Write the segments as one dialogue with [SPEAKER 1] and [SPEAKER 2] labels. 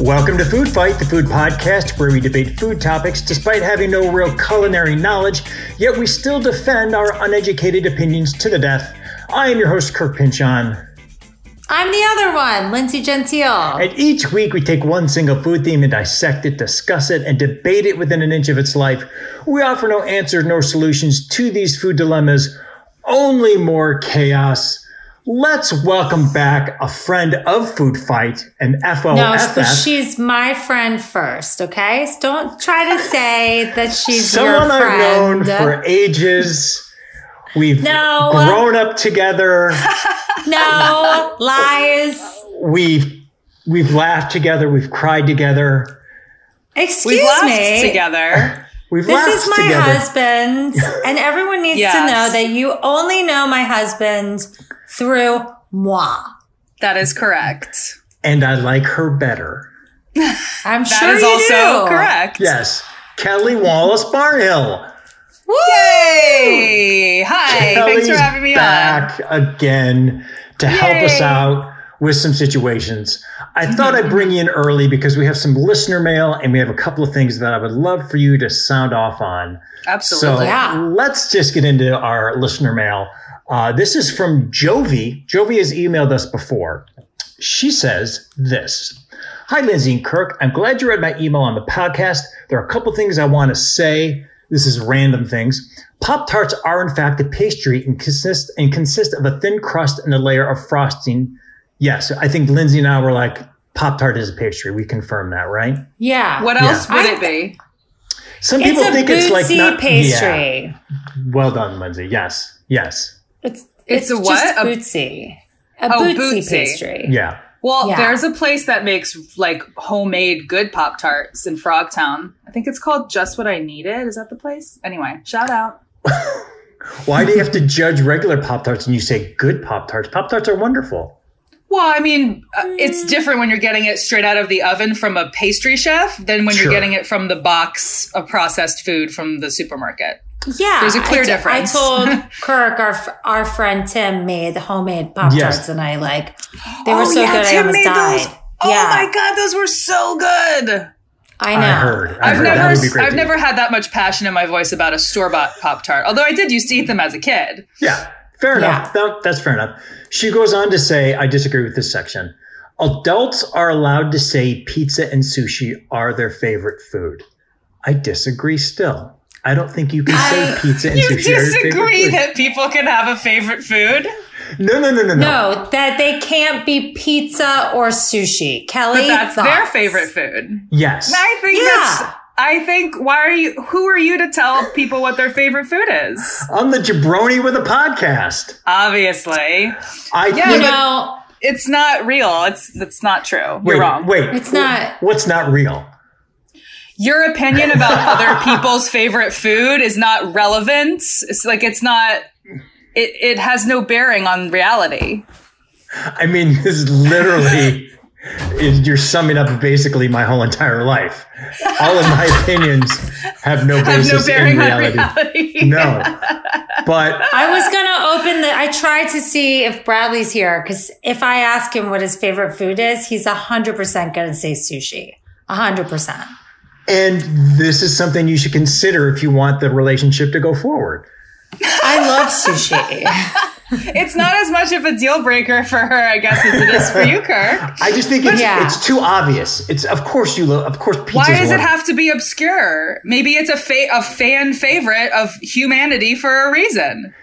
[SPEAKER 1] Welcome to Food Fight, the food podcast where we debate food topics despite having no real culinary knowledge, yet we still defend our uneducated opinions to the death. I am your host, Kirk Pinchon.
[SPEAKER 2] I'm the other one, Lindsay Gentile.
[SPEAKER 1] And each week we take one single food theme and dissect it, discuss it, and debate it within an inch of its life. We offer no answers nor solutions to these food dilemmas, only more chaos. Let's welcome back a friend of Food Fight and FOFF.
[SPEAKER 2] No, so she's my friend first, okay? So don't try to say that she's
[SPEAKER 1] someone
[SPEAKER 2] your
[SPEAKER 1] I've
[SPEAKER 2] friend.
[SPEAKER 1] known for ages. We've
[SPEAKER 2] No.
[SPEAKER 1] grown up together.
[SPEAKER 2] no lies.
[SPEAKER 1] We've we've laughed together. We've cried together.
[SPEAKER 2] Excuse
[SPEAKER 3] We've laughed
[SPEAKER 2] me.
[SPEAKER 3] together.
[SPEAKER 1] We've
[SPEAKER 2] This
[SPEAKER 1] laughed
[SPEAKER 2] is my
[SPEAKER 1] together.
[SPEAKER 2] husband, and everyone needs
[SPEAKER 3] Yes.
[SPEAKER 2] to know that you only know my husband through moi.
[SPEAKER 3] That is correct.
[SPEAKER 1] and I like her better.
[SPEAKER 2] I'm
[SPEAKER 3] That
[SPEAKER 2] sure
[SPEAKER 3] is
[SPEAKER 2] you
[SPEAKER 3] also
[SPEAKER 2] do.
[SPEAKER 3] correct.
[SPEAKER 1] Yes, Kelly Wallace Barnhill.
[SPEAKER 2] Woo!
[SPEAKER 3] Hey, hi. Thanks for
[SPEAKER 1] Kelly's
[SPEAKER 3] having me
[SPEAKER 1] back again to help us
[SPEAKER 3] Yay.
[SPEAKER 1] out with some situations. I thought I'd bring you in early because we have some listener mail and we have a couple of things that I would love for you to sound off on.
[SPEAKER 3] on.
[SPEAKER 1] So
[SPEAKER 3] Absolutely.
[SPEAKER 2] Yeah.
[SPEAKER 1] let's just get into our listener mail. Uh, this is from Jovi. Jovi has emailed us before. She says this Hi, Lindsay and Kirk. I'm glad you read my email on the podcast. There are a couple things I want to say. This is random things. Pop Tarts are, in fact, a pastry and consist, and consist of a thin crust and a layer of frosting. Yes, I think Lindsay and I were like, Pop Tart is a pastry. We confirm that, right?
[SPEAKER 2] Yeah.
[SPEAKER 3] What
[SPEAKER 1] Yeah.
[SPEAKER 3] else would
[SPEAKER 2] I-
[SPEAKER 3] it be?
[SPEAKER 1] Some
[SPEAKER 2] It's
[SPEAKER 1] people
[SPEAKER 2] a
[SPEAKER 1] think
[SPEAKER 2] bootsy
[SPEAKER 1] it's like not Yeah.
[SPEAKER 2] pastry.
[SPEAKER 1] Well done, Lindsay. Yes, yes,
[SPEAKER 2] It's
[SPEAKER 3] It's a
[SPEAKER 2] Just
[SPEAKER 3] what? A-
[SPEAKER 2] bootsy. A
[SPEAKER 3] Oh,
[SPEAKER 2] bootsy,
[SPEAKER 3] bootsy.
[SPEAKER 2] pastry.
[SPEAKER 1] yeah.
[SPEAKER 3] Well,
[SPEAKER 2] Yeah.
[SPEAKER 3] there's a place that makes like homemade good Pop Tarts in Frogtown. I think it's called Just What I Needed. Is that the place? Anyway, shout out.
[SPEAKER 1] Why do you have to judge regular Pop Tarts and you say good Pop Tarts? Pop Tarts are wonderful.
[SPEAKER 3] Well, I mean, uh, it's
[SPEAKER 2] Mm.
[SPEAKER 3] different when you're getting it straight out of the oven from a pastry chef than when
[SPEAKER 1] Sure.
[SPEAKER 3] you're getting it from the box of processed food from the supermarket.
[SPEAKER 2] Yeah,
[SPEAKER 3] There's a clear
[SPEAKER 2] I, d-
[SPEAKER 3] difference.
[SPEAKER 2] I told Kirk, our f- our friend Tim made homemade pop tarts,
[SPEAKER 1] Yes.
[SPEAKER 2] and I like they were
[SPEAKER 3] Oh,
[SPEAKER 2] so
[SPEAKER 3] yeah,
[SPEAKER 2] good. I
[SPEAKER 3] Tim
[SPEAKER 2] almost
[SPEAKER 3] made
[SPEAKER 2] died.
[SPEAKER 3] those. Oh
[SPEAKER 2] yeah,
[SPEAKER 3] my god, those were so good.
[SPEAKER 2] I know.
[SPEAKER 1] I, heard. I
[SPEAKER 3] I've
[SPEAKER 1] heard. That would be
[SPEAKER 3] never
[SPEAKER 1] great
[SPEAKER 3] I've
[SPEAKER 1] to
[SPEAKER 3] never
[SPEAKER 1] eat.
[SPEAKER 3] had that much passion in my voice about a store bought Pop Tart. Although I did used to eat them as a kid.
[SPEAKER 1] Yeah, fair enough. That- that's fair enough. She goes on to say, I disagree with this section. Adults are allowed to say pizza and sushi are their favorite food. I disagree still. I don't think you can say pizza and
[SPEAKER 3] You
[SPEAKER 1] sushi are
[SPEAKER 3] disagree
[SPEAKER 1] your favorite food.
[SPEAKER 3] that people can have a favorite food?
[SPEAKER 1] No, no, no, no, no.
[SPEAKER 2] No, that they can't be pizza or sushi. Kelly,
[SPEAKER 3] But that's
[SPEAKER 2] thoughts?
[SPEAKER 3] their favorite food.
[SPEAKER 1] Yes.
[SPEAKER 3] I think
[SPEAKER 2] Yeah.
[SPEAKER 3] that's I think why are you who are you to tell people what their favorite food is?
[SPEAKER 1] I'm the jabroni with a podcast.
[SPEAKER 3] Obviously.
[SPEAKER 1] I
[SPEAKER 3] Yeah,
[SPEAKER 2] You
[SPEAKER 1] think
[SPEAKER 3] but-
[SPEAKER 2] know,
[SPEAKER 3] It's not real. It's that's not true.
[SPEAKER 1] wait,
[SPEAKER 3] You're wrong.
[SPEAKER 1] Wait.
[SPEAKER 2] it's not.
[SPEAKER 1] What's not real?
[SPEAKER 3] your opinion about other people's favorite food is not relevant. It's like it's not. It it has no bearing on reality.
[SPEAKER 1] I mean, this is literally, is- you're summing up basically my whole entire life. All of my opinions have no
[SPEAKER 3] Have
[SPEAKER 1] basis
[SPEAKER 3] no bearing
[SPEAKER 1] in
[SPEAKER 3] on
[SPEAKER 1] reality.
[SPEAKER 3] reality.
[SPEAKER 1] No. But
[SPEAKER 2] I was gonna open the. I tried to see if Bradley's here because if I ask him what his favorite food is, he's hundred percent gonna say sushi. hundred percent.
[SPEAKER 1] and this is something you should consider if you want the relationship to go forward.
[SPEAKER 2] I love sushi.
[SPEAKER 3] It's not as much of a deal breaker for her, I guess, as it is for you, Kirk.
[SPEAKER 1] I just think it's,
[SPEAKER 2] Yeah.
[SPEAKER 1] it's too obvious. It's of course you love. Of course, pizza's
[SPEAKER 3] Why does it
[SPEAKER 1] one-
[SPEAKER 3] have to be obscure? Maybe it's a fa- a fan favorite of humanity for a reason.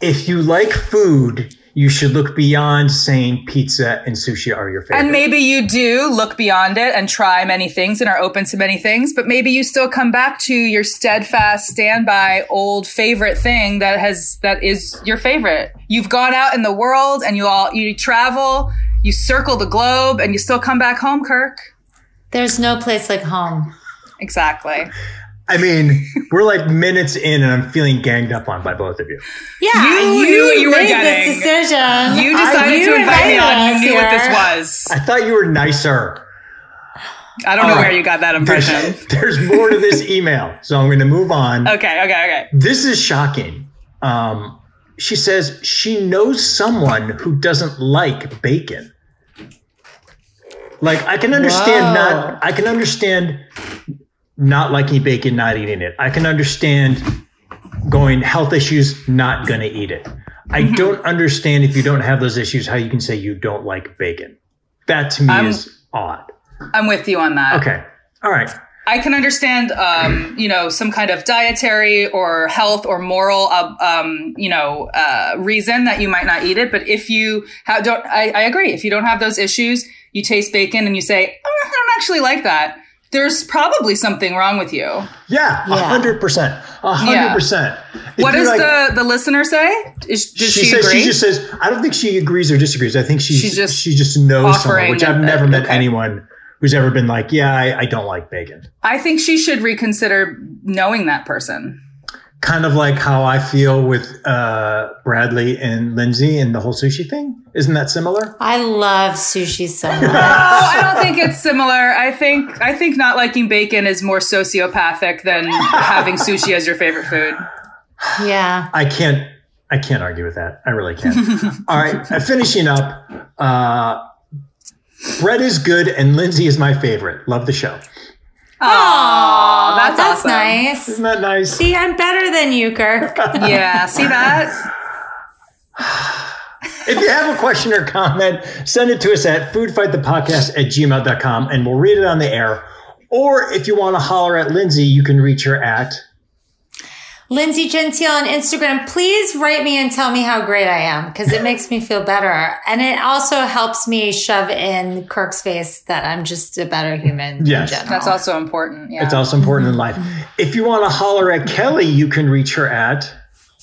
[SPEAKER 1] If you like food, you should look beyond saying pizza and sushi are your favorite.
[SPEAKER 3] And maybe you do look beyond it and try many things and are open to many things, but maybe you still come back to your steadfast standby old favorite thing that has that is your favorite. You've gone out in the world and you all you travel, you circle the globe and you still come back home, Kirk.
[SPEAKER 2] There's no place like home.
[SPEAKER 3] Exactly.
[SPEAKER 1] I mean, we're like minutes in, and I'm feeling ganged up on by both of you.
[SPEAKER 2] Yeah,
[SPEAKER 3] You knew what you were
[SPEAKER 2] made
[SPEAKER 3] getting.
[SPEAKER 2] this decision.
[SPEAKER 3] You decided
[SPEAKER 2] you
[SPEAKER 3] to invite me
[SPEAKER 2] invited
[SPEAKER 3] on.
[SPEAKER 2] us
[SPEAKER 3] You knew what
[SPEAKER 2] here.
[SPEAKER 3] this was.
[SPEAKER 1] I thought you were nicer.
[SPEAKER 3] I don't
[SPEAKER 1] All
[SPEAKER 3] know
[SPEAKER 1] right.
[SPEAKER 3] where you got that impression.
[SPEAKER 1] There's, there's more to this email, so I'm going to move on.
[SPEAKER 3] okay, okay, okay.
[SPEAKER 1] This is shocking. Um, she says she knows someone who doesn't like bacon. Like I can understand
[SPEAKER 2] Wow.
[SPEAKER 1] not I can understand not liking bacon, not eating it. I can understand going health issues, not gonna eat it. I
[SPEAKER 3] Mm-hmm.
[SPEAKER 1] don't understand if you don't have those issues, how you can say you don't like bacon. That to me
[SPEAKER 3] I'm-
[SPEAKER 1] is odd.
[SPEAKER 3] I'm with you on that.
[SPEAKER 1] Okay. All right.
[SPEAKER 3] I can understand, um, you know, some kind of dietary or health or moral, uh, um, you know, uh, reason that you might not eat it. But if you ha- don't, I, I agree. If you don't have those issues, you taste bacon and you say, oh, I don't actually like that. There's probably something wrong with you.
[SPEAKER 1] Yeah, a
[SPEAKER 2] Yeah.
[SPEAKER 1] hundred percent. A hundred
[SPEAKER 3] Yeah.
[SPEAKER 1] percent. If
[SPEAKER 3] what
[SPEAKER 1] you're
[SPEAKER 3] does
[SPEAKER 1] like-
[SPEAKER 3] the, the listener say? Is, does she,
[SPEAKER 1] she, says
[SPEAKER 3] agree?
[SPEAKER 1] she just says I don't think she agrees or disagrees. I think she's,
[SPEAKER 3] She's just
[SPEAKER 1] just she just knows someone,
[SPEAKER 3] offering
[SPEAKER 1] which I've
[SPEAKER 3] a-
[SPEAKER 1] never met
[SPEAKER 3] okay.
[SPEAKER 1] anyone who's ever been like, yeah, I, I don't like bacon.
[SPEAKER 3] I think she should reconsider knowing that person.
[SPEAKER 1] Kind of like how I feel with uh, Bradley and Lindsay and the whole sushi thing. Isn't that similar?
[SPEAKER 2] I love sushi so much.
[SPEAKER 3] No, Oh, I don't think it's similar. I think I think not liking bacon is more sociopathic than having sushi as your favorite food.
[SPEAKER 2] yeah.
[SPEAKER 1] I can't I can't argue with that. I really can't. All right, uh, finishing up. Uh, Brett is good and Lindsay is my favorite. Love the show.
[SPEAKER 3] Oh, that's,
[SPEAKER 2] that's
[SPEAKER 3] awesome.
[SPEAKER 2] nice.
[SPEAKER 1] Isn't that nice?
[SPEAKER 2] See, I'm better than you, Kirk.
[SPEAKER 3] Yeah, see that?
[SPEAKER 1] If you have a question or comment, send it to us at foodfightthepodcast at gmail.com and we'll read it on the air. Or if you want to holler at Lindsay, you can reach her at.
[SPEAKER 2] Lindsay Gentile on Instagram, please write me and tell me how great I am because it makes me feel better. And it also helps me shove in Kirk's face that I'm just a better human.
[SPEAKER 1] Yes.
[SPEAKER 2] in general.
[SPEAKER 3] That's also important. Yeah.
[SPEAKER 1] It's also important in life. If you want to holler at Kelly, you can reach her at.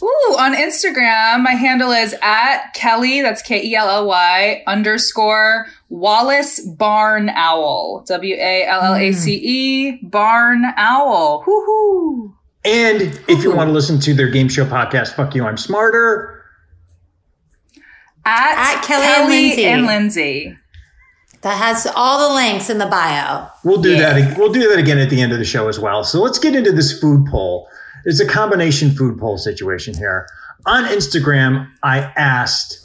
[SPEAKER 3] Ooh, on Instagram, my handle is at Kelly, that's K E L L Y underscore Wallace Barn Owl. W A L L A C E
[SPEAKER 2] Mm.
[SPEAKER 3] Barn Owl. Hoo hoo.
[SPEAKER 1] And if you want to listen to their game show podcast, Fuck You, I'm Smarter.
[SPEAKER 3] At,
[SPEAKER 2] At Kelly and Lindsay.
[SPEAKER 3] and Lindsay.
[SPEAKER 2] That has all the links in the bio.
[SPEAKER 1] We'll do
[SPEAKER 3] Yeah.
[SPEAKER 1] that. We'll do that again at the end of the show as well. So let's get into this food poll. It's a combination food poll situation here. On Instagram, I asked,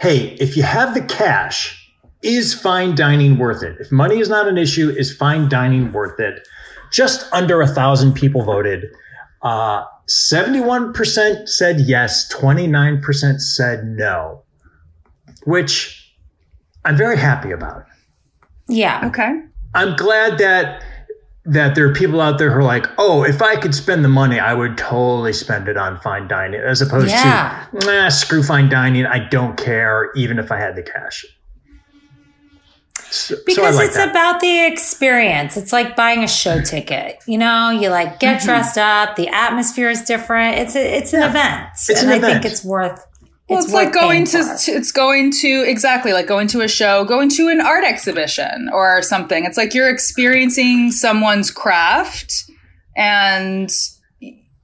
[SPEAKER 1] "Hey, if you have the cash, is fine dining worth it? If money is not an issue, is fine dining worth it?" Just under a thousand people voted. Uh, 71% said yes, 29% said no, which I'm very happy about.
[SPEAKER 2] Yeah.
[SPEAKER 3] Okay.
[SPEAKER 1] I'm glad that that there are people out there who are like, oh, if I could spend the money, I would totally spend it on fine dining, as opposed
[SPEAKER 2] Yeah.
[SPEAKER 1] to nah, screw fine dining. I don't care, even if I had the cash. So, so I
[SPEAKER 2] Because
[SPEAKER 1] like
[SPEAKER 2] it's
[SPEAKER 1] that.
[SPEAKER 2] about the experience. It's like buying a show ticket. You know, you like
[SPEAKER 1] Mm-hmm.
[SPEAKER 2] get dressed up, the atmosphere is different. It's a, it's an event.
[SPEAKER 1] It's
[SPEAKER 2] and
[SPEAKER 1] an
[SPEAKER 2] I
[SPEAKER 1] event.
[SPEAKER 2] think it's worth
[SPEAKER 3] Well, it's, like
[SPEAKER 2] worth paying
[SPEAKER 3] going to
[SPEAKER 2] for.
[SPEAKER 3] to- it's going to exactly like going to a show, going to an art exhibition or something. It's like you're experiencing someone's craft and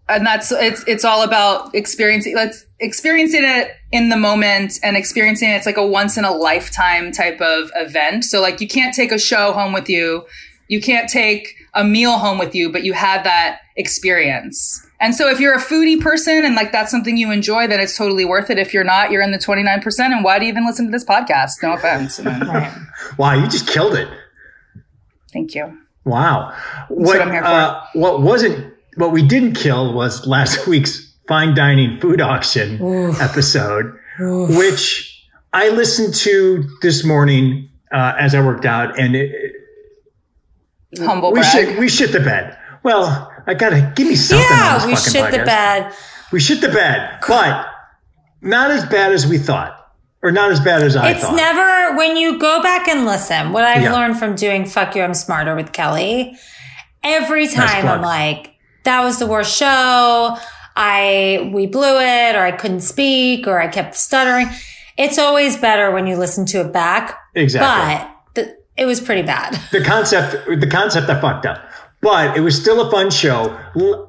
[SPEAKER 3] and that's it's it's all about experiencing let's experiencing it in the moment and experiencing it. it's like a once in a lifetime type of event. So like you can't take a show home with you. You can't take a meal home with you, but you had that experience. And so if you're a foodie person and like that's something you enjoy, then it's totally worth it. If you're not, you're in the 29%. And why do you even listen to this podcast? No offense.
[SPEAKER 2] Right.
[SPEAKER 1] wow, you just killed it.
[SPEAKER 3] Thank you.
[SPEAKER 1] Wow.
[SPEAKER 3] what
[SPEAKER 1] What,
[SPEAKER 3] I'm here for.
[SPEAKER 1] uh, what wasn't what we didn't kill was last week's fine dining food auction episode, which I listened to this morning uh, as I worked out, and it,
[SPEAKER 2] Oh,
[SPEAKER 3] Humble
[SPEAKER 1] we
[SPEAKER 3] brag.
[SPEAKER 1] shit we shit the bed. Well, I gotta give me something. on
[SPEAKER 2] Yeah,
[SPEAKER 1] this
[SPEAKER 2] we
[SPEAKER 1] fucking
[SPEAKER 2] shit the
[SPEAKER 1] podcast.
[SPEAKER 2] bed.
[SPEAKER 1] We shit the bed, but not as bad as we thought, or not as bad as I
[SPEAKER 2] It's
[SPEAKER 1] thought.
[SPEAKER 2] never when you go back and listen. What I've
[SPEAKER 1] Yeah.
[SPEAKER 2] learned from doing "Fuck You, I'm Smarter" with Kelly, every time
[SPEAKER 1] plug.
[SPEAKER 2] I'm like, "That was the worst show." I we blew it, or I couldn't speak, or I kept stuttering. It's always better when you listen to it back,
[SPEAKER 1] exactly.
[SPEAKER 2] but the, it was pretty bad.
[SPEAKER 1] the concept the concept I fucked up, but it was still a fun show. L-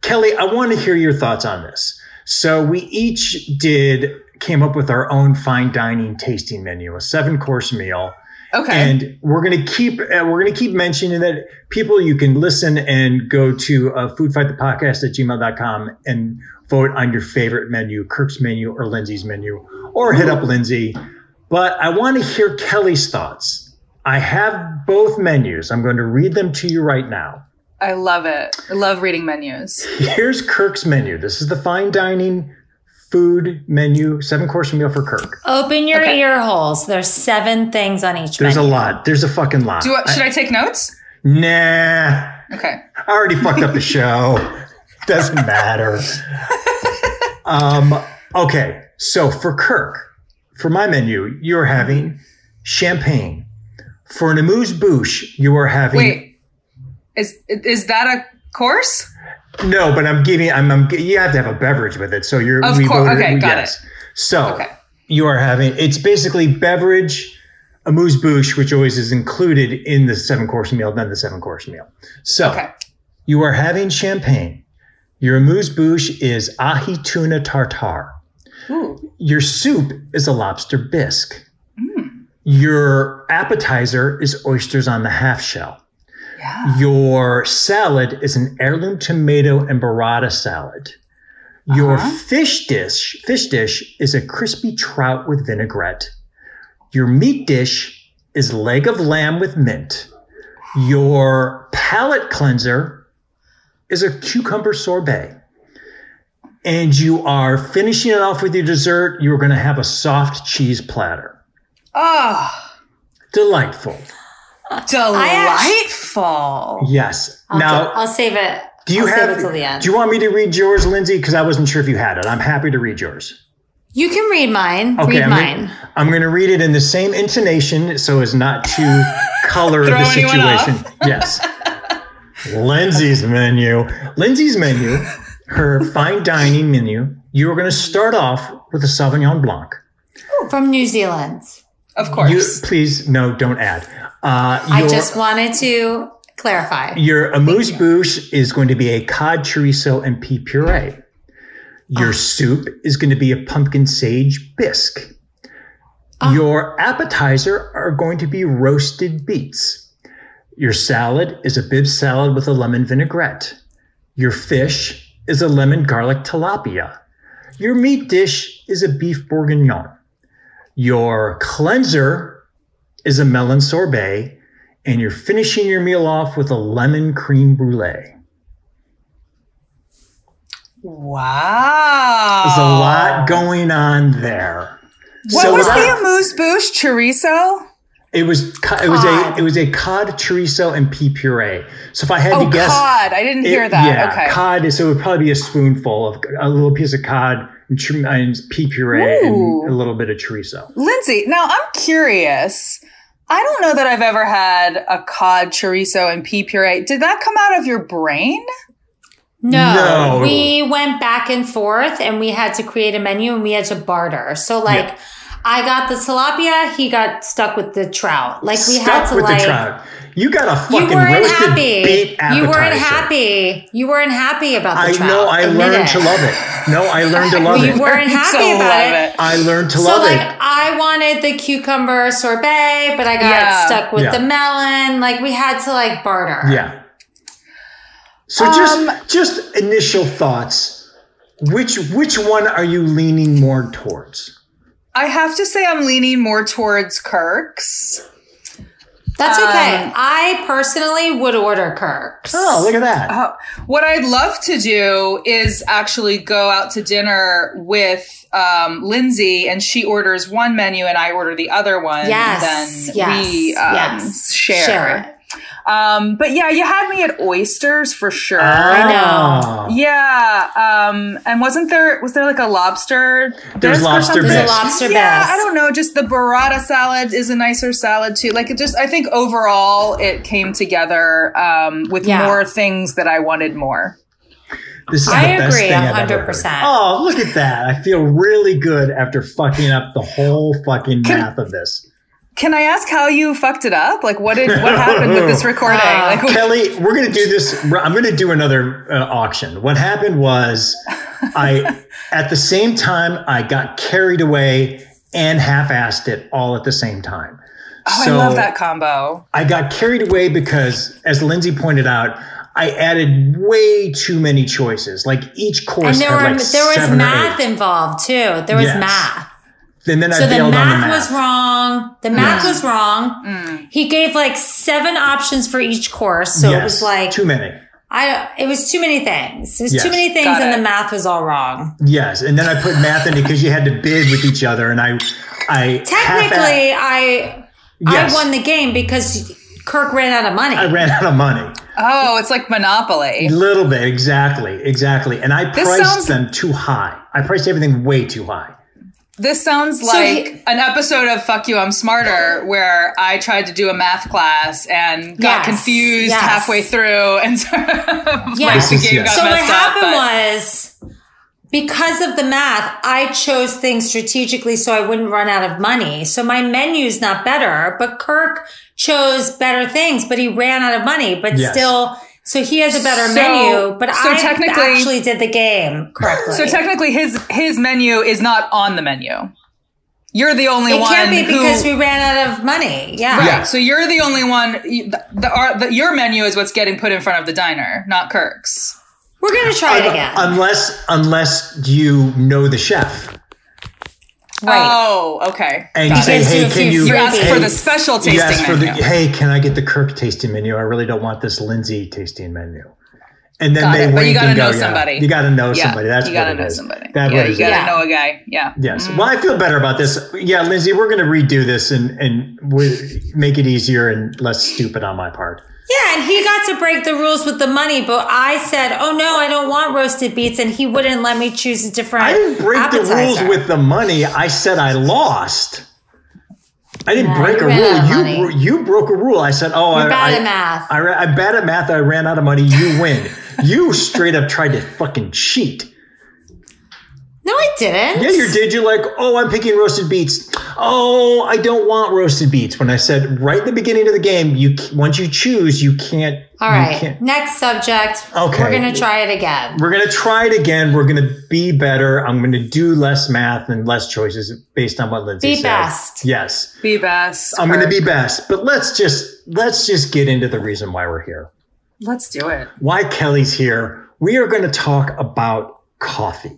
[SPEAKER 1] Kelly, I want to hear your thoughts on this. So we each did came up with our own fine dining tasting menu, a seven course meal,
[SPEAKER 3] Okay.
[SPEAKER 1] And we're gonna keep uh, we're gonna keep mentioning that people you can listen and go to uh, foodfightthepodcast at gmail.com and vote on your favorite menu, Kirk's menu or Lindsay's menu, or hit up Lindsay. But I want to hear Kelly's thoughts. I have both menus. I'm going to read them to you right now.
[SPEAKER 3] I love it. I love reading menus.
[SPEAKER 1] Here's Kirk's menu. This is the fine dining food menu, seven course meal for Kirk.
[SPEAKER 2] Open your
[SPEAKER 3] Okay.
[SPEAKER 2] ear holes. There's seven things on each
[SPEAKER 1] There's a
[SPEAKER 2] menu.
[SPEAKER 1] lot. There's a fucking lot.
[SPEAKER 3] Do I, should I take notes?
[SPEAKER 1] nah.
[SPEAKER 3] Okay.
[SPEAKER 1] I already fucked up the show. Doesn't matter. Um, okay, so for Kirk, for my menu, you're having champagne. For an amuse bouche, you are having
[SPEAKER 3] Wait. Is is that a course?
[SPEAKER 1] no, but I'm giving. I'm, I'm. You have to have a beverage with it. So you're.
[SPEAKER 3] Of cour-
[SPEAKER 1] voted-
[SPEAKER 3] okay, got
[SPEAKER 1] So
[SPEAKER 3] Okay.
[SPEAKER 1] you are having. It's basically beverage, amuse bouche, which always is included in the seven course meal, then the seven course meal. So
[SPEAKER 3] Okay.
[SPEAKER 1] You are having champagne. Your amuse bouche is ahi tuna tartare.
[SPEAKER 3] Ooh.
[SPEAKER 1] Your soup is a lobster bisque. Your appetizer is oysters on the half shell.
[SPEAKER 3] Yeah.
[SPEAKER 1] Your salad is an heirloom tomato and burrata salad. Your
[SPEAKER 3] Uh-huh.
[SPEAKER 1] fish dish, fish dish is a crispy trout with vinaigrette. Your meat dish is leg of lamb with mint. Your palate cleanser is a cucumber sorbet. And you are finishing it off with your dessert. You're going to have a soft cheese platter.
[SPEAKER 3] Oh,
[SPEAKER 1] Delightful.
[SPEAKER 3] delightful.
[SPEAKER 1] Yes.
[SPEAKER 2] I'll,
[SPEAKER 1] now,
[SPEAKER 2] I'll save it.
[SPEAKER 1] Do you
[SPEAKER 2] I'll save
[SPEAKER 1] have?
[SPEAKER 2] it till the end?
[SPEAKER 1] Do you want me to read yours, Lindsay? Because I wasn't sure if you had it. I'm happy to read yours.
[SPEAKER 2] You can read mine.
[SPEAKER 1] Okay,
[SPEAKER 2] read
[SPEAKER 1] I'm
[SPEAKER 2] mine.
[SPEAKER 1] Gonna, I'm going to read it in the same intonation so as not to color
[SPEAKER 3] Throw
[SPEAKER 1] the
[SPEAKER 3] anyone off.
[SPEAKER 1] situation. Yes. Lindsay's menu. Lindsay's menu. Her fine dining menu. You are going to start off with a Sauvignon Blanc.
[SPEAKER 2] From New Zealand.
[SPEAKER 3] Of
[SPEAKER 1] You,
[SPEAKER 3] course.
[SPEAKER 1] please, no, don't add. Uh,
[SPEAKER 2] I
[SPEAKER 1] your-
[SPEAKER 2] just wanted to clarify.
[SPEAKER 1] Your amuse bouche is going to be a cod chorizo and pea puree. Your soup is going to be a pumpkin sage bisque. Your appetizer are going to be roasted beets. Your salad is a bib salad with a lemon vinaigrette. Your fish is a lemon garlic tilapia. Your meat dish is a beef bourguignon. Your cleanser is a melon sorbet and you're finishing your meal off with a lemon cream brulee.
[SPEAKER 3] wow.
[SPEAKER 1] There's
[SPEAKER 2] Oh.
[SPEAKER 1] a lot going on there.
[SPEAKER 3] What
[SPEAKER 1] So
[SPEAKER 3] was
[SPEAKER 1] without-
[SPEAKER 3] the amuse bouche chorizo?
[SPEAKER 1] It was co- it was a
[SPEAKER 2] Cod.
[SPEAKER 1] it was a cod chorizo and pea puree. So if I had
[SPEAKER 3] Oh,
[SPEAKER 1] to guess,
[SPEAKER 3] cod. I didn't
[SPEAKER 1] it-
[SPEAKER 3] hear that.
[SPEAKER 1] Yeah,
[SPEAKER 3] okay.
[SPEAKER 1] cod. is- So it would probably be a spoonful of a little piece of cod and, chor- and pea puree
[SPEAKER 3] Ooh.
[SPEAKER 1] and a little bit of chorizo.
[SPEAKER 3] Lindsay, now I'm curious. I don't know that I've ever had a cod chorizo and pea puree. Did that come out of your brain?
[SPEAKER 2] No,
[SPEAKER 1] No.
[SPEAKER 2] we went back and forth and we had to create a menu and we had to barter. So like I got the tilapia, he got stuck with the trout. Like we
[SPEAKER 1] Stuck
[SPEAKER 2] had to
[SPEAKER 1] with
[SPEAKER 2] like
[SPEAKER 1] the trout. You got a
[SPEAKER 2] you
[SPEAKER 1] fucking
[SPEAKER 2] weren't
[SPEAKER 1] roasted
[SPEAKER 2] happy.
[SPEAKER 1] beet appetizer.
[SPEAKER 2] You weren't happy. You weren't happy about the
[SPEAKER 1] I
[SPEAKER 2] trout.
[SPEAKER 1] know. I
[SPEAKER 2] Admit
[SPEAKER 1] learned
[SPEAKER 2] it.
[SPEAKER 1] to love it. No, I learned to love
[SPEAKER 2] you
[SPEAKER 1] it.
[SPEAKER 2] weren't happy
[SPEAKER 3] So
[SPEAKER 2] about
[SPEAKER 3] love
[SPEAKER 2] it.
[SPEAKER 1] I learned to
[SPEAKER 2] So
[SPEAKER 1] love
[SPEAKER 2] like
[SPEAKER 1] it.
[SPEAKER 2] I wanted the cucumber sorbet, but I got
[SPEAKER 3] Yeah.
[SPEAKER 2] stuck with
[SPEAKER 1] Yeah.
[SPEAKER 2] the melon. Like we had to like barter.
[SPEAKER 1] Yeah. So just just initial thoughts. Which which one are you leaning more towards?
[SPEAKER 3] I have to say I'm leaning more towards Kirk's.
[SPEAKER 2] That's
[SPEAKER 3] Um,
[SPEAKER 2] okay. I personally would order Kirk's.
[SPEAKER 1] Oh, look at that.
[SPEAKER 3] Oh, what I'd love to do is actually go out to dinner with um, Lindsay, and she orders one menu and I order the other one.
[SPEAKER 2] Yes.
[SPEAKER 3] then
[SPEAKER 2] yes.
[SPEAKER 3] we um,
[SPEAKER 2] yes.
[SPEAKER 3] share.
[SPEAKER 2] Share
[SPEAKER 3] Um, but yeah, you had me at oysters for sure.
[SPEAKER 1] Oh.
[SPEAKER 2] know.
[SPEAKER 1] Yeah.
[SPEAKER 3] Yeah. Um, and wasn't there was there like a lobster?
[SPEAKER 1] There's
[SPEAKER 3] bisque or
[SPEAKER 1] lobster
[SPEAKER 3] something?
[SPEAKER 1] There's a
[SPEAKER 2] bisque. lobster
[SPEAKER 3] Yeah,
[SPEAKER 2] bisque.
[SPEAKER 3] I don't know. Just the burrata salad is a nicer salad too. Like it just, I think overall it came together um, with
[SPEAKER 2] Yeah.
[SPEAKER 3] more things that I wanted more.
[SPEAKER 1] This is
[SPEAKER 2] I
[SPEAKER 1] the best
[SPEAKER 2] agree
[SPEAKER 1] thing I've ever heard.
[SPEAKER 2] 100%.
[SPEAKER 1] Oh, look at that. I feel really good after fucking up the whole fucking
[SPEAKER 3] Can-
[SPEAKER 1] math of this.
[SPEAKER 3] Can I ask how you fucked it up? Like what did what happened with this recording?
[SPEAKER 2] Wow.
[SPEAKER 3] Like what-
[SPEAKER 1] Kelly, we're going to do this. I'm going to do another uh, auction. What happened was I, at the same time, I got carried away and half assed it all at the same time.
[SPEAKER 3] Oh,
[SPEAKER 1] So-
[SPEAKER 3] I love that combo.
[SPEAKER 1] I got carried away because, as Lindsay pointed out, I added way too many choices. Like each course
[SPEAKER 2] and there
[SPEAKER 1] had
[SPEAKER 2] were
[SPEAKER 1] like
[SPEAKER 2] there was
[SPEAKER 1] seven or
[SPEAKER 2] math
[SPEAKER 1] eight.
[SPEAKER 2] involved too. There was
[SPEAKER 1] Yes.
[SPEAKER 2] math.
[SPEAKER 1] And then I
[SPEAKER 2] So the
[SPEAKER 1] bailed on the
[SPEAKER 2] math
[SPEAKER 1] math.
[SPEAKER 2] was wrong. The math was wrong.
[SPEAKER 3] Mm.
[SPEAKER 2] He gave like seven options for each course, so it
[SPEAKER 1] Yes,
[SPEAKER 2] was like
[SPEAKER 1] too many.
[SPEAKER 2] I. It was too many things. It was too
[SPEAKER 1] Yes.
[SPEAKER 2] many things,
[SPEAKER 3] Got
[SPEAKER 2] and
[SPEAKER 3] it.
[SPEAKER 2] the math was all wrong.
[SPEAKER 1] Yes, and then I put math in because you had to bid with each other, and I, I half-assed-
[SPEAKER 2] Technically, I
[SPEAKER 1] Yes.
[SPEAKER 2] I won the game because Kirk ran out of money.
[SPEAKER 1] I ran out of money.
[SPEAKER 3] Oh, it's like
[SPEAKER 1] A
[SPEAKER 3] Monopoly.
[SPEAKER 1] little bit, exactly, exactly. And I
[SPEAKER 3] This
[SPEAKER 1] priced
[SPEAKER 3] sounds-
[SPEAKER 1] them too high. I priced everything way too high.
[SPEAKER 3] This sounds
[SPEAKER 2] So he-
[SPEAKER 3] like an episode of Fuck You, I'm Smarter, where I tried to do a math class and got
[SPEAKER 2] Yes,
[SPEAKER 3] confused
[SPEAKER 2] yes.
[SPEAKER 3] halfway through, and sort of
[SPEAKER 2] Yeah.
[SPEAKER 3] like
[SPEAKER 2] This
[SPEAKER 3] the
[SPEAKER 1] is-
[SPEAKER 3] game
[SPEAKER 1] yeah.
[SPEAKER 3] got
[SPEAKER 2] so what
[SPEAKER 3] messed up.
[SPEAKER 2] happened
[SPEAKER 3] but-
[SPEAKER 2] was because of the math i chose things strategically so i wouldn't run out of money so my menu's not better but kirk chose better things but he ran out of money but
[SPEAKER 1] Yes.
[SPEAKER 2] still so he has a better
[SPEAKER 3] So-
[SPEAKER 2] menu but
[SPEAKER 3] so
[SPEAKER 2] i
[SPEAKER 3] technically-
[SPEAKER 2] actually did the game correctly
[SPEAKER 3] So technically, his his menu is not on the menu. You're the only
[SPEAKER 2] it
[SPEAKER 3] one.
[SPEAKER 2] can't be because
[SPEAKER 3] who,
[SPEAKER 2] we ran out of money yeah
[SPEAKER 3] Right. So you're the only one. you- The, the, our, the, your menu is what's getting put in front of the diner, not Kirk's.
[SPEAKER 2] we're gonna try it
[SPEAKER 1] Un-
[SPEAKER 2] again
[SPEAKER 1] Unless, unless you know the chef
[SPEAKER 2] right
[SPEAKER 3] Oh, okay.
[SPEAKER 1] and
[SPEAKER 3] Got
[SPEAKER 1] you say,
[SPEAKER 3] it.
[SPEAKER 2] Gives you a
[SPEAKER 1] "Hey,
[SPEAKER 2] few
[SPEAKER 1] can you?"
[SPEAKER 3] you
[SPEAKER 2] freebies.
[SPEAKER 3] asked
[SPEAKER 1] hey,
[SPEAKER 3] for the special tasting
[SPEAKER 1] you asked for the
[SPEAKER 3] menu.
[SPEAKER 1] hey, can I get the Kirk tasting menu? I really don't want this Lindsay tasting menu. And then
[SPEAKER 3] Got
[SPEAKER 1] they
[SPEAKER 3] it, but you
[SPEAKER 1] wink
[SPEAKER 3] gotta
[SPEAKER 1] and
[SPEAKER 3] know
[SPEAKER 1] go, yeah,
[SPEAKER 3] somebody.
[SPEAKER 1] You got to know
[SPEAKER 3] yeah,
[SPEAKER 1] somebody. That's
[SPEAKER 3] you gotta
[SPEAKER 1] what it
[SPEAKER 3] know
[SPEAKER 1] is.
[SPEAKER 3] somebody.
[SPEAKER 1] That's
[SPEAKER 3] yeah,
[SPEAKER 1] what it
[SPEAKER 3] you
[SPEAKER 1] is.
[SPEAKER 3] gotta Mm.
[SPEAKER 2] Yeah.
[SPEAKER 3] know a guy. Yeah.
[SPEAKER 1] Yes. Well, I feel better about this. Yeah, Lindsay, we're going to redo this and and we make it easier and less stupid on my part.
[SPEAKER 2] Yeah, and he got to break the rules with the money, but I said, "Oh no, I don't want roasted beets," and he wouldn't let me choose a different.
[SPEAKER 1] I didn't break
[SPEAKER 2] appetizer.
[SPEAKER 1] the rules with the money. I said I lost. I didn't
[SPEAKER 2] No,
[SPEAKER 1] break
[SPEAKER 2] you
[SPEAKER 1] a
[SPEAKER 2] ran out of
[SPEAKER 1] rule.
[SPEAKER 2] money.
[SPEAKER 1] You bro- you broke a rule. I said, oh, I,
[SPEAKER 2] You're bad
[SPEAKER 1] I,
[SPEAKER 2] at math.
[SPEAKER 1] I, ra- I'm bad at math. I ran out of money. You win. you straight up tried to fucking cheat.
[SPEAKER 2] No, I didn't.
[SPEAKER 1] Yeah, you did. You're like, oh, I'm picking roasted beets. Oh, I don't want roasted beets. When I said right at the beginning of the game, you c- once you choose, you can't.
[SPEAKER 2] All
[SPEAKER 1] you
[SPEAKER 2] right,
[SPEAKER 1] can't-
[SPEAKER 2] next subject.
[SPEAKER 1] Okay.
[SPEAKER 2] we're gonna try it again.
[SPEAKER 1] We're gonna try it again. We're gonna be better. I'm gonna do less math and less choices based on what Lindsay
[SPEAKER 2] Be
[SPEAKER 1] said.
[SPEAKER 2] best.
[SPEAKER 1] Yes.
[SPEAKER 3] Be best.
[SPEAKER 1] I'm going to
[SPEAKER 3] Kirk.
[SPEAKER 1] be best, but let's just let's just get into the reason why we're here.
[SPEAKER 3] Let's do it.
[SPEAKER 1] Why Kelly's here. We are going to talk about coffee.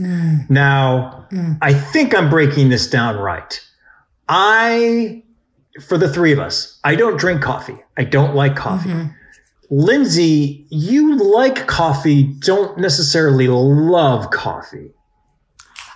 [SPEAKER 1] Now, I think I'm breaking this down right. I for the three of us, I don't drink coffee. I don't like coffee. Lindsay, you like coffee, don't necessarily love coffee.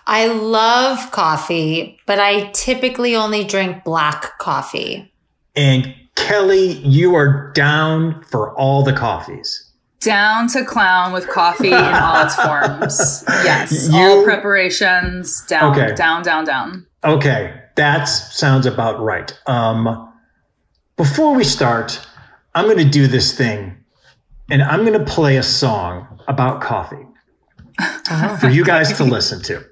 [SPEAKER 2] I love coffee, but I typically only drink black coffee.
[SPEAKER 1] And Kelly, you are down for all the coffees.
[SPEAKER 3] Down to clown with coffee in all its forms. Yes.
[SPEAKER 1] You-
[SPEAKER 3] All preparations. Down.
[SPEAKER 1] Okay.
[SPEAKER 3] Down. Down. Down.
[SPEAKER 1] Okay, that sounds about right. Um, before we start, I'm going to do this thing, and I'm going to play a song about coffee for you guys to listen to.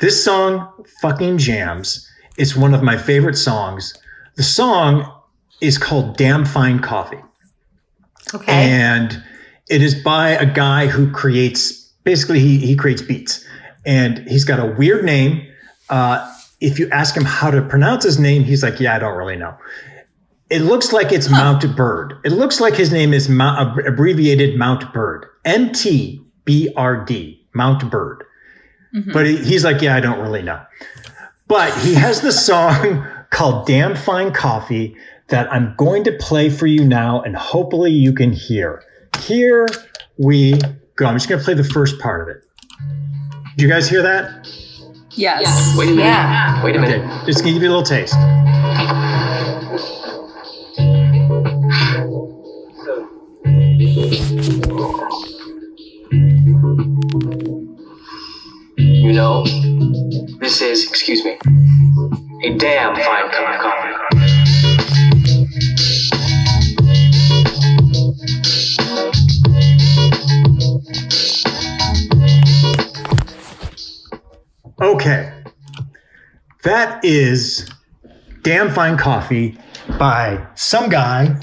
[SPEAKER 1] This song fucking jams. It's one of my favorite songs. The song is called "Damn Fine Coffee."
[SPEAKER 2] Okay.
[SPEAKER 1] and it is by a guy who creates basically he, he creates beats and he's got a weird name uh, if you ask him how to pronounce his name he's like yeah i don't really know it looks like it's mount bird it looks like his name is mount, abbreviated mount bird m-t-b-r-d mount bird but he- he's like yeah i don't really know but he has the song called Damn Fine Coffee that I'm going to play for you now, and hopefully you can hear. Here we go. I'm just going to play the first part of it. Do you guys hear that?
[SPEAKER 3] Yes.
[SPEAKER 4] Wait a minute.
[SPEAKER 2] Yeah.
[SPEAKER 4] Wait a
[SPEAKER 1] Okay,
[SPEAKER 4] minute.
[SPEAKER 1] just going to give you a little taste.
[SPEAKER 4] You know, this is, excuse me, a damn fine cup of coffee.
[SPEAKER 1] Okay. That is Damn Fine Coffee by some guy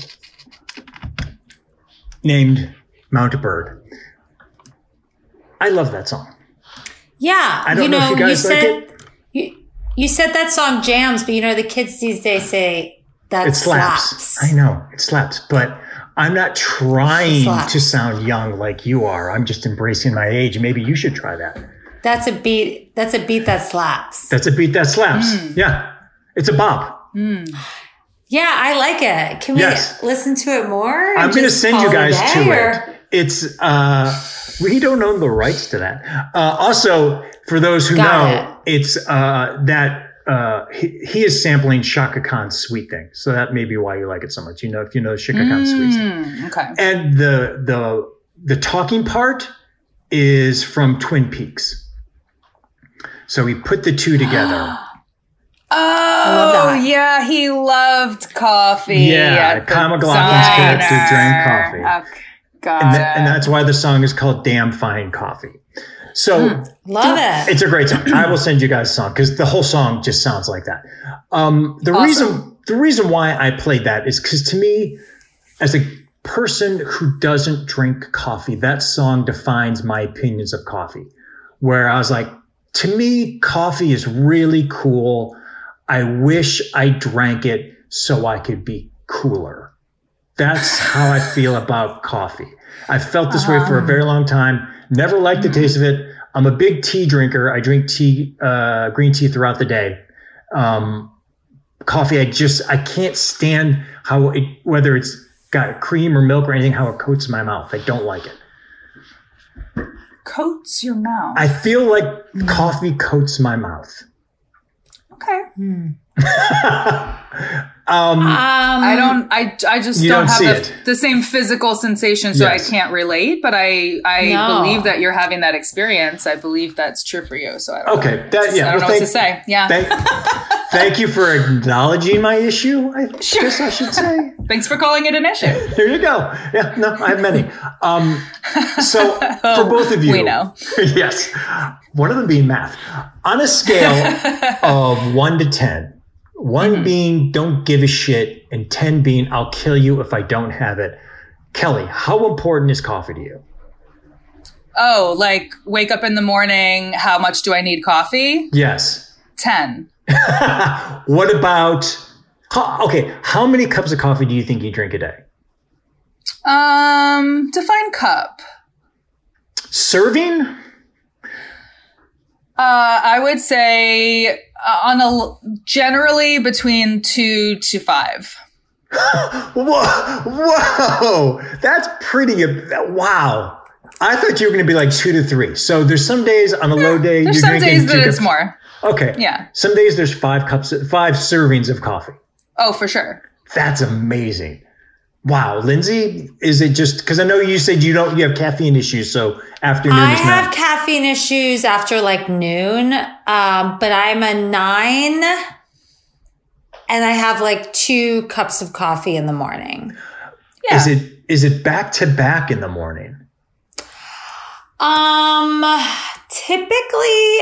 [SPEAKER 1] named Mount Bird. I love that song.
[SPEAKER 2] yeah,
[SPEAKER 1] I don't
[SPEAKER 2] you
[SPEAKER 1] know if
[SPEAKER 2] know,
[SPEAKER 1] you
[SPEAKER 2] you
[SPEAKER 1] guys like
[SPEAKER 2] said you, You said that song jams, but you know the kids these days say that
[SPEAKER 1] it slaps. I know it slaps, but I'm not trying
[SPEAKER 2] Slaps.
[SPEAKER 1] to sound young like you are. I'm just embracing my age. Maybe you should try that.
[SPEAKER 2] That's a beat. That's a beat that slaps.
[SPEAKER 1] That's a beat that slaps.
[SPEAKER 2] Hmm.
[SPEAKER 1] Yeah, it's a bop.
[SPEAKER 2] Yeah, I like it. Can we
[SPEAKER 1] Yes.
[SPEAKER 2] listen to it more? and
[SPEAKER 1] I'm going to
[SPEAKER 2] just
[SPEAKER 1] send
[SPEAKER 2] call
[SPEAKER 1] you
[SPEAKER 2] a
[SPEAKER 1] guys
[SPEAKER 2] day,
[SPEAKER 1] to
[SPEAKER 2] or-
[SPEAKER 1] it. It's uh, we don't own the rights to that. Uh, also, for those who
[SPEAKER 2] Got
[SPEAKER 1] know, it's uh, that uh, he, he is sampling Shaka Khan's "Sweet Thing," so that may be why you like it so much. You know, if you know Shaka Khan's "Sweet Thing,"
[SPEAKER 3] Mm, okay.
[SPEAKER 1] and the the the talking part is from Twin Peaks. So we put the two together.
[SPEAKER 3] Oh
[SPEAKER 2] that.
[SPEAKER 3] yeah, he loved coffee.
[SPEAKER 1] Yeah,
[SPEAKER 3] at the
[SPEAKER 1] Kyle MacLachlan's character
[SPEAKER 3] diner.
[SPEAKER 1] drank
[SPEAKER 3] Okay, got
[SPEAKER 1] and, tha- and
[SPEAKER 3] it.
[SPEAKER 1] that's why the song is called "Damn Fine Coffee." So
[SPEAKER 2] Hmm. Love it.
[SPEAKER 1] it's a great song. I will send you guys a song because the whole song just sounds like that. Um, the
[SPEAKER 3] Awesome.
[SPEAKER 1] reason the reason why I played that is because to me, as a person who doesn't drink coffee, that song defines my opinions of coffee. Where I was like, to me, coffee is really cool. I wish I drank it so I could be cooler. That's how I feel about coffee. I felt this way for a very long time. Never liked the taste of it. I'm a big tea drinker. I drink tea, uh, green tea throughout the day. Um, coffee, I just I can't stand how it whether it's got cream or milk or anything how it coats my mouth. I don't like it.
[SPEAKER 3] Coats your mouth.
[SPEAKER 1] I feel like
[SPEAKER 3] Mm.
[SPEAKER 1] coffee coats my mouth.
[SPEAKER 3] okay.
[SPEAKER 1] Um,
[SPEAKER 2] um,
[SPEAKER 3] I don't. I, I just
[SPEAKER 1] You
[SPEAKER 3] don't,
[SPEAKER 1] don't see
[SPEAKER 3] have
[SPEAKER 1] it.
[SPEAKER 3] the, the same physical sensation, so
[SPEAKER 1] Yes.
[SPEAKER 3] I can't relate. But I I
[SPEAKER 2] No.
[SPEAKER 3] believe that you're having that experience. I believe that's true for you. So I don't
[SPEAKER 1] okay,
[SPEAKER 3] Know.
[SPEAKER 1] that yeah.
[SPEAKER 3] I don't know
[SPEAKER 1] well,
[SPEAKER 3] what to say. Yeah.
[SPEAKER 1] thank, thank you for acknowledging my issue. I guess I should say.
[SPEAKER 3] Thanks for calling it an issue.
[SPEAKER 1] There you go. Yeah, no, I have many. Um, so for both of you,
[SPEAKER 3] we know.
[SPEAKER 1] yes, one of them being math. On a scale of one to ten, one
[SPEAKER 3] Mm-hmm.
[SPEAKER 1] being don't give a shit, and ten being I'll kill you if I don't have it. Kelly, how important is coffee to you?
[SPEAKER 3] Oh, like wake up in the morning. How much do I need coffee?
[SPEAKER 1] Yes.
[SPEAKER 3] Ten.
[SPEAKER 1] what about? ho- Okay, how many cups of coffee do you think you drink a day?
[SPEAKER 3] Um, define cup.
[SPEAKER 1] Serving?
[SPEAKER 3] Uh, I would say uh, on a l- generally between two to five.
[SPEAKER 1] Whoa, whoa, that's pretty. Wow, I thought you were going to be like two to three. So there's some days on a low day
[SPEAKER 3] There's
[SPEAKER 1] you're
[SPEAKER 3] some
[SPEAKER 1] drinking
[SPEAKER 3] days
[SPEAKER 1] two
[SPEAKER 3] that it's
[SPEAKER 1] cups-
[SPEAKER 3] more.
[SPEAKER 1] Okay,
[SPEAKER 3] Yeah.
[SPEAKER 1] Some days there's five cups, five servings of coffee.
[SPEAKER 3] Oh, for sure.
[SPEAKER 1] That's amazing. Wow, Lindsay, is it just because I know you said you don't you have caffeine issues, so afternoon
[SPEAKER 2] I
[SPEAKER 1] is
[SPEAKER 2] have
[SPEAKER 1] not.
[SPEAKER 2] caffeine issues after like noon, um, but I'm a nine, and I have like two cups of coffee in the morning.
[SPEAKER 3] Yeah.
[SPEAKER 1] Is it is it back to back in the morning?
[SPEAKER 2] Um, typically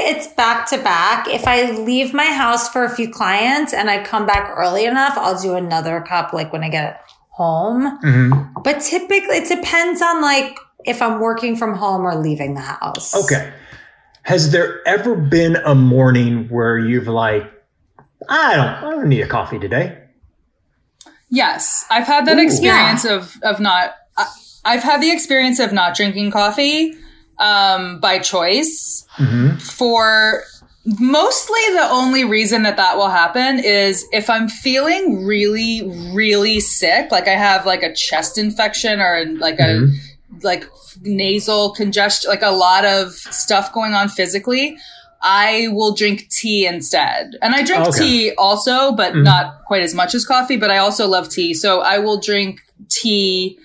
[SPEAKER 2] it's back to back. If I leave my house for a few clients and I come back early enough, I'll do another cup like when I get home.
[SPEAKER 1] Mhm.
[SPEAKER 2] But typically it depends on like if I'm working from home or leaving the house.
[SPEAKER 1] Okay. Has there ever been a morning where you've like, I don't, I don't need a coffee today?
[SPEAKER 3] Yes, I've had that
[SPEAKER 1] Ooh.
[SPEAKER 3] experience of of not. I, I've had the experience of not drinking coffee um, by choice
[SPEAKER 1] Mm-hmm.
[SPEAKER 3] for mostly the only reason that that will happen is if I'm feeling really really sick, like I have like a chest infection or like a like nasal congestion, like a lot of stuff going on physically. I will drink tea instead. And I drink
[SPEAKER 1] Okay.
[SPEAKER 3] tea also, but not quite as much as coffee, but I also love tea. So I will drink tea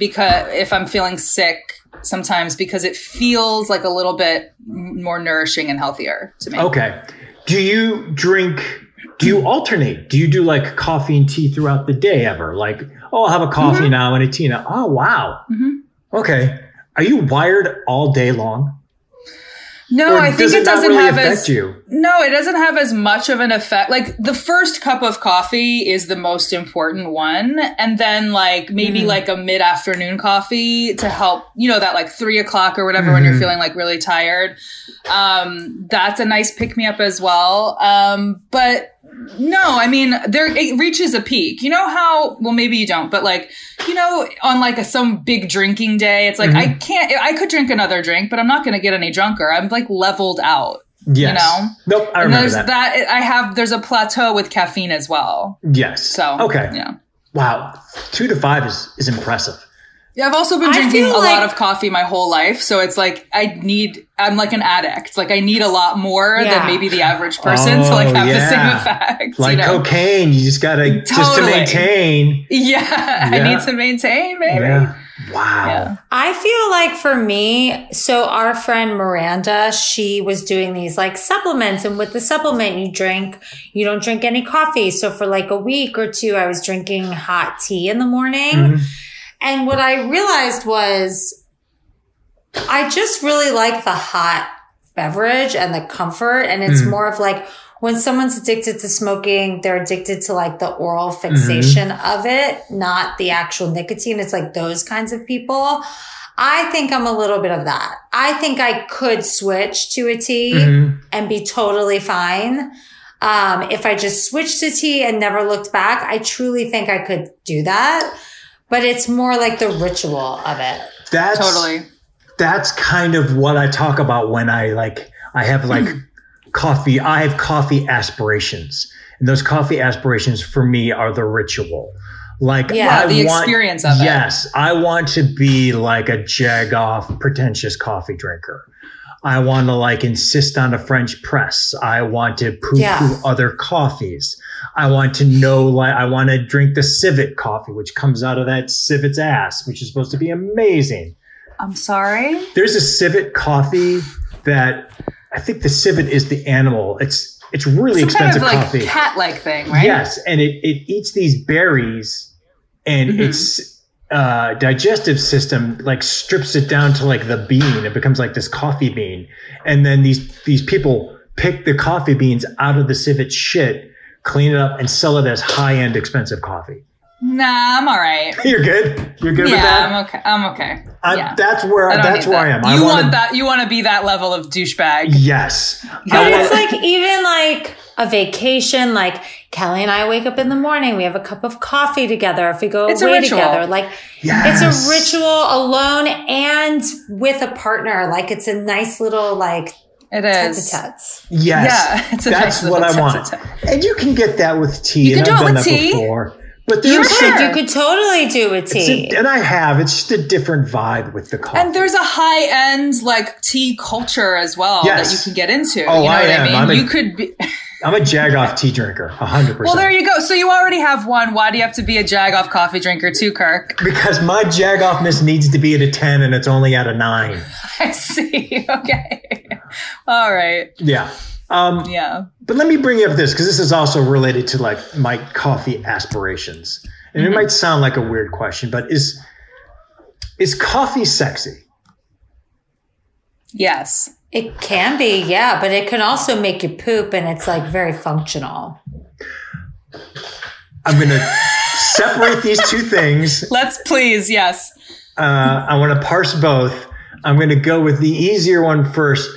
[SPEAKER 3] because if I'm feeling sick sometimes because it feels like a little bit m- more nourishing and healthier to me.
[SPEAKER 1] Okay. Do you drink? Do you alternate? Do you do like coffee and tea throughout the day ever? Like, oh, I'll have a coffee
[SPEAKER 3] Mm-hmm.
[SPEAKER 1] now and a tea now. Oh, wow. Okay. Are you wired all day long?
[SPEAKER 3] No,
[SPEAKER 1] Or
[SPEAKER 3] I think
[SPEAKER 1] does
[SPEAKER 3] it,
[SPEAKER 1] it not
[SPEAKER 3] doesn't
[SPEAKER 1] really
[SPEAKER 3] have as
[SPEAKER 1] affect you?
[SPEAKER 3] no, it doesn't have as much of an effect. Like the first cup of coffee is the most important one, and then like maybe like a mid afternoon coffee to help you know that like three o'clock or whatever when you're feeling like really tired. Um, that's a nice pick me up as well. Um, but no, I mean there it reaches a peak. You know how well maybe you don't, but like you know on like a, some big drinking day, it's like I can't. I could drink another drink, but I'm not going to get any drunker. I'm like leveled out.
[SPEAKER 1] Yes.
[SPEAKER 3] know?
[SPEAKER 1] Nope. I
[SPEAKER 3] And
[SPEAKER 1] remember
[SPEAKER 3] there's
[SPEAKER 1] that.
[SPEAKER 3] that. I have there's a plateau with caffeine as well.
[SPEAKER 1] Yes.
[SPEAKER 3] So
[SPEAKER 1] okay.
[SPEAKER 3] yeah.
[SPEAKER 1] Wow. Two to five is is impressive.
[SPEAKER 3] Yeah, I've also been
[SPEAKER 2] I
[SPEAKER 3] drinking a
[SPEAKER 2] feel
[SPEAKER 3] lot
[SPEAKER 2] like-
[SPEAKER 3] of coffee my whole life, so it's like I need. I'm like an addict. Like I need a lot more
[SPEAKER 2] Yeah.
[SPEAKER 3] than maybe the average person to
[SPEAKER 1] Oh,
[SPEAKER 3] like have the same
[SPEAKER 1] yeah.
[SPEAKER 3] effect.
[SPEAKER 1] Like
[SPEAKER 3] you know?
[SPEAKER 1] cocaine, you just gotta just to
[SPEAKER 3] Totally.
[SPEAKER 1] maintain.
[SPEAKER 3] Yeah, I
[SPEAKER 1] Yeah.
[SPEAKER 3] need to maintain, maybe.
[SPEAKER 1] Yeah. Wow.
[SPEAKER 3] Yeah.
[SPEAKER 2] I feel like for me, so our friend Miranda, she was doing these like supplements, and with the supplement you drink, you don't drink any coffee. So for like a week or two, I was drinking hot tea in the morning.
[SPEAKER 1] Mhm.
[SPEAKER 2] And what I realized was I just really like the hot beverage and the comfort. And it's
[SPEAKER 1] Mm.
[SPEAKER 2] more of like when someone's addicted to smoking, they're addicted to like the oral fixation of it, not the actual nicotine. It's like those kinds of people. I think I'm a little bit of that. I think I could switch to a tea
[SPEAKER 1] Mhm.
[SPEAKER 2] and be totally fine. Um, if I just switched to tea and never looked back, I truly think I could do that. But it's more like the ritual of it.
[SPEAKER 1] That's
[SPEAKER 3] Totally.
[SPEAKER 1] that's kind of what I talk about when I like I have like
[SPEAKER 3] Hmm.
[SPEAKER 1] coffee I have coffee aspirations. And those coffee aspirations for me are the ritual. Like
[SPEAKER 2] Yeah,
[SPEAKER 1] I
[SPEAKER 3] the
[SPEAKER 1] want-
[SPEAKER 3] experience of it.
[SPEAKER 1] Yes, I want to be like a jag off pretentious coffee drinker. I want to like insist on a French press. I want to poo poo
[SPEAKER 2] Yeah.
[SPEAKER 1] other coffees. I want to know like I want to drink the civet coffee, which comes out of that civet's ass, which is supposed to be amazing
[SPEAKER 3] I'm sorry.
[SPEAKER 1] there's a civet coffee that I think the civet is the animal. It's it's really
[SPEAKER 3] Some kind
[SPEAKER 1] expensive
[SPEAKER 3] of like
[SPEAKER 1] coffee.
[SPEAKER 3] cat-like thing, right?
[SPEAKER 1] Yes, and it, it eats these berries, and
[SPEAKER 3] Mhm.
[SPEAKER 1] its uh, digestive system like strips it down to like the bean. It becomes like this coffee bean, and then these these people pick the coffee beans out of the civet shit, clean it up, and sell it as high end expensive coffee.
[SPEAKER 3] Nah, I'm all right.
[SPEAKER 1] You're good. You're good with
[SPEAKER 3] yeah,
[SPEAKER 1] that.
[SPEAKER 3] I'm okay. I'm okay.
[SPEAKER 1] I'm-
[SPEAKER 3] yeah.
[SPEAKER 1] That's where
[SPEAKER 3] I don't
[SPEAKER 1] that's
[SPEAKER 3] need
[SPEAKER 1] where I am.
[SPEAKER 3] that.
[SPEAKER 1] I
[SPEAKER 3] You
[SPEAKER 1] wanna-
[SPEAKER 3] want that? You want to be that level of douchebag?
[SPEAKER 1] Yes.
[SPEAKER 2] But
[SPEAKER 1] I
[SPEAKER 2] it's
[SPEAKER 1] wanna-
[SPEAKER 2] like even like a vacation, like Kelly and I wake up in the morning, we have a cup of coffee together. If we go
[SPEAKER 3] It's a
[SPEAKER 2] away
[SPEAKER 3] ritual.
[SPEAKER 2] together, like it's
[SPEAKER 1] Yes.
[SPEAKER 2] a ritual alone and with a partner. Like it's a nice little like
[SPEAKER 3] It
[SPEAKER 2] tete
[SPEAKER 3] is.
[SPEAKER 2] a
[SPEAKER 1] Yes.
[SPEAKER 3] Yeah, it's a
[SPEAKER 1] that's
[SPEAKER 3] nice little
[SPEAKER 1] what I want.
[SPEAKER 3] tete-a-tete.
[SPEAKER 1] And you can get that with tea.
[SPEAKER 3] You
[SPEAKER 1] and
[SPEAKER 3] can
[SPEAKER 1] I've
[SPEAKER 3] do it
[SPEAKER 1] done
[SPEAKER 3] with
[SPEAKER 1] that
[SPEAKER 3] tea.
[SPEAKER 1] before. But there's
[SPEAKER 3] Sure.
[SPEAKER 1] something
[SPEAKER 2] You could totally do a tea.
[SPEAKER 1] and I have. It's just a different vibe with the coffee.
[SPEAKER 3] And there's a high end like tea culture as well
[SPEAKER 1] Yes.
[SPEAKER 3] that you can get into.
[SPEAKER 1] Oh,
[SPEAKER 3] you know
[SPEAKER 1] I
[SPEAKER 3] what
[SPEAKER 1] am.
[SPEAKER 3] I mean?
[SPEAKER 1] I'm a-
[SPEAKER 3] you could be
[SPEAKER 1] I'm a jagoff tea drinker, hundred
[SPEAKER 3] Well,
[SPEAKER 1] percent.
[SPEAKER 3] there you go. So you already have one. Why do you have to be a jag off coffee drinker too, Kirk?
[SPEAKER 1] because my jagoffness needs to be at a ten, and it's only at a nine.
[SPEAKER 3] I see. Okay. All right.
[SPEAKER 1] Yeah. Um,
[SPEAKER 3] Yeah.
[SPEAKER 1] but let me bring up this because this is also related to like my coffee aspirations, and
[SPEAKER 3] Mm-hmm.
[SPEAKER 1] it might sound like a weird question, but is is coffee sexy?
[SPEAKER 3] Yes.
[SPEAKER 2] It can be, yeah, but it can also make you poop and it's like very functional.
[SPEAKER 1] I'm gonna separate these two things
[SPEAKER 3] Let's please. Yes.
[SPEAKER 1] Uh, I want to parse both. I'm going to go with the easier one first.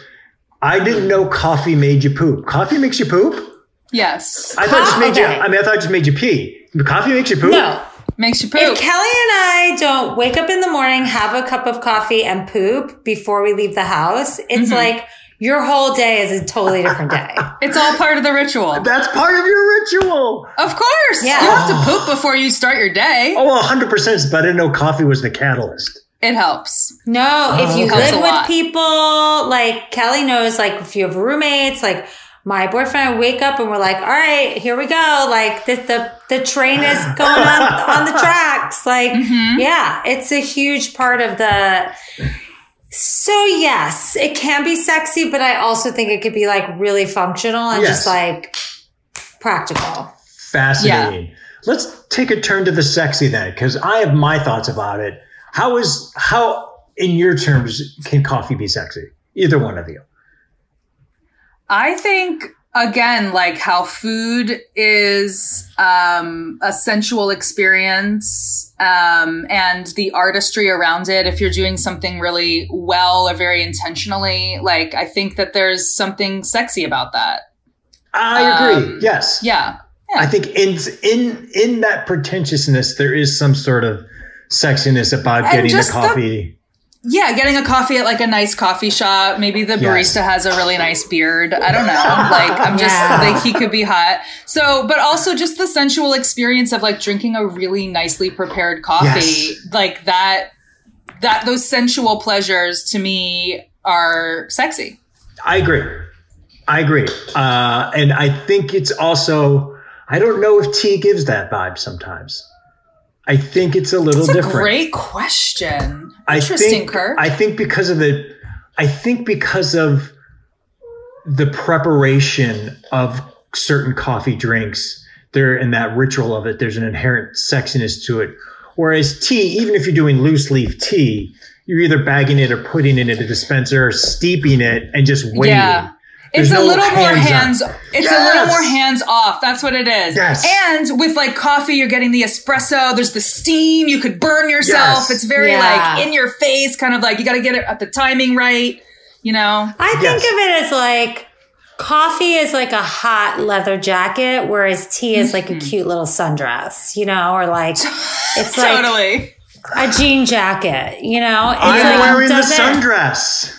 [SPEAKER 1] I didn't know coffee made you poop. Coffee makes you poop.
[SPEAKER 3] Yes.
[SPEAKER 1] I thought it just made you.
[SPEAKER 2] Okay.
[SPEAKER 1] I mean, I thought it just made you pee. Coffee makes you poop.
[SPEAKER 2] No.
[SPEAKER 3] Makes you
[SPEAKER 2] If
[SPEAKER 3] poop.
[SPEAKER 2] Kelly and I don't wake up in the morning, have a cup of coffee and poop before we leave the house, it's like your whole day is a totally different day.
[SPEAKER 3] It's all part of the ritual. Of
[SPEAKER 1] That's part of your ritual.
[SPEAKER 3] course.
[SPEAKER 2] Yeah.
[SPEAKER 3] You have to poop before you start your day.
[SPEAKER 1] Oh, 100 percent. But I didn't know coffee was the catalyst.
[SPEAKER 3] It helps.
[SPEAKER 2] No, if you
[SPEAKER 1] Oh, okay.
[SPEAKER 2] live
[SPEAKER 3] Helps a
[SPEAKER 2] with
[SPEAKER 3] lot.
[SPEAKER 2] people, like Kelly knows, like if you have roommates, like my boyfriend, and I wake up and we're like, all right, here we go. Like the the, the train is going on on the tracks. Like, yeah, it's a huge part of the. So yes, it can be sexy, but I also think it could be like really functional and
[SPEAKER 1] Yes.
[SPEAKER 2] just like practical.
[SPEAKER 1] Fascinating. Let's take a turn to the sexy then, because I have my thoughts about it. How is how in your terms can coffee be sexy? Either one of you.
[SPEAKER 3] I think again, like how food is um, a sensual experience um, and the artistry around it. If you're doing something really well or very intentionally, like I think that there's something sexy about that.
[SPEAKER 1] I agree. Um, yes.
[SPEAKER 3] Yeah.
[SPEAKER 1] I think in in in that pretentiousness, there is some sort of sexiness about
[SPEAKER 3] And
[SPEAKER 1] getting the
[SPEAKER 3] just the-
[SPEAKER 1] coffee.
[SPEAKER 3] Yeah, getting a coffee at like a nice coffee shop. Maybe the
[SPEAKER 1] Yes.
[SPEAKER 3] barista has a really nice beard. I don't know. Like I'm just
[SPEAKER 2] Yeah.
[SPEAKER 3] like he could be hot. So, but also just the sensual experience of like drinking a really nicely prepared coffee.
[SPEAKER 1] Yes.
[SPEAKER 3] Like that that those sensual pleasures to me are sexy.
[SPEAKER 1] I agree. I agree. Uh, and I think it's also I don't know if tea gives that vibe sometimes. I think it's a little
[SPEAKER 3] That's a
[SPEAKER 1] different.
[SPEAKER 3] great question.
[SPEAKER 1] I
[SPEAKER 3] Interesting,
[SPEAKER 1] think,
[SPEAKER 3] Kirk.
[SPEAKER 1] I think because of the, I think because of the preparation of certain coffee drinks, there and that ritual of it, there's an inherent sexiness to it. Whereas tea, even if you're doing loose leaf tea, you're either bagging it or putting it in a dispenser, or steeping it, and just waiting.
[SPEAKER 3] Yeah.
[SPEAKER 1] There's
[SPEAKER 3] It's
[SPEAKER 1] no
[SPEAKER 3] a little more
[SPEAKER 1] hands
[SPEAKER 3] hands.
[SPEAKER 1] up.
[SPEAKER 3] It's
[SPEAKER 1] Yes!
[SPEAKER 3] a little more hands off. That's what it is.
[SPEAKER 1] Yes.
[SPEAKER 3] And with like coffee, you're getting the espresso. There's the steam. You could burn yourself.
[SPEAKER 1] Yes.
[SPEAKER 3] It's very
[SPEAKER 2] Yeah.
[SPEAKER 3] like in your face, kind of like you got to get it at the timing right. You know.
[SPEAKER 2] I think
[SPEAKER 1] Yes.
[SPEAKER 2] of it as like coffee is like a hot leather jacket, whereas tea is like
[SPEAKER 3] Mm-hmm.
[SPEAKER 2] a cute little sundress, you know, or like it's like
[SPEAKER 3] totally.
[SPEAKER 2] a jean jacket, you know. It's
[SPEAKER 1] I'm
[SPEAKER 2] like,
[SPEAKER 1] wearing the
[SPEAKER 2] doesn't-
[SPEAKER 1] sundress.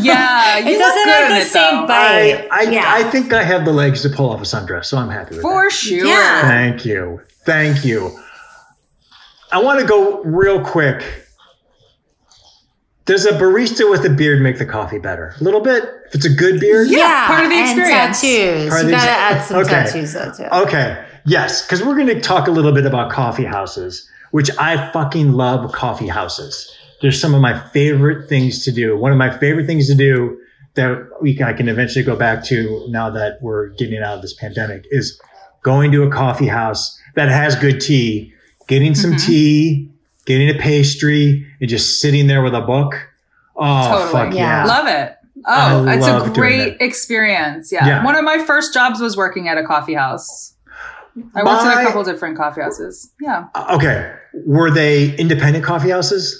[SPEAKER 3] Yeah. You
[SPEAKER 2] It
[SPEAKER 3] look
[SPEAKER 2] doesn't
[SPEAKER 3] good
[SPEAKER 2] have
[SPEAKER 3] in
[SPEAKER 2] the
[SPEAKER 3] it,
[SPEAKER 2] same
[SPEAKER 3] though.
[SPEAKER 2] bite.
[SPEAKER 1] I I,
[SPEAKER 2] yeah.
[SPEAKER 1] I think I have the legs to pull off a sundress, so I'm happy with that.
[SPEAKER 3] For sure.
[SPEAKER 2] Yeah.
[SPEAKER 1] Thank you. Thank you. I want to go real quick. Does a barista with a beard make the coffee better? A little bit. If it's a good beard.
[SPEAKER 3] Yeah, part of the experience.
[SPEAKER 2] And tattoos.
[SPEAKER 1] Part of
[SPEAKER 2] you
[SPEAKER 1] the
[SPEAKER 2] gotta
[SPEAKER 1] ex-
[SPEAKER 2] add some
[SPEAKER 1] Okay.
[SPEAKER 2] tattoos though
[SPEAKER 3] Oh,
[SPEAKER 2] too.
[SPEAKER 1] Okay. Yes, because we're going to talk a little bit about coffee houses, which I fucking love coffee houses. They're some of my favorite things to do. One of my favorite things to do that we I can eventually go back to now that we're getting out of this pandemic is going to a coffee house that has good tea, getting some
[SPEAKER 3] Mm-hmm.
[SPEAKER 1] tea, getting a pastry, and just sitting there with a book. Oh
[SPEAKER 3] Totally.
[SPEAKER 1] fuck yeah.
[SPEAKER 2] Yeah.
[SPEAKER 3] Love it. Oh,
[SPEAKER 1] I
[SPEAKER 3] it's a
[SPEAKER 1] love doing
[SPEAKER 3] great
[SPEAKER 1] that.
[SPEAKER 3] experience. Yeah.
[SPEAKER 1] Yeah.
[SPEAKER 3] One of my first jobs was working at a coffee house. I worked at
[SPEAKER 1] My-
[SPEAKER 3] a couple different coffee houses. Yeah.
[SPEAKER 1] Okay. Were they independent coffee houses?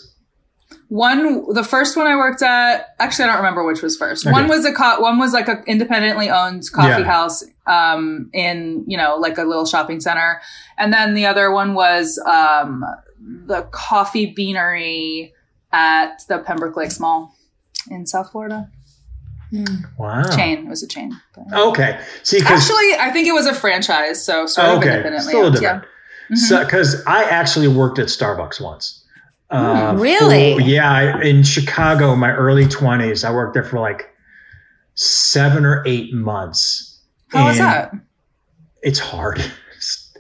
[SPEAKER 3] One, the first one I worked at, actually, I don't remember which was first.
[SPEAKER 1] Okay.
[SPEAKER 3] One was a co- one was like a independently owned coffee
[SPEAKER 1] Yeah.
[SPEAKER 3] house, um, in you know like a little shopping center, and then the other one was um, the coffee beanery at the Pembroke Lakes Mall in South Florida.
[SPEAKER 1] Wow.
[SPEAKER 3] Chain, it was a chain. But-
[SPEAKER 1] Okay. See, Oh, because
[SPEAKER 3] Actually, I think it was a franchise, so sort of
[SPEAKER 1] okay,
[SPEAKER 3] independently.
[SPEAKER 1] still
[SPEAKER 3] owned,
[SPEAKER 1] different.
[SPEAKER 3] Oh, yeah. Mm-hmm.
[SPEAKER 1] Because I actually worked at Starbucks once.
[SPEAKER 3] Oh,
[SPEAKER 1] Uh,
[SPEAKER 2] really?
[SPEAKER 1] for- yeah, I- in Chicago, my early twenties, I worked there for like seven or eight months.
[SPEAKER 3] How was
[SPEAKER 1] And
[SPEAKER 3] that?
[SPEAKER 1] It's hard.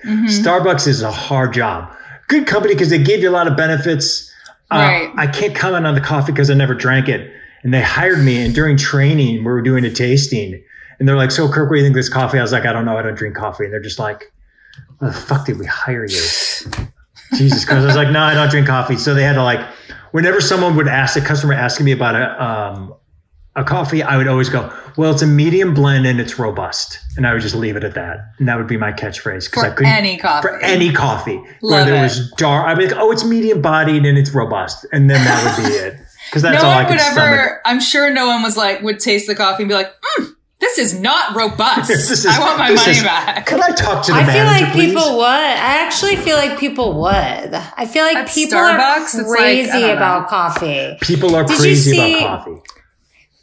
[SPEAKER 3] Mhm.
[SPEAKER 1] Starbucks is a hard job. Good company because they give you a lot of benefits. Uh,
[SPEAKER 3] Right.
[SPEAKER 1] I can't comment on the coffee because I never drank it. And they hired me, and during training, we were doing a tasting. And they're like, So, Kirk, what do you think of this coffee? I was like, I don't know. I don't drink coffee. And they're just like, Why the fuck did we hire you? Jesus Christ. I was like, No, I don't drink coffee. So they had to, like, whenever someone would ask, a customer asking me about a, um, a coffee, I would always go, Well, it's a medium blend and it's robust. And I would just leave it at that. And that would be my catchphrase because I
[SPEAKER 3] For
[SPEAKER 1] couldn't
[SPEAKER 3] any coffee.
[SPEAKER 1] for any coffee.
[SPEAKER 3] Love
[SPEAKER 1] whether it
[SPEAKER 3] it.
[SPEAKER 1] was dark, I'd be like, oh, it's medium bodied and it's robust. And then that would be it. Because that's
[SPEAKER 3] no
[SPEAKER 1] all
[SPEAKER 3] one
[SPEAKER 1] I could
[SPEAKER 3] would
[SPEAKER 1] stomach.
[SPEAKER 3] ever. I'm sure no one was like would taste the coffee and be like, mm, "This is not robust.
[SPEAKER 1] This is-
[SPEAKER 3] I want my
[SPEAKER 1] this
[SPEAKER 3] money
[SPEAKER 1] is-
[SPEAKER 3] back."
[SPEAKER 1] Could I talk to the
[SPEAKER 2] I feel
[SPEAKER 1] manager,
[SPEAKER 2] like
[SPEAKER 1] please?
[SPEAKER 2] people would. I actually feel like people would. I feel like
[SPEAKER 3] At
[SPEAKER 2] people
[SPEAKER 3] Starbucks, it's
[SPEAKER 2] are
[SPEAKER 3] like, I
[SPEAKER 2] crazy
[SPEAKER 3] don't know.
[SPEAKER 2] about coffee.
[SPEAKER 1] People are
[SPEAKER 2] Did you
[SPEAKER 1] crazy
[SPEAKER 2] see-
[SPEAKER 1] about coffee.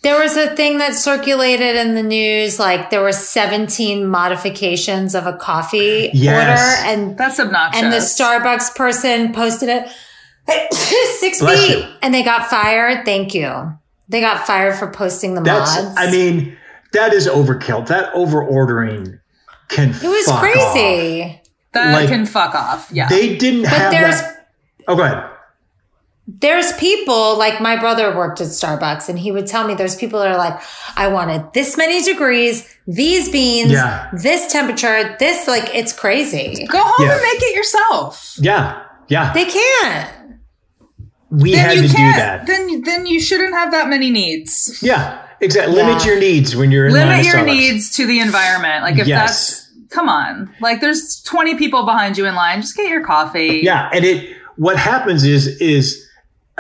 [SPEAKER 2] There was a thing that circulated in the news, like there were 17 modifications of a coffee
[SPEAKER 1] Yes.
[SPEAKER 2] order, and
[SPEAKER 3] That's obnoxious.
[SPEAKER 2] and the Starbucks person posted it six
[SPEAKER 1] Bless
[SPEAKER 2] feet,
[SPEAKER 1] you.
[SPEAKER 2] and they got fired. Thank you. They got fired for posting the
[SPEAKER 1] That's,
[SPEAKER 2] mods.
[SPEAKER 1] I mean, that is overkill. That over ordering can
[SPEAKER 2] it was
[SPEAKER 1] fuck off.
[SPEAKER 2] crazy.
[SPEAKER 3] that
[SPEAKER 1] like-
[SPEAKER 3] can fuck off. Yeah,
[SPEAKER 1] They didn't have
[SPEAKER 2] there's-
[SPEAKER 1] that. Oh, go ahead.
[SPEAKER 2] there's people like my brother worked at Starbucks and he would tell me there's people that are like, I wanted this many degrees, these beans,
[SPEAKER 1] Yeah.
[SPEAKER 2] this temperature, this like it's crazy.
[SPEAKER 3] go home
[SPEAKER 1] Yeah.
[SPEAKER 3] and make it yourself.
[SPEAKER 1] Yeah. Yeah.
[SPEAKER 2] They can't.
[SPEAKER 1] we
[SPEAKER 3] then
[SPEAKER 1] had
[SPEAKER 3] you
[SPEAKER 1] to do
[SPEAKER 3] can't.
[SPEAKER 1] that.
[SPEAKER 3] Then then you shouldn't have that many needs.
[SPEAKER 1] yeah. exactly. Limit
[SPEAKER 2] Yeah.
[SPEAKER 1] your needs when you're in line at
[SPEAKER 3] Limit your
[SPEAKER 1] Starbucks.
[SPEAKER 3] needs to the environment. Like if
[SPEAKER 1] Yes.
[SPEAKER 3] that's come on. Like there's 20 people behind you in line. Just get your coffee.
[SPEAKER 1] Yeah, and it what happens is is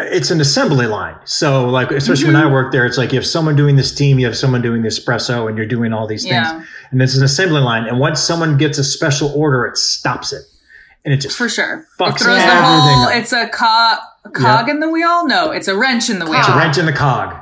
[SPEAKER 1] it's an assembly line. So like especially when
[SPEAKER 3] Mm-hmm.
[SPEAKER 1] I work there, it's like you have someone doing the steam, you have someone doing the espresso, and you're doing all these things.
[SPEAKER 3] Yeah.
[SPEAKER 1] And it's an assembly line. And once someone gets a special order, it stops it. And it just
[SPEAKER 3] For sure.
[SPEAKER 1] Fucks
[SPEAKER 3] it throws
[SPEAKER 2] everything
[SPEAKER 3] the whole
[SPEAKER 1] up.
[SPEAKER 3] it's a co- cog in the wheel? No, it's a wrench in the wheel.
[SPEAKER 1] it's a wrench in the cog.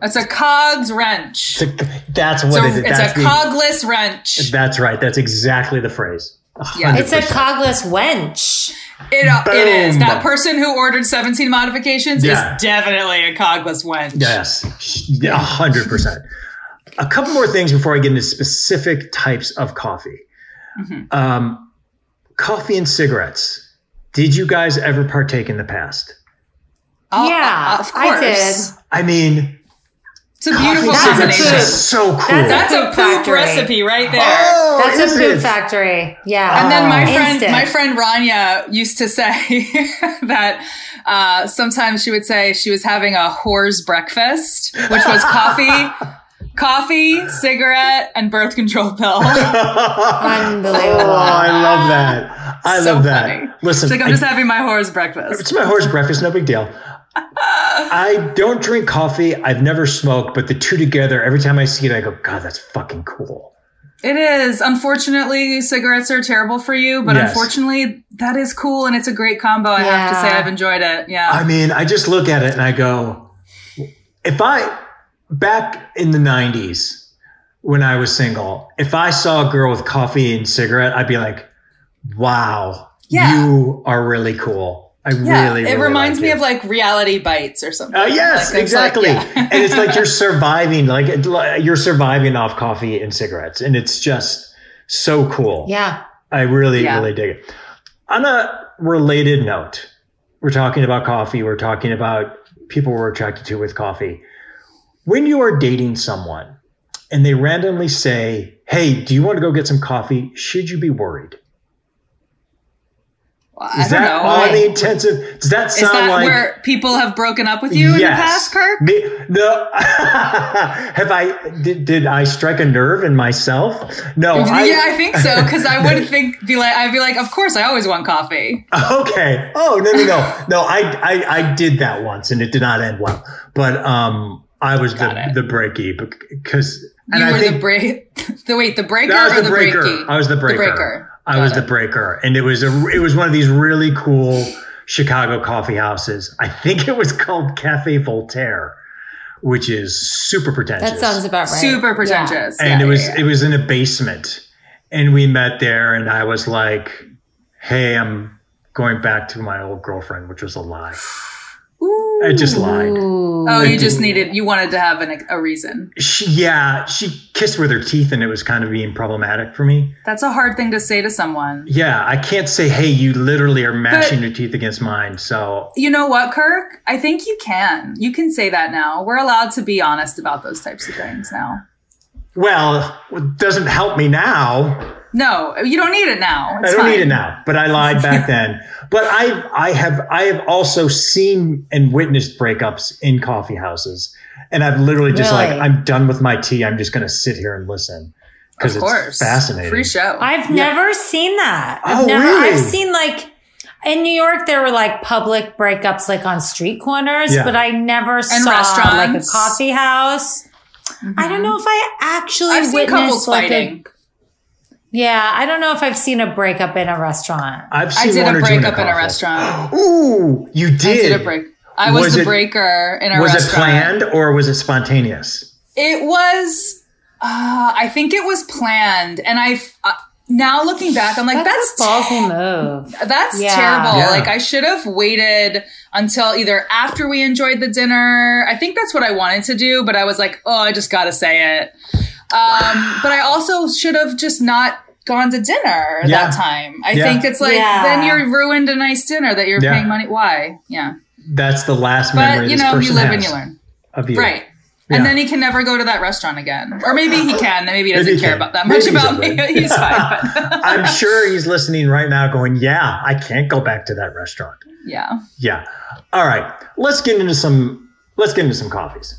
[SPEAKER 3] It's a cog's wrench.
[SPEAKER 1] It's a- that's what
[SPEAKER 3] So
[SPEAKER 1] it is.
[SPEAKER 3] it's
[SPEAKER 1] that's
[SPEAKER 3] a
[SPEAKER 1] the-
[SPEAKER 3] cogless wrench.
[SPEAKER 1] That's right. That's exactly the phrase.
[SPEAKER 3] Yeah.
[SPEAKER 2] It's a
[SPEAKER 1] 100%.
[SPEAKER 2] cogless wench.
[SPEAKER 3] It, uh, it is.
[SPEAKER 1] Boom.
[SPEAKER 3] That person who ordered 17 modifications
[SPEAKER 1] Yeah.
[SPEAKER 3] is definitely a cogless wench.
[SPEAKER 1] Yes, a hundred percent. A couple more things before I get into specific types of coffee.
[SPEAKER 3] Mm-hmm.
[SPEAKER 1] Um, coffee and cigarettes. Did you guys ever partake in the past?
[SPEAKER 3] Oh,
[SPEAKER 2] Yeah,
[SPEAKER 3] uh, of
[SPEAKER 2] I
[SPEAKER 3] course.
[SPEAKER 2] did.
[SPEAKER 1] I mean,
[SPEAKER 3] It's a
[SPEAKER 1] coffee
[SPEAKER 3] beautiful
[SPEAKER 1] and cigarettes
[SPEAKER 3] combination.
[SPEAKER 1] is so cool.
[SPEAKER 3] That's a poop
[SPEAKER 2] Factory.
[SPEAKER 3] recipe right there.
[SPEAKER 1] Oh,
[SPEAKER 2] That's
[SPEAKER 1] is
[SPEAKER 2] a food
[SPEAKER 1] it?
[SPEAKER 2] factory. Yeah.
[SPEAKER 3] And then my
[SPEAKER 1] Oh.
[SPEAKER 3] friend,
[SPEAKER 2] Instant.
[SPEAKER 3] my friend Rania used to say that uh, sometimes she would say she was having a whore's breakfast, which was coffee, coffee, cigarette, and birth control pill.
[SPEAKER 1] Oh,
[SPEAKER 2] Unbelievable.
[SPEAKER 1] I love that. I
[SPEAKER 3] So
[SPEAKER 1] love that.
[SPEAKER 3] funny.
[SPEAKER 1] Listen,
[SPEAKER 3] She's like, I'm
[SPEAKER 1] I-
[SPEAKER 3] just having my whore's breakfast.
[SPEAKER 1] It's my horse breakfast, no big deal. I don't drink coffee. I've never smoked, but the two together, every time I see it, I go, God, that's fucking cool.
[SPEAKER 3] It is. Unfortunately, cigarettes are terrible for you, but
[SPEAKER 1] Yes.
[SPEAKER 3] unfortunately, that is cool and it's a great combo. I have to
[SPEAKER 2] Yeah.
[SPEAKER 3] say, I've enjoyed it. Yeah.
[SPEAKER 1] I mean, I just look at it and I go, if I, back in the 90s when I was single, if I saw a girl with coffee and cigarette, I'd be like, wow,
[SPEAKER 3] Yeah.
[SPEAKER 1] you are really cool. I
[SPEAKER 3] yeah.
[SPEAKER 1] really,
[SPEAKER 3] it
[SPEAKER 1] really
[SPEAKER 3] reminds
[SPEAKER 1] like
[SPEAKER 3] me
[SPEAKER 1] you.
[SPEAKER 3] of like reality bites or something.
[SPEAKER 1] Uh, yes,
[SPEAKER 3] Like, it's like-
[SPEAKER 1] exactly.
[SPEAKER 3] yeah.
[SPEAKER 1] and it's like you're surviving, like it- like, you're surviving off coffee and cigarettes, and it's just so cool.
[SPEAKER 2] Yeah.
[SPEAKER 1] I really,
[SPEAKER 3] Yeah.
[SPEAKER 1] really dig it. On a related note, we're talking about coffee. We're talking about people we're attracted to with coffee. When you are dating someone and they randomly say, "Hey, do you want to go get some coffee?" Should you be worried?
[SPEAKER 3] Well,
[SPEAKER 1] Is
[SPEAKER 3] I don't
[SPEAKER 1] that
[SPEAKER 3] know.
[SPEAKER 1] all
[SPEAKER 2] Right.
[SPEAKER 1] the intensive? Does that
[SPEAKER 3] Is
[SPEAKER 1] sound
[SPEAKER 3] that
[SPEAKER 1] like
[SPEAKER 3] where people have broken up with you in the past, Kirk?
[SPEAKER 1] Me, no. Have I did, did I strike a nerve in myself? No. I,
[SPEAKER 3] yeah, I think so. Because I would think, be like, I'd be like, of course, I always want coffee.
[SPEAKER 1] okay. Oh no no no no. I, I I did that once and it did not end well. But um, I was
[SPEAKER 3] Got
[SPEAKER 1] the
[SPEAKER 3] it.
[SPEAKER 1] the breaky because and
[SPEAKER 3] You
[SPEAKER 1] I
[SPEAKER 3] were
[SPEAKER 1] think
[SPEAKER 3] the break, the wait, the breaker
[SPEAKER 1] I was
[SPEAKER 3] or
[SPEAKER 1] the
[SPEAKER 3] the
[SPEAKER 1] breaker.
[SPEAKER 3] breaky?
[SPEAKER 1] I was the breaker.
[SPEAKER 3] breaker.
[SPEAKER 1] I
[SPEAKER 3] Got
[SPEAKER 1] was
[SPEAKER 3] it.
[SPEAKER 1] the breaker, and it was a it was one of these really cool Chicago coffee houses. I think it was called Cafe Voltaire, which is super pretentious.
[SPEAKER 2] That sounds about right.
[SPEAKER 3] Super
[SPEAKER 2] Yeah.
[SPEAKER 3] pretentious.
[SPEAKER 1] and
[SPEAKER 3] Yeah,
[SPEAKER 1] it was
[SPEAKER 3] yeah,
[SPEAKER 1] it was in a basement and we met there and i was like hey i'm going back to my old girlfriend which was a lie i just lied
[SPEAKER 2] Ooh.
[SPEAKER 3] yeah. Oh, you just needed, you wanted to have an, a reason.
[SPEAKER 1] she yeah she kissed with her teeth and it was kind of being problematic for me
[SPEAKER 3] That's a hard thing to say to someone.
[SPEAKER 1] yeah i can't say hey you literally are mashing your teeth against mine so
[SPEAKER 3] You know what, Kirk? I think you can. You can say that now. We're allowed to be honest about those types of things now.
[SPEAKER 1] well it doesn't help me now
[SPEAKER 3] No, you don't need it now.
[SPEAKER 1] I
[SPEAKER 3] It's
[SPEAKER 1] don't
[SPEAKER 3] fine.
[SPEAKER 1] need it now, but I lied back then. But I I have I have also seen and witnessed breakups in coffee houses. And I've literally just like
[SPEAKER 2] Really?
[SPEAKER 1] I'm done with my tea. I'm just gonna sit here and listen.
[SPEAKER 3] Of
[SPEAKER 1] Because it's
[SPEAKER 3] course.
[SPEAKER 1] fascinating.
[SPEAKER 3] Free show.
[SPEAKER 2] I've never seen that. I've
[SPEAKER 1] Oh,
[SPEAKER 2] never
[SPEAKER 1] really?
[SPEAKER 2] I've seen like in New York there were like public breakups like on street corners,
[SPEAKER 1] Yeah.
[SPEAKER 2] but I never saw like a
[SPEAKER 3] restaurants. Mm-hmm.
[SPEAKER 2] coffee house. I don't know if I actually
[SPEAKER 3] I've seen couples
[SPEAKER 2] witnessed like
[SPEAKER 3] fighting.
[SPEAKER 2] a Yeah, I don't know if I've seen a breakup in a restaurant.
[SPEAKER 1] I've
[SPEAKER 3] I
[SPEAKER 1] seen
[SPEAKER 3] did
[SPEAKER 1] one
[SPEAKER 3] a
[SPEAKER 1] or two in
[SPEAKER 3] breakup in a
[SPEAKER 1] coffee.
[SPEAKER 3] restaurant.
[SPEAKER 1] Ooh, you did.
[SPEAKER 3] I did a break. I was,
[SPEAKER 1] Was
[SPEAKER 3] the
[SPEAKER 1] it-
[SPEAKER 3] breaker in a
[SPEAKER 1] Was it
[SPEAKER 3] restaurant.
[SPEAKER 1] planned or was it spontaneous?
[SPEAKER 3] It was. Uh, I think it was planned, and I. Uh, now looking back, I'm like,
[SPEAKER 2] That's,
[SPEAKER 3] that's
[SPEAKER 2] a ballsy move.
[SPEAKER 3] that's
[SPEAKER 2] Yeah.
[SPEAKER 3] terrible.
[SPEAKER 1] Yeah.
[SPEAKER 3] Like I should have waited until either after we enjoyed the dinner. I think that's what I wanted to do, but I was like, oh, I just gotta say it. Um, but I also should have just not gone to dinner
[SPEAKER 1] Yeah.
[SPEAKER 3] that time. I
[SPEAKER 1] Yeah.
[SPEAKER 3] think it's like
[SPEAKER 2] Yeah.
[SPEAKER 3] then you're ruined a nice dinner that you're
[SPEAKER 1] Yeah.
[SPEAKER 3] paying money. Why? Yeah,
[SPEAKER 1] That's the last memory
[SPEAKER 3] but you
[SPEAKER 1] this
[SPEAKER 3] know,
[SPEAKER 1] person
[SPEAKER 3] you live
[SPEAKER 1] has
[SPEAKER 3] and you learn,
[SPEAKER 1] of you.
[SPEAKER 3] right?
[SPEAKER 1] Yeah.
[SPEAKER 3] And then he can never go to that restaurant again, or maybe he can. Maybe he doesn't
[SPEAKER 1] Maybe he
[SPEAKER 3] care
[SPEAKER 1] can.
[SPEAKER 3] about that
[SPEAKER 1] Maybe
[SPEAKER 3] much
[SPEAKER 1] he's
[SPEAKER 3] about me.
[SPEAKER 1] okay.
[SPEAKER 3] He's fine. But
[SPEAKER 1] I'm sure he's listening right now going, Yeah, I can't go back to that restaurant.
[SPEAKER 3] yeah,
[SPEAKER 1] Yeah. All right. Let's get into some let's get into some coffees.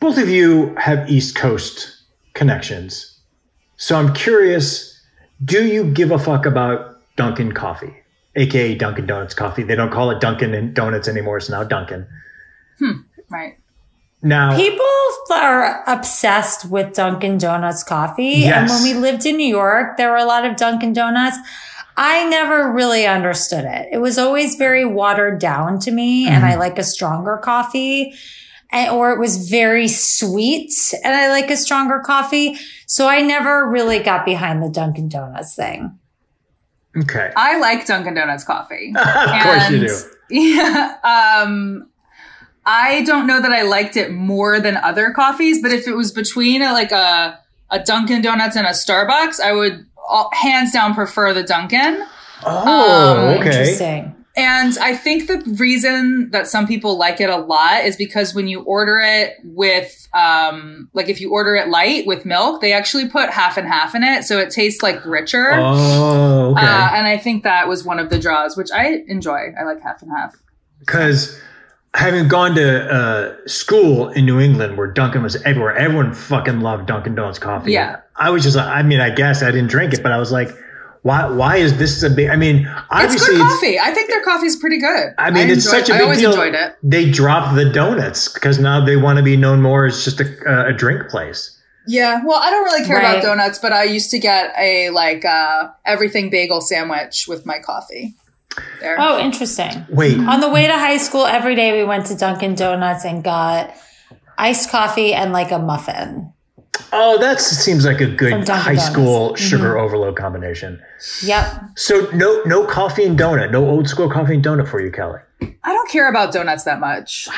[SPEAKER 1] both of you have East Coast connections. So I'm curious do you give a fuck about Dunkin' Coffee, aka Dunkin' Donuts Coffee? They don't call it Dunkin' Donuts anymore. It's now Dunkin'.
[SPEAKER 3] Right.
[SPEAKER 1] Now,
[SPEAKER 2] People are obsessed with Dunkin' Donuts coffee.
[SPEAKER 1] Yes.
[SPEAKER 2] And when we lived in New York, there were a lot of Dunkin' Donuts. I never really understood it. It was always very watered down to me, and
[SPEAKER 1] Mm-hmm.
[SPEAKER 2] I like a stronger coffee. And- Or it was very sweet, and I like a stronger coffee. So I never really got behind the Dunkin' Donuts thing.
[SPEAKER 1] okay.
[SPEAKER 3] I like Dunkin' Donuts coffee.
[SPEAKER 1] of course you
[SPEAKER 3] And-
[SPEAKER 1] do.
[SPEAKER 3] Yeah. Um, I don't know that I liked it more than other coffees, but if it was between a, like a a Dunkin' Donuts and a Starbucks, I would all, hands down prefer the Dunkin'.
[SPEAKER 1] Oh,
[SPEAKER 3] Um,
[SPEAKER 1] okay.
[SPEAKER 2] Interesting.
[SPEAKER 3] And I think the reason that some people like it a lot is because when you order it with, um, like if you order it light with milk, they actually put half and half in it. So it tastes like richer.
[SPEAKER 1] Oh,
[SPEAKER 3] Uh,
[SPEAKER 1] okay.
[SPEAKER 3] and I think that was one of the draws, which I enjoy. I like half and half.
[SPEAKER 1] Because having gone to uh, school in New England where Dunkin' was everywhere, everyone fucking loved Dunkin' Donuts coffee.
[SPEAKER 3] Yeah.
[SPEAKER 1] I was just like, I mean, I guess I didn't drink it, but I was like, why, why is this a big, I mean,
[SPEAKER 3] It's
[SPEAKER 1] obviously
[SPEAKER 3] good
[SPEAKER 1] it's-
[SPEAKER 3] coffee. I think their coffee's pretty good.
[SPEAKER 1] I mean, it's
[SPEAKER 3] enjoy-
[SPEAKER 1] such a
[SPEAKER 3] I
[SPEAKER 1] big
[SPEAKER 3] always
[SPEAKER 1] deal.
[SPEAKER 3] enjoyed it.
[SPEAKER 1] They dropped the donuts because now they want to be known more as just a, a drink place.
[SPEAKER 3] Yeah. Well, I don't really care
[SPEAKER 2] Right.
[SPEAKER 3] about donuts, but I used to get a like uh, everything bagel sandwich with my coffee. There.
[SPEAKER 2] Oh, interesting.
[SPEAKER 1] Wait,
[SPEAKER 3] Uh-huh.
[SPEAKER 2] On the way to high school, every day we went to Dunkin' Donuts and got iced coffee and like a muffin.
[SPEAKER 1] oh, that seems like a
[SPEAKER 2] From
[SPEAKER 1] good
[SPEAKER 2] Dunkin'
[SPEAKER 1] high
[SPEAKER 2] Donuts.
[SPEAKER 1] school
[SPEAKER 3] Mm-hmm.
[SPEAKER 1] sugar overload combination.
[SPEAKER 2] Yep.
[SPEAKER 1] So no, no coffee and donut, no old school coffee and donut for you, Kelly.
[SPEAKER 3] I don't care about donuts that much.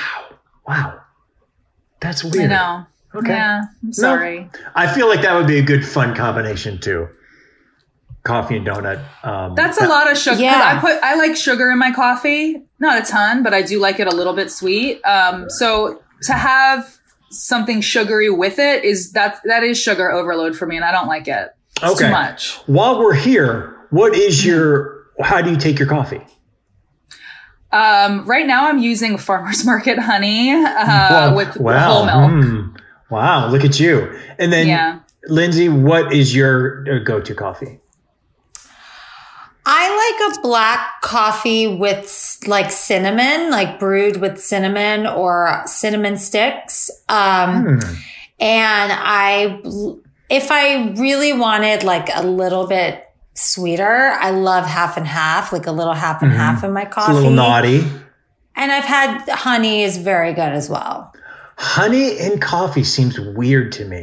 [SPEAKER 1] Wow, that's
[SPEAKER 3] I
[SPEAKER 1] weird.
[SPEAKER 3] know.
[SPEAKER 1] Okay.
[SPEAKER 3] Yeah. I'm sorry.
[SPEAKER 1] I feel like that would be a good fun combination too. Coffee and donut. Um,
[SPEAKER 3] That's a lot of sugar. 'cause
[SPEAKER 2] Yeah.
[SPEAKER 3] I put I like sugar in my coffee. Not a ton, but I do like it a little bit sweet. Um, so to have something sugary with it is that that is sugar overload for me, and I don't like it. It's
[SPEAKER 1] Okay.
[SPEAKER 3] Too much.
[SPEAKER 1] While we're here, what is your? How do you take your coffee?
[SPEAKER 3] Um, right now, I'm using farmers market honey uh,
[SPEAKER 1] Well,
[SPEAKER 3] with
[SPEAKER 1] wow,
[SPEAKER 3] whole milk.
[SPEAKER 1] hmm. wow, look at you. And then,
[SPEAKER 3] Yeah.
[SPEAKER 1] Lindsay, what is your uh, go-to coffee?
[SPEAKER 2] I like a black coffee with s- like cinnamon, like brewed with cinnamon or cinnamon sticks. Um,
[SPEAKER 1] Hmm.
[SPEAKER 2] and I, if I really wanted like a little bit sweeter, I love half and half, like a little half and
[SPEAKER 1] Mhm.
[SPEAKER 2] half in my
[SPEAKER 1] It's
[SPEAKER 2] coffee.
[SPEAKER 1] a little naughty.
[SPEAKER 2] And I've had honey is very good as well.
[SPEAKER 1] Honey in coffee seems weird to me.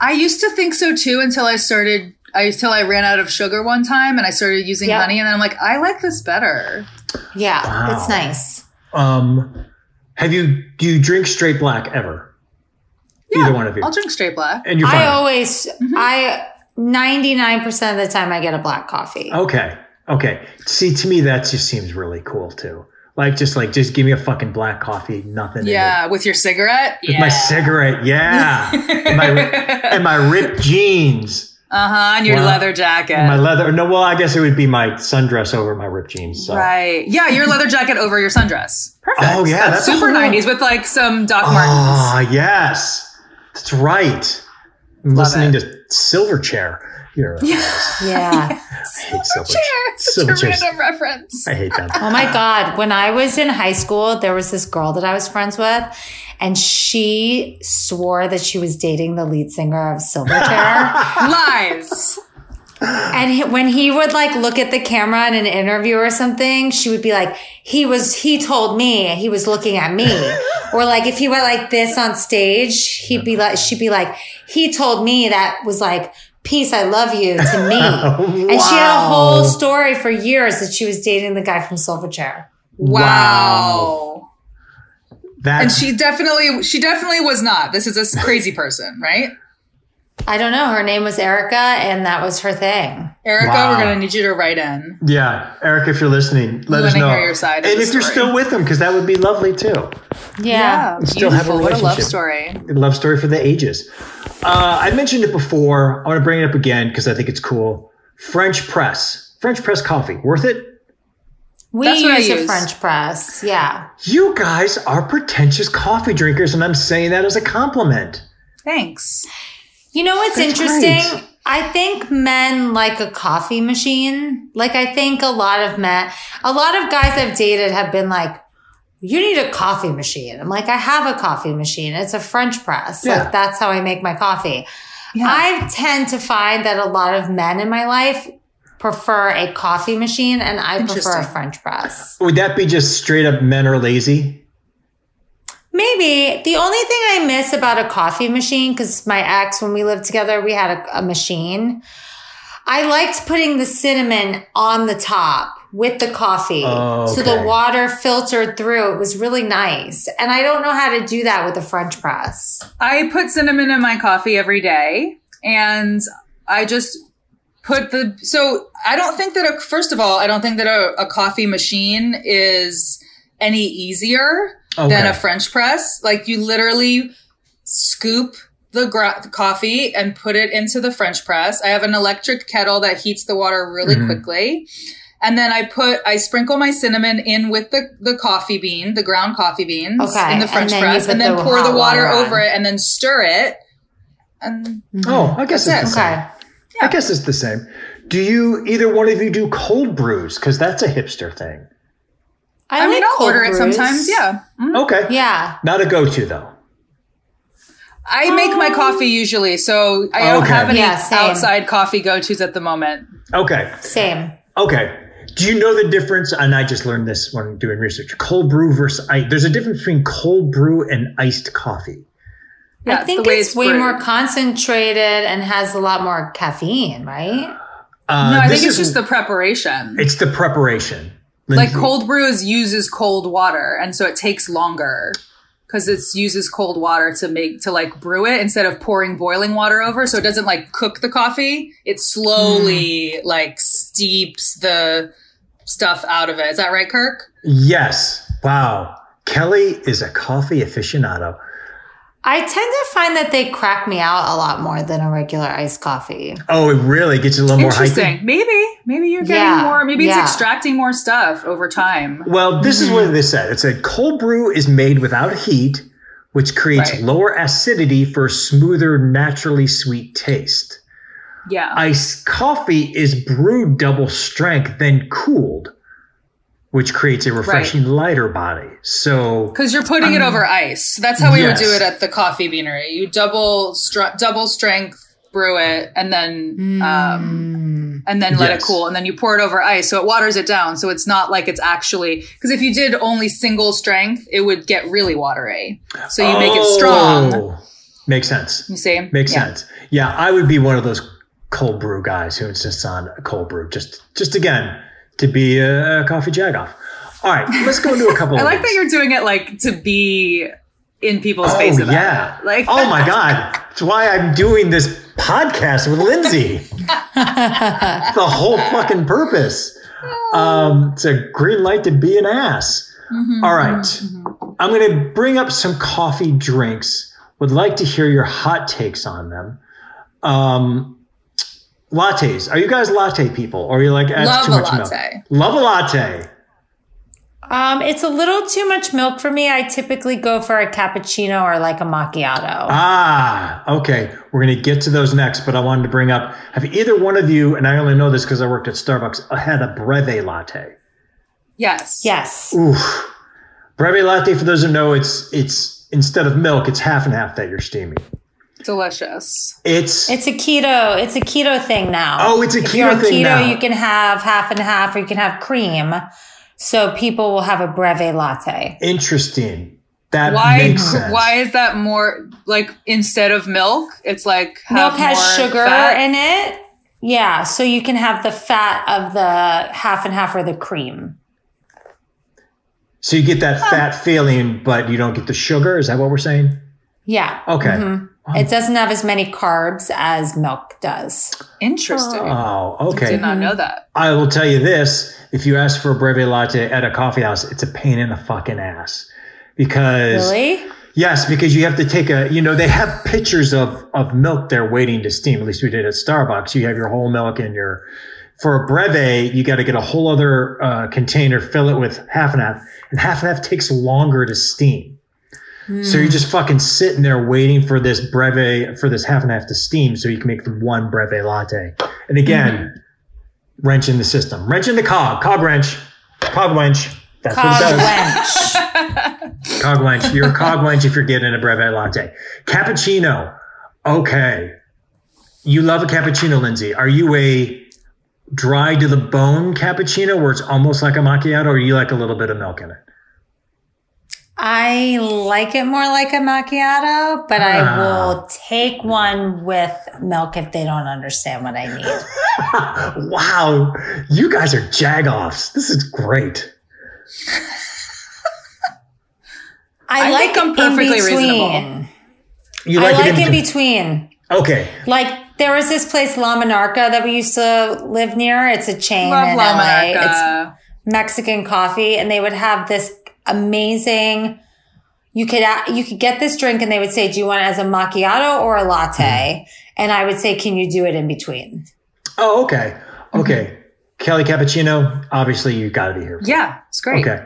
[SPEAKER 3] I used to think so too until I started. I until I ran out of sugar one time, and I started using
[SPEAKER 2] Yeah.
[SPEAKER 3] honey, and then I'm like, I like this better.
[SPEAKER 2] Yeah,
[SPEAKER 1] Wow.
[SPEAKER 2] it's nice.
[SPEAKER 1] Um, have you do you drink straight black ever? Either one of you,
[SPEAKER 3] I'll drink straight black.
[SPEAKER 1] and you're fine.
[SPEAKER 2] I always, I 99% of the time I get a black coffee.
[SPEAKER 1] okay, okay. See, to me that just seems really cool too. Like just like just give me a fucking black coffee, nothing. in it.
[SPEAKER 3] Yeah, with your cigarette.
[SPEAKER 1] With my cigarette, yeah, and my and my ripped jeans.
[SPEAKER 3] Uh huh. And your
[SPEAKER 1] Wow.
[SPEAKER 3] leather jacket.
[SPEAKER 1] my leather. No, well, I guess it would be my sundress over my ripped jeans. So.
[SPEAKER 3] right. Yeah, your leather jacket over your sundress. Perfect.
[SPEAKER 1] Oh, yeah,
[SPEAKER 3] That's,
[SPEAKER 1] that's
[SPEAKER 3] super
[SPEAKER 1] cool.
[SPEAKER 3] nineties with like some Doc Martens.
[SPEAKER 1] Ah, yes, that's right. I'm
[SPEAKER 3] Love
[SPEAKER 1] listening
[SPEAKER 3] it.
[SPEAKER 1] to Silverchair. You're
[SPEAKER 2] Yeah.
[SPEAKER 1] Silverchair.
[SPEAKER 3] Such a
[SPEAKER 1] Silverchair's-
[SPEAKER 3] random reference.
[SPEAKER 1] I hate that.
[SPEAKER 2] Oh my God. When I was in high school, there was this girl that I was friends with, and she swore that she was dating the lead singer of Silverchair.
[SPEAKER 3] Lies.
[SPEAKER 2] and he- when he would like look at the camera in an interview or something, she would be like, he was, he told me he was looking at me. or like if he went like this on stage, he'd be like, she'd be like, he told me that was like, peace, I love you to me. And she had a
[SPEAKER 1] Wow.
[SPEAKER 2] whole story for years that she was dating the guy from Silverchair.
[SPEAKER 1] Wow.
[SPEAKER 3] Wow. And
[SPEAKER 1] That's
[SPEAKER 3] she definitely she definitely was not. This is a s- crazy person, right?
[SPEAKER 2] I don't know. Her name was Erica, and that was her thing.
[SPEAKER 3] Erica,
[SPEAKER 1] Wow.
[SPEAKER 3] we're gonna need you to write in.
[SPEAKER 1] yeah, Eric. If you're listening, let
[SPEAKER 3] We
[SPEAKER 1] us know.
[SPEAKER 3] wanna hear your side of
[SPEAKER 1] and
[SPEAKER 3] the
[SPEAKER 1] if you're
[SPEAKER 3] story.
[SPEAKER 1] still with them, because that would be lovely too.
[SPEAKER 2] Yeah.
[SPEAKER 1] Still have a
[SPEAKER 3] Beautiful. What a love
[SPEAKER 1] relationship.
[SPEAKER 3] story.
[SPEAKER 1] love story for the ages. Uh, I mentioned it before. I want to bring it up again because I think it's cool. French press, French press coffee, worth it?
[SPEAKER 2] We
[SPEAKER 3] That's
[SPEAKER 2] use,
[SPEAKER 3] what I
[SPEAKER 2] a
[SPEAKER 3] use.
[SPEAKER 2] French press. Yeah.
[SPEAKER 1] You guys are pretentious coffee drinkers, and I'm saying that as a compliment.
[SPEAKER 3] Thanks.
[SPEAKER 2] You know what's
[SPEAKER 1] That's
[SPEAKER 2] interesting?
[SPEAKER 1] right.
[SPEAKER 2] I think men like a coffee machine. Like I think a lot of men, a lot of guys I've dated have been like, "You need a coffee machine." I'm like, "I have a coffee machine. It's a French press.
[SPEAKER 1] Yeah.
[SPEAKER 2] Like that's how I make my coffee."
[SPEAKER 3] Yeah.
[SPEAKER 2] I tend to find that a lot of men in my life prefer a coffee machine, and I prefer a
[SPEAKER 3] Interesting.
[SPEAKER 2] French press.
[SPEAKER 1] Would that be just straight up men are lazy?
[SPEAKER 2] Maybe the only thing I miss about a coffee machine, because my ex, when we lived together, we had a, a machine. I liked putting the cinnamon on the top with the coffee.
[SPEAKER 1] Oh,
[SPEAKER 2] So
[SPEAKER 1] okay.
[SPEAKER 2] the water filtered through. It was really nice. And I don't know how to do that with a French press.
[SPEAKER 3] I put cinnamon in my coffee every day and I just put the so I don't think that a first of all, I don't think that a, a coffee machine is any easier than
[SPEAKER 1] Okay.
[SPEAKER 3] a French press. Like you literally scoop the, gra- the coffee and put it into the French press. I have an electric kettle that heats the water really
[SPEAKER 1] Mhm.
[SPEAKER 3] quickly. And then I put I sprinkle my cinnamon in with the, the coffee bean, the ground coffee beans
[SPEAKER 2] Okay,
[SPEAKER 3] in the
[SPEAKER 2] and
[SPEAKER 3] French
[SPEAKER 2] then you
[SPEAKER 3] press,
[SPEAKER 2] put
[SPEAKER 3] and then
[SPEAKER 2] the
[SPEAKER 3] pour the
[SPEAKER 2] hot
[SPEAKER 3] water
[SPEAKER 2] water on.
[SPEAKER 3] over it and then stir it. And
[SPEAKER 1] Oh, I guess it's
[SPEAKER 3] Mm-hmm. That's
[SPEAKER 1] the
[SPEAKER 3] it.
[SPEAKER 1] same.
[SPEAKER 2] Okay.
[SPEAKER 1] I guess it's the same. Do you either one of you do cold brews? Because that's a hipster thing.
[SPEAKER 3] I, mean
[SPEAKER 2] like
[SPEAKER 3] I'll
[SPEAKER 2] cold
[SPEAKER 3] order it
[SPEAKER 2] brews.
[SPEAKER 3] sometimes, yeah. Mm.
[SPEAKER 1] Okay.
[SPEAKER 2] Yeah.
[SPEAKER 1] Not a go-to though.
[SPEAKER 3] I make my
[SPEAKER 2] Um,
[SPEAKER 3] coffee usually, so I don't
[SPEAKER 1] Okay.
[SPEAKER 3] have any
[SPEAKER 2] Yeah, same.
[SPEAKER 3] outside coffee go tos at the moment.
[SPEAKER 1] Okay.
[SPEAKER 2] Same.
[SPEAKER 1] Okay. Do you know the difference? And I just learned this when doing research. Cold brew versus ice. There's a difference between cold brew and iced coffee.
[SPEAKER 3] Yeah,
[SPEAKER 2] I think
[SPEAKER 3] the way
[SPEAKER 2] it's, way
[SPEAKER 3] brewed.
[SPEAKER 2] more concentrated and has a lot more caffeine, right?
[SPEAKER 1] Uh,
[SPEAKER 3] No, I
[SPEAKER 1] this
[SPEAKER 3] think
[SPEAKER 1] is-
[SPEAKER 3] it's just the preparation.
[SPEAKER 1] it's the preparation.
[SPEAKER 3] like
[SPEAKER 1] Lindsay.
[SPEAKER 3] cold brews uses cold water and so it takes longer because it uses cold water to make to like brew it instead of pouring boiling water over so it doesn't like cook the coffee it slowly like steeps the stuff out of it is that right kirk
[SPEAKER 1] Yes. Wow. Kelly is a coffee aficionado.
[SPEAKER 2] I tend to find that they crack me out a lot more than a regular iced coffee.
[SPEAKER 1] Oh, it really gets you a little more hyped.
[SPEAKER 3] interesting maybe maybe you're getting
[SPEAKER 2] Yeah,
[SPEAKER 3] more maybe
[SPEAKER 2] yeah.
[SPEAKER 3] it's extracting more stuff over time
[SPEAKER 1] Well, this is
[SPEAKER 3] Mm-hmm.
[SPEAKER 1] what they said. It said cold brew is made without heat, which creates
[SPEAKER 3] Right.
[SPEAKER 1] lower acidity for a smoother, naturally sweet taste.
[SPEAKER 3] yeah
[SPEAKER 1] Iced coffee is brewed double strength, then cooled, which creates a refreshing, lighter body. So
[SPEAKER 3] Because you're putting it over ice. That's how we
[SPEAKER 1] Um, yes.
[SPEAKER 3] would do it at the coffee beanery. You double str- double strength brew it, and then um, and then let
[SPEAKER 1] Mm. Yes.
[SPEAKER 3] it cool, and then you pour it over ice, so it waters it down. So it's not like it's actually because if you did only single strength, it would get really watery. So you make it strong.
[SPEAKER 1] Oh, Makes sense.
[SPEAKER 3] You see,
[SPEAKER 1] Makes
[SPEAKER 3] Yeah.
[SPEAKER 1] sense. Yeah, I would be one of those cold brew guys who insists on a cold brew. Just, just again, to be a, a coffee jagoff. All right, let's go into a couple.
[SPEAKER 3] I
[SPEAKER 1] of
[SPEAKER 3] like
[SPEAKER 1] these.
[SPEAKER 3] that you're doing it like to be in people's
[SPEAKER 1] Oh
[SPEAKER 3] face. About
[SPEAKER 1] yeah!
[SPEAKER 3] it. like
[SPEAKER 1] oh my god, it's why I'm doing this podcast with Lindsay. the whole fucking purpose. Um, it's a green light to be an ass.
[SPEAKER 3] Mm-hmm,
[SPEAKER 1] All right. I'm going to bring up some coffee drinks. Would like to hear your hot takes on them. Um, lattes. Are you guys latte people? Or are you like, that's
[SPEAKER 3] Love
[SPEAKER 1] too
[SPEAKER 3] a
[SPEAKER 1] much
[SPEAKER 3] latte.
[SPEAKER 1] milk? Love a latte.
[SPEAKER 2] Um, it's a little too much milk for me. I typically go for a cappuccino or like a macchiato.
[SPEAKER 1] Ah, okay. We're going to get to those next, but I wanted to bring up have either one of you, and I only know this because I worked at Starbucks, uh, had a breve latte.
[SPEAKER 3] yes,
[SPEAKER 2] yes.
[SPEAKER 1] Oof. Breve latte, for those who know, it's it's instead of milk, it's half and half that you're steaming.
[SPEAKER 3] delicious.
[SPEAKER 1] It's,
[SPEAKER 2] It's a keto. It's a keto thing now.
[SPEAKER 1] Oh, it's a
[SPEAKER 2] If
[SPEAKER 1] keto
[SPEAKER 2] you're on
[SPEAKER 1] thing
[SPEAKER 2] keto,
[SPEAKER 1] now.
[SPEAKER 2] You can have half and half, or you can have cream. So people will have a breve latte.
[SPEAKER 1] interesting. That
[SPEAKER 3] why
[SPEAKER 1] makes sense.
[SPEAKER 3] why is that more like instead of milk it's like have
[SPEAKER 2] milk has
[SPEAKER 3] more
[SPEAKER 2] sugar
[SPEAKER 3] fat?
[SPEAKER 2] in it. Yeah, so you can have the fat of the half and half or the cream.
[SPEAKER 1] So you get that fat feeling, but you don't get the sugar. Is that what we're saying?
[SPEAKER 2] Yeah.
[SPEAKER 1] Okay.
[SPEAKER 2] Mhm. It doesn't have as many carbs as milk does.
[SPEAKER 3] interesting
[SPEAKER 1] Oh, okay.
[SPEAKER 3] did not know that
[SPEAKER 1] I will tell you this: if you ask for a breve latte at a coffee house, it's a pain in the fucking ass because
[SPEAKER 2] Really?
[SPEAKER 1] yes, because you have to take a you know they have pitchers of of milk there waiting to steam. At least we did at Starbucks. You have your whole milk and your For a brevet, you got to get a whole other uh, container, fill it with half and half, and half and half takes longer to steam. So you're just fucking sitting there waiting for this brevet for this half and half to steam, so you can make the one brevet latte. And again, wrench in the system, wrench in the cog, cog wrench, cog wench. That's
[SPEAKER 2] Cog
[SPEAKER 1] what it does.
[SPEAKER 2] wench.
[SPEAKER 1] Cog wench. You're a cog wench if you're getting a brevet latte. Cappuccino. Okay. You love a cappuccino, Lindsay. Are you a dry to the bone cappuccino where it's almost like a macchiato, or you like a little bit of milk in it?
[SPEAKER 2] I like it more like a macchiato, but
[SPEAKER 1] Ah.
[SPEAKER 2] I will take one with milk if they don't understand what I need.
[SPEAKER 1] Wow. You guys are jagoffs. This is great.
[SPEAKER 2] I,
[SPEAKER 3] I
[SPEAKER 2] like
[SPEAKER 3] think I'm perfectly
[SPEAKER 2] in between.
[SPEAKER 3] reasonable.
[SPEAKER 1] You
[SPEAKER 2] I
[SPEAKER 1] like,
[SPEAKER 2] like
[SPEAKER 1] it
[SPEAKER 2] in
[SPEAKER 1] in
[SPEAKER 2] between.
[SPEAKER 1] Okay.
[SPEAKER 2] Like there was this place La Monarca that we used to live near. It's a chain
[SPEAKER 3] Love
[SPEAKER 2] in
[SPEAKER 3] La
[SPEAKER 2] LA. It's
[SPEAKER 3] Monarca.
[SPEAKER 2] Mexican coffee, and they would have this amazing. You could a- you could get this drink, and they would say, "Do you want it as a macchiato or a latte?"
[SPEAKER 1] Hmm.
[SPEAKER 2] And I would say, "Can you do it in between?"
[SPEAKER 1] Oh, okay.
[SPEAKER 3] Mm-hmm.
[SPEAKER 1] Okay. Kelly Cappuccino, obviously you got to be here.
[SPEAKER 3] Yeah, it's great.
[SPEAKER 1] Okay.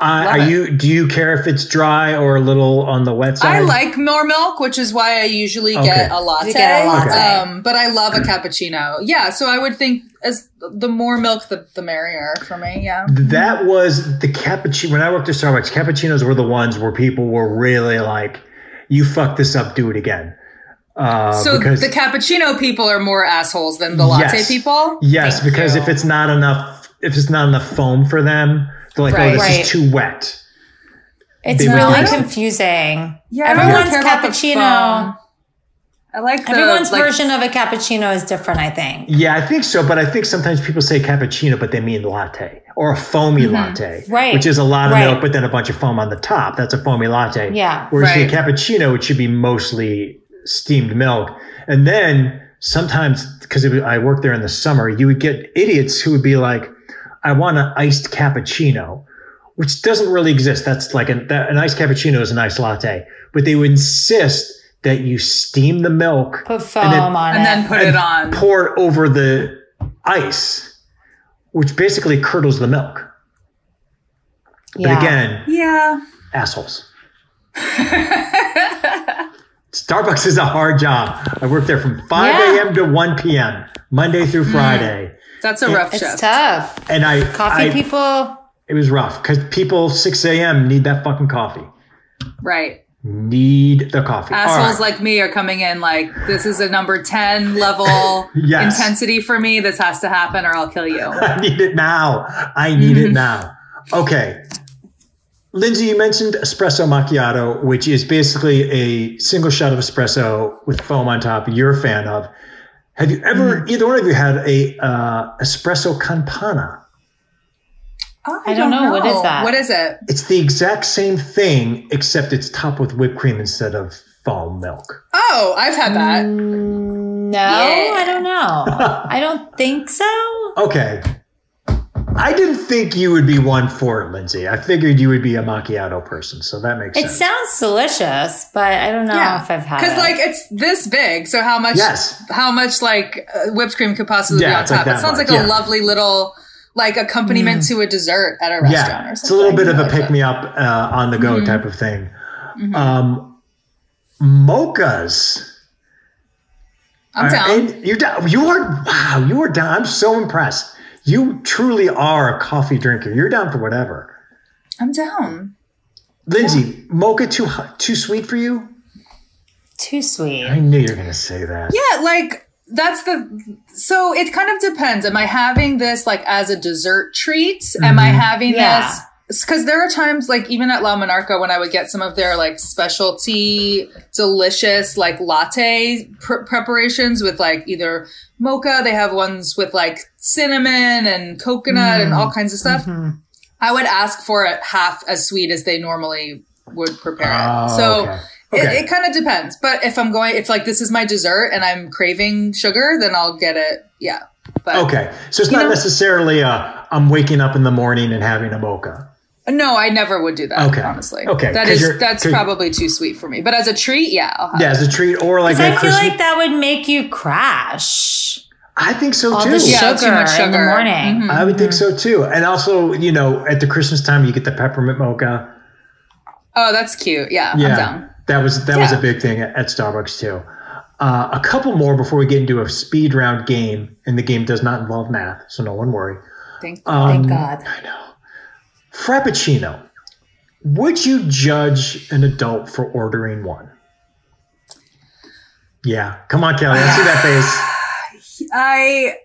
[SPEAKER 1] Uh,
[SPEAKER 3] Love
[SPEAKER 1] are
[SPEAKER 3] it.
[SPEAKER 1] you do you care if it's dry or a little on the wet side?
[SPEAKER 3] I like more milk, which is why I usually
[SPEAKER 1] Okay.
[SPEAKER 3] get a latte.
[SPEAKER 2] You get a latte. Okay.
[SPEAKER 3] Um, but I love a cappuccino. Yeah, so I would think as the more milk, the, the merrier for me. Yeah.
[SPEAKER 1] that was the cappuccino when I worked at Starbucks, cappuccinos were the ones where people were really like, You fucked this up, do it again. Uh,
[SPEAKER 3] So
[SPEAKER 1] because
[SPEAKER 3] the cappuccino people are more assholes than the latte
[SPEAKER 1] Yes.
[SPEAKER 3] people.
[SPEAKER 1] Yes,
[SPEAKER 3] Thank
[SPEAKER 1] because
[SPEAKER 3] you.
[SPEAKER 1] if it's not enough if it's not enough foam for them, they're like,
[SPEAKER 3] Right.
[SPEAKER 1] Oh, this
[SPEAKER 2] Right.
[SPEAKER 1] is too wet.
[SPEAKER 2] It's
[SPEAKER 1] They would
[SPEAKER 2] really
[SPEAKER 1] do that.
[SPEAKER 2] confusing.
[SPEAKER 3] yeah, I don't
[SPEAKER 2] everyone's
[SPEAKER 3] care about the foam.
[SPEAKER 2] cappuccino.
[SPEAKER 3] I like the,
[SPEAKER 2] Everyone's
[SPEAKER 3] like,
[SPEAKER 2] version of a cappuccino is different. I think.
[SPEAKER 1] Yeah, I think so. But I think sometimes people say cappuccino, but they mean latte or a foamy latte,
[SPEAKER 2] Mm-hmm. Right.
[SPEAKER 1] Which is a lot of
[SPEAKER 2] Right.
[SPEAKER 1] milk, but then a bunch of foam on the top. That's a foamy latte.
[SPEAKER 2] Yeah.
[SPEAKER 1] Whereas
[SPEAKER 3] Right.
[SPEAKER 1] the cappuccino, it should be mostly steamed milk, and then sometimes because I worked there in the summer, you would get idiots who would be like, "I want an iced cappuccino." Which doesn't really exist. That's like an, that, an iced cappuccino is an iced latte, but they would insist that you steam the milk
[SPEAKER 2] Put foam
[SPEAKER 1] then-
[SPEAKER 2] on
[SPEAKER 3] and
[SPEAKER 2] it.
[SPEAKER 3] then put it on.
[SPEAKER 1] pour it over the ice, which basically curdles the milk.
[SPEAKER 2] yeah.
[SPEAKER 1] But again,
[SPEAKER 3] Yeah.
[SPEAKER 1] assholes. Starbucks is a hard job. I worked there from 5
[SPEAKER 2] Yeah. Hmm.
[SPEAKER 1] a.m. to 1 p.m., Monday through Friday.
[SPEAKER 3] That's a rough
[SPEAKER 2] it's
[SPEAKER 3] shift.
[SPEAKER 2] tough.
[SPEAKER 1] And I,
[SPEAKER 2] Coffee
[SPEAKER 1] I-
[SPEAKER 2] people.
[SPEAKER 1] it was rough because people 6 a.m. need that fucking coffee.
[SPEAKER 3] Right.
[SPEAKER 1] Need the coffee. All
[SPEAKER 3] Assholes
[SPEAKER 1] right.
[SPEAKER 3] like me are coming in like this is a number 10 level
[SPEAKER 1] Yes.
[SPEAKER 3] intensity for me. This has to happen or I'll kill you.
[SPEAKER 1] I need it now. I need it now. Okay. Lindsay, you mentioned espresso macchiato, which is basically a single shot of espresso with foam on top. You're a fan of. Have you ever, either one of you, had a uh, espresso campana?
[SPEAKER 3] Oh,
[SPEAKER 2] I don't know. What is that?
[SPEAKER 3] What is it?
[SPEAKER 1] It's the exact same thing, except it's topped with whipped cream instead of foam milk.
[SPEAKER 3] Oh, I've had that.
[SPEAKER 1] Mm,
[SPEAKER 2] mm, No,
[SPEAKER 3] Yeah.
[SPEAKER 2] I don't know. I don't think so.
[SPEAKER 1] Okay. I didn't think you would be one for it, Lindsay. I figured you would be a macchiato person, so that makes
[SPEAKER 2] It
[SPEAKER 1] sense.
[SPEAKER 2] sounds delicious, but I don't know if I've had
[SPEAKER 3] Because
[SPEAKER 2] it.
[SPEAKER 3] like it's this big, so how much?
[SPEAKER 1] Yes.
[SPEAKER 3] How much like uh, whipped cream could possibly be
[SPEAKER 1] Yeah,
[SPEAKER 3] on
[SPEAKER 1] it's like
[SPEAKER 3] top?
[SPEAKER 1] that
[SPEAKER 3] it sounds
[SPEAKER 1] much,
[SPEAKER 3] like
[SPEAKER 1] yeah. Mm.
[SPEAKER 3] a lovely little like accompaniment to a dessert at a restaurant
[SPEAKER 1] yeah,
[SPEAKER 3] or something.
[SPEAKER 1] it's a little bit of
[SPEAKER 3] I
[SPEAKER 1] a
[SPEAKER 3] like
[SPEAKER 1] pick me up uh, on the
[SPEAKER 3] Mm-hmm.
[SPEAKER 1] go type of thing. Um, mochas.
[SPEAKER 3] that. I'm
[SPEAKER 1] are-
[SPEAKER 3] down.
[SPEAKER 1] and you're down. You are wow. You are down. I'm so impressed. You truly are a coffee drinker. You're down for whatever.
[SPEAKER 3] I'm down.
[SPEAKER 1] Lindsay, mocha too hot- too sweet for you?
[SPEAKER 2] Too sweet.
[SPEAKER 1] I knew you were gonna say that.
[SPEAKER 3] Yeah, like that's the so it kind of depends. Am I having this like as a dessert treat? Am
[SPEAKER 1] Mm-hmm.
[SPEAKER 3] I having
[SPEAKER 2] Yeah.
[SPEAKER 3] this? Because there are times, like even at La Monarca, when I would get some of their like specialty, delicious like latte pr- preparations with like either mocha. They have ones with like cinnamon and coconut and
[SPEAKER 1] Mm.
[SPEAKER 3] all kinds of stuff.
[SPEAKER 1] Mm-hmm.
[SPEAKER 3] I would ask for it half as sweet as they normally would prepare
[SPEAKER 1] Oh,
[SPEAKER 3] it. So
[SPEAKER 1] okay. Okay.
[SPEAKER 3] it, it kind of depends. But if I'm going, if like this is my dessert and I'm craving sugar, then I'll get it. Yeah. But
[SPEAKER 1] Okay. So it's not
[SPEAKER 3] know-
[SPEAKER 1] necessarily a I'm waking up in the morning and having a mocha.
[SPEAKER 3] no, I never would do that.
[SPEAKER 1] Okay.
[SPEAKER 3] Honestly.
[SPEAKER 1] Okay,
[SPEAKER 3] That
[SPEAKER 1] 'cause
[SPEAKER 3] is
[SPEAKER 1] you're-
[SPEAKER 3] that's
[SPEAKER 1] 'cause-
[SPEAKER 3] probably too sweet for me. But as a treat, yeah. I'll have
[SPEAKER 1] Yeah, as a treat or like
[SPEAKER 2] Because
[SPEAKER 1] a
[SPEAKER 2] I feel
[SPEAKER 1] Christmas.
[SPEAKER 2] like that would make you crash.
[SPEAKER 1] I think so
[SPEAKER 2] All
[SPEAKER 1] too.
[SPEAKER 2] the sugar,
[SPEAKER 3] Yeah, too much
[SPEAKER 2] in the
[SPEAKER 3] sugar.
[SPEAKER 2] morning.
[SPEAKER 3] Mhm.
[SPEAKER 1] I would think so too. And also, you know, at the Christmas time, you get the peppermint mocha.
[SPEAKER 3] Oh, that's cute. Yeah, I'm down.
[SPEAKER 1] that was that was a
[SPEAKER 3] Yeah.
[SPEAKER 1] big thing at, at Starbucks too. Uh, a couple more before we get into a speed round game, and the game does not involve math, so no one worry.
[SPEAKER 3] Thank
[SPEAKER 2] Thank
[SPEAKER 1] Um,
[SPEAKER 2] God.
[SPEAKER 1] I know. Frappuccino. Would you judge an adult for ordering one? Yeah, come on, Kelly. I see that face.
[SPEAKER 3] I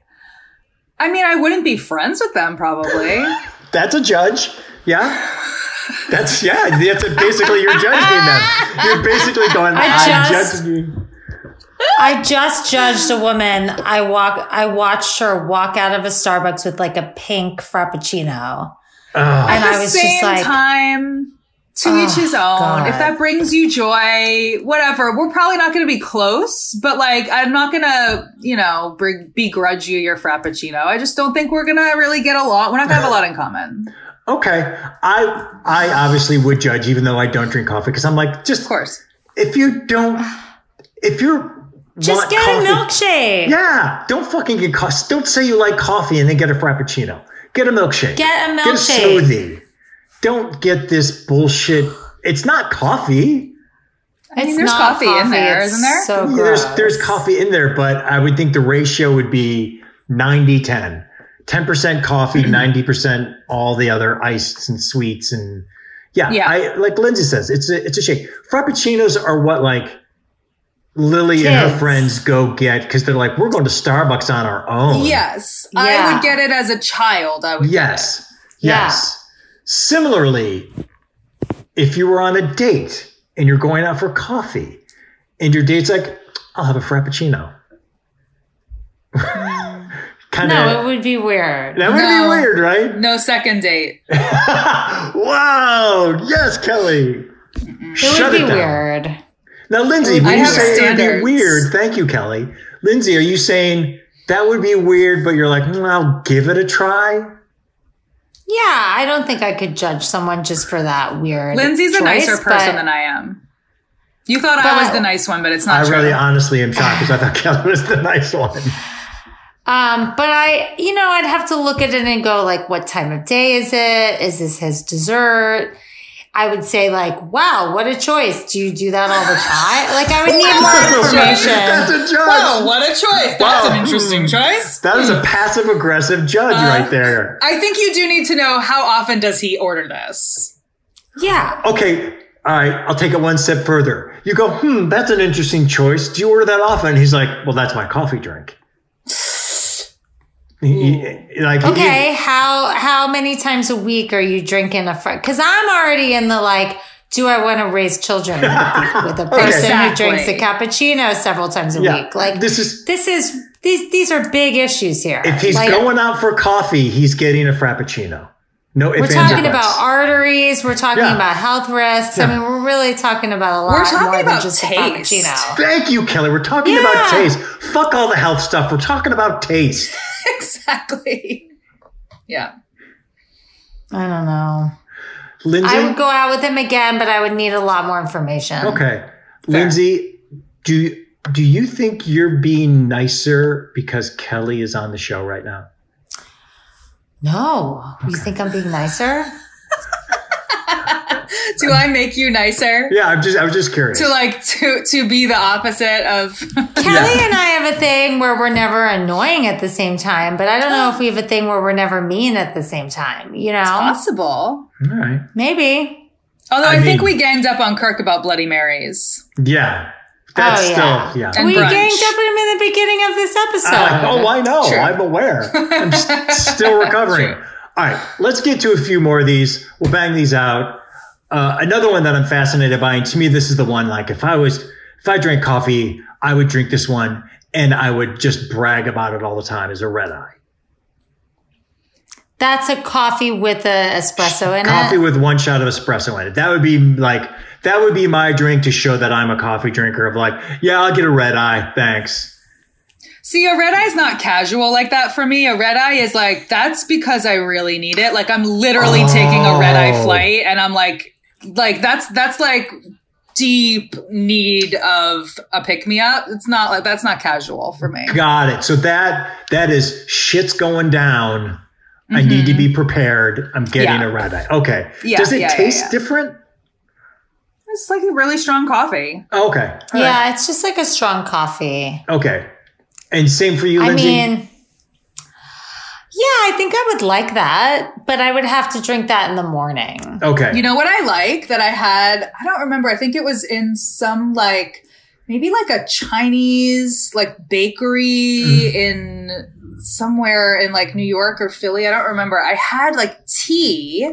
[SPEAKER 3] I mean, I wouldn't be friends with them probably.
[SPEAKER 1] That's a judge. Yeah. That's yeah. That's a, basically you're judging them. You're basically going.
[SPEAKER 2] I
[SPEAKER 1] I'm
[SPEAKER 2] just-
[SPEAKER 1] judging you.
[SPEAKER 2] I just judged a woman. I walk. I watched her walk out of a Starbucks with like a pink frappuccino,
[SPEAKER 1] Ugh.
[SPEAKER 2] and
[SPEAKER 3] At
[SPEAKER 2] I
[SPEAKER 3] the
[SPEAKER 2] was
[SPEAKER 3] same
[SPEAKER 2] just like,
[SPEAKER 3] time, to
[SPEAKER 2] Oh,
[SPEAKER 3] each his own.
[SPEAKER 2] God.
[SPEAKER 3] If that brings you joy, whatever. We're probably not going to be close, but like, I'm not going to, you know, beg- begrudge you your frappuccino. I just don't think we're going to really get along. We're not going to have a lot in common.
[SPEAKER 1] Okay, I I obviously would judge, even though I don't drink coffee, because I'm like,
[SPEAKER 3] Of
[SPEAKER 1] just
[SPEAKER 3] course.
[SPEAKER 1] if you don't, if you're
[SPEAKER 2] just get a milkshake.
[SPEAKER 1] Yeah, don't fucking get coffee. Don't say you like coffee and then get a frappuccino. Get a milkshake.
[SPEAKER 2] Get a
[SPEAKER 1] Get a
[SPEAKER 2] milkshake.
[SPEAKER 1] smoothie. Don't get this bullshit. It's not coffee.
[SPEAKER 2] It's
[SPEAKER 3] mean, there's
[SPEAKER 2] not
[SPEAKER 3] coffee in there,
[SPEAKER 2] it's
[SPEAKER 3] isn't there?
[SPEAKER 2] So
[SPEAKER 1] Yeah, there's
[SPEAKER 2] Oh, gross.
[SPEAKER 1] there's coffee in there, but I would think the ratio would be 90 10. 10% coffee, 90% all the other ices and sweets and yeah,
[SPEAKER 3] Yeah.
[SPEAKER 1] I like Lindsay says, it's a it's a shake. Frappuccinos are what like Lily and her
[SPEAKER 2] Kids.
[SPEAKER 1] friends go get because they're like, we're going to Starbucks on our own.
[SPEAKER 3] Yes. I
[SPEAKER 2] Yeah.
[SPEAKER 3] would get it as a child. I would.
[SPEAKER 1] Yes.
[SPEAKER 2] Yeah.
[SPEAKER 1] Yes. Similarly, if you were on a date and you're going out for coffee and your date's like, I'll have a frappuccino. kind of.
[SPEAKER 2] No, it would be weird.
[SPEAKER 1] that would
[SPEAKER 3] No.
[SPEAKER 1] be weird, right?
[SPEAKER 3] No second date.
[SPEAKER 1] wow. Yes, Kelly.
[SPEAKER 2] It
[SPEAKER 1] Shut
[SPEAKER 2] would be
[SPEAKER 1] it down.
[SPEAKER 2] weird.
[SPEAKER 1] Now, Lindsay,
[SPEAKER 3] I
[SPEAKER 1] when you
[SPEAKER 3] have
[SPEAKER 1] say it would be
[SPEAKER 3] standards.
[SPEAKER 1] weird, thank you, Kelly. Lindsay, are you saying that would be weird, but you're like, "Mm, I'll give it a try?
[SPEAKER 2] Yeah, I don't think I could judge someone just for that weird.
[SPEAKER 3] Lindsay's a
[SPEAKER 2] choice,
[SPEAKER 3] nicer person
[SPEAKER 2] but-
[SPEAKER 3] than I am. You thought
[SPEAKER 2] But-
[SPEAKER 3] I was the nice one, but it's not
[SPEAKER 1] I
[SPEAKER 3] true.
[SPEAKER 1] really honestly am shocked because I thought Kelly was the nice one.
[SPEAKER 2] Um, but I, you know, I'd have to look at it and go like, what time of day is it? Is this his dessert? I would say like, wow, what a choice. Do you do that all the time? Like I would need more
[SPEAKER 1] That's
[SPEAKER 2] information.
[SPEAKER 1] a judge.
[SPEAKER 3] Whoa, what a choice. That's
[SPEAKER 1] Wow. Hmm.
[SPEAKER 3] an interesting choice.
[SPEAKER 1] That is a passive aggressive judge
[SPEAKER 2] Uh,
[SPEAKER 1] right there.
[SPEAKER 3] I think you do need to know how often does he order this.
[SPEAKER 2] Yeah.
[SPEAKER 1] Okay, all right, I'll take it one step further. You go, hmm, that's an interesting choice. Do you order that often? He's like, well, that's my coffee drink. He- he- like, he-
[SPEAKER 2] Hmm. Okay. How, how many times a week are you drinking a fr- Cause I'm already in the like, do I want to raise children with a- with a person who
[SPEAKER 3] Exactly.
[SPEAKER 2] drinks a cappuccino several times a
[SPEAKER 1] yeah,
[SPEAKER 2] week? Like
[SPEAKER 1] this is
[SPEAKER 2] this is, these, these are big issues here.
[SPEAKER 1] if he's
[SPEAKER 2] Like,
[SPEAKER 1] going out for coffee, he's getting a frappuccino. No,
[SPEAKER 2] We're talking about arteries. We're talking
[SPEAKER 1] Yeah.
[SPEAKER 2] about health risks. I
[SPEAKER 1] Yeah.
[SPEAKER 2] mean, we're really talking about a lot
[SPEAKER 3] We're talking
[SPEAKER 2] more than
[SPEAKER 3] about
[SPEAKER 2] just
[SPEAKER 3] taste.
[SPEAKER 2] a frappuccino.
[SPEAKER 1] Thank you, Kelly. We're talking about
[SPEAKER 2] Yeah.
[SPEAKER 1] taste. Fuck all the health stuff. We're talking about taste.
[SPEAKER 3] Exactly. Yeah.
[SPEAKER 2] I don't know.
[SPEAKER 1] Lindsay,
[SPEAKER 2] I would go out with him again, but I would need a lot more information.
[SPEAKER 1] Okay, Lindsay, do do you think you're being nicer because Kelly is on the show right now?
[SPEAKER 2] No, you think I'm being nicer?
[SPEAKER 3] Do I make you nicer?
[SPEAKER 1] Yeah, I'm just I was just curious.
[SPEAKER 3] To like to to be the opposite of
[SPEAKER 2] Kelly and I have a thing where we're never annoying at the same time, but I don't know if we have a thing where we're never mean at the same time. You know,
[SPEAKER 3] possible.
[SPEAKER 1] all right.
[SPEAKER 2] maybe.
[SPEAKER 3] Although
[SPEAKER 1] I
[SPEAKER 3] I, think
[SPEAKER 1] mean-
[SPEAKER 3] we ganged up on Kirk about Bloody Marys.
[SPEAKER 1] Yeah, that's
[SPEAKER 2] Oh, yeah.
[SPEAKER 1] still yeah.
[SPEAKER 3] And
[SPEAKER 2] we
[SPEAKER 3] brunch.
[SPEAKER 2] ganged up on him in the beginning of this episode.
[SPEAKER 1] I'm like, oh, I know.
[SPEAKER 3] Sure.
[SPEAKER 1] I'm aware. I'm s- still recovering.
[SPEAKER 3] Sure.
[SPEAKER 1] All right, let's get to a few more of these. We'll bang these out. Uh, another one that I'm fascinated by, and to me, this is the one. Like, if I was, if I drank coffee, I would drink this one, and I would just brag about it all the time. Is a red eye.
[SPEAKER 2] That's a coffee with a espresso in
[SPEAKER 1] coffee
[SPEAKER 2] it.
[SPEAKER 1] with one shot of espresso in it. That would be like that would be my drink to show that I'm a coffee drinker. Of like, yeah, I'll get a red eye, thanks.
[SPEAKER 3] See, a red eye's not casual like that for me. A red eye is like, that's because I really need it. Like I'm literally taking a red eye
[SPEAKER 1] Oh.
[SPEAKER 3] flight and I'm like like that's that's like deep need of a pick me up. It's not like that's not casual for me.
[SPEAKER 1] Got it. So that that is shit's going down. I need to be prepared. I'm getting
[SPEAKER 3] Mm-hmm. Yeah.
[SPEAKER 1] a red eye. Okay.
[SPEAKER 3] Yeah,
[SPEAKER 1] Does it
[SPEAKER 3] yeah, yeah,
[SPEAKER 1] taste
[SPEAKER 3] yeah.
[SPEAKER 1] different?
[SPEAKER 3] It's like a really strong coffee.
[SPEAKER 1] Oh, okay. All right.
[SPEAKER 2] yeah, it's just like a strong coffee.
[SPEAKER 1] Okay. And same for you,
[SPEAKER 2] I
[SPEAKER 1] Lindsay.
[SPEAKER 2] mean, yeah, I think I would like that, but I would have to drink that in the morning.
[SPEAKER 1] okay.
[SPEAKER 3] You know what I like that I had? I don't remember. I think it was in some like maybe like a Chinese like bakery in somewhere in like New York or Philly. I don't remember. I had like tea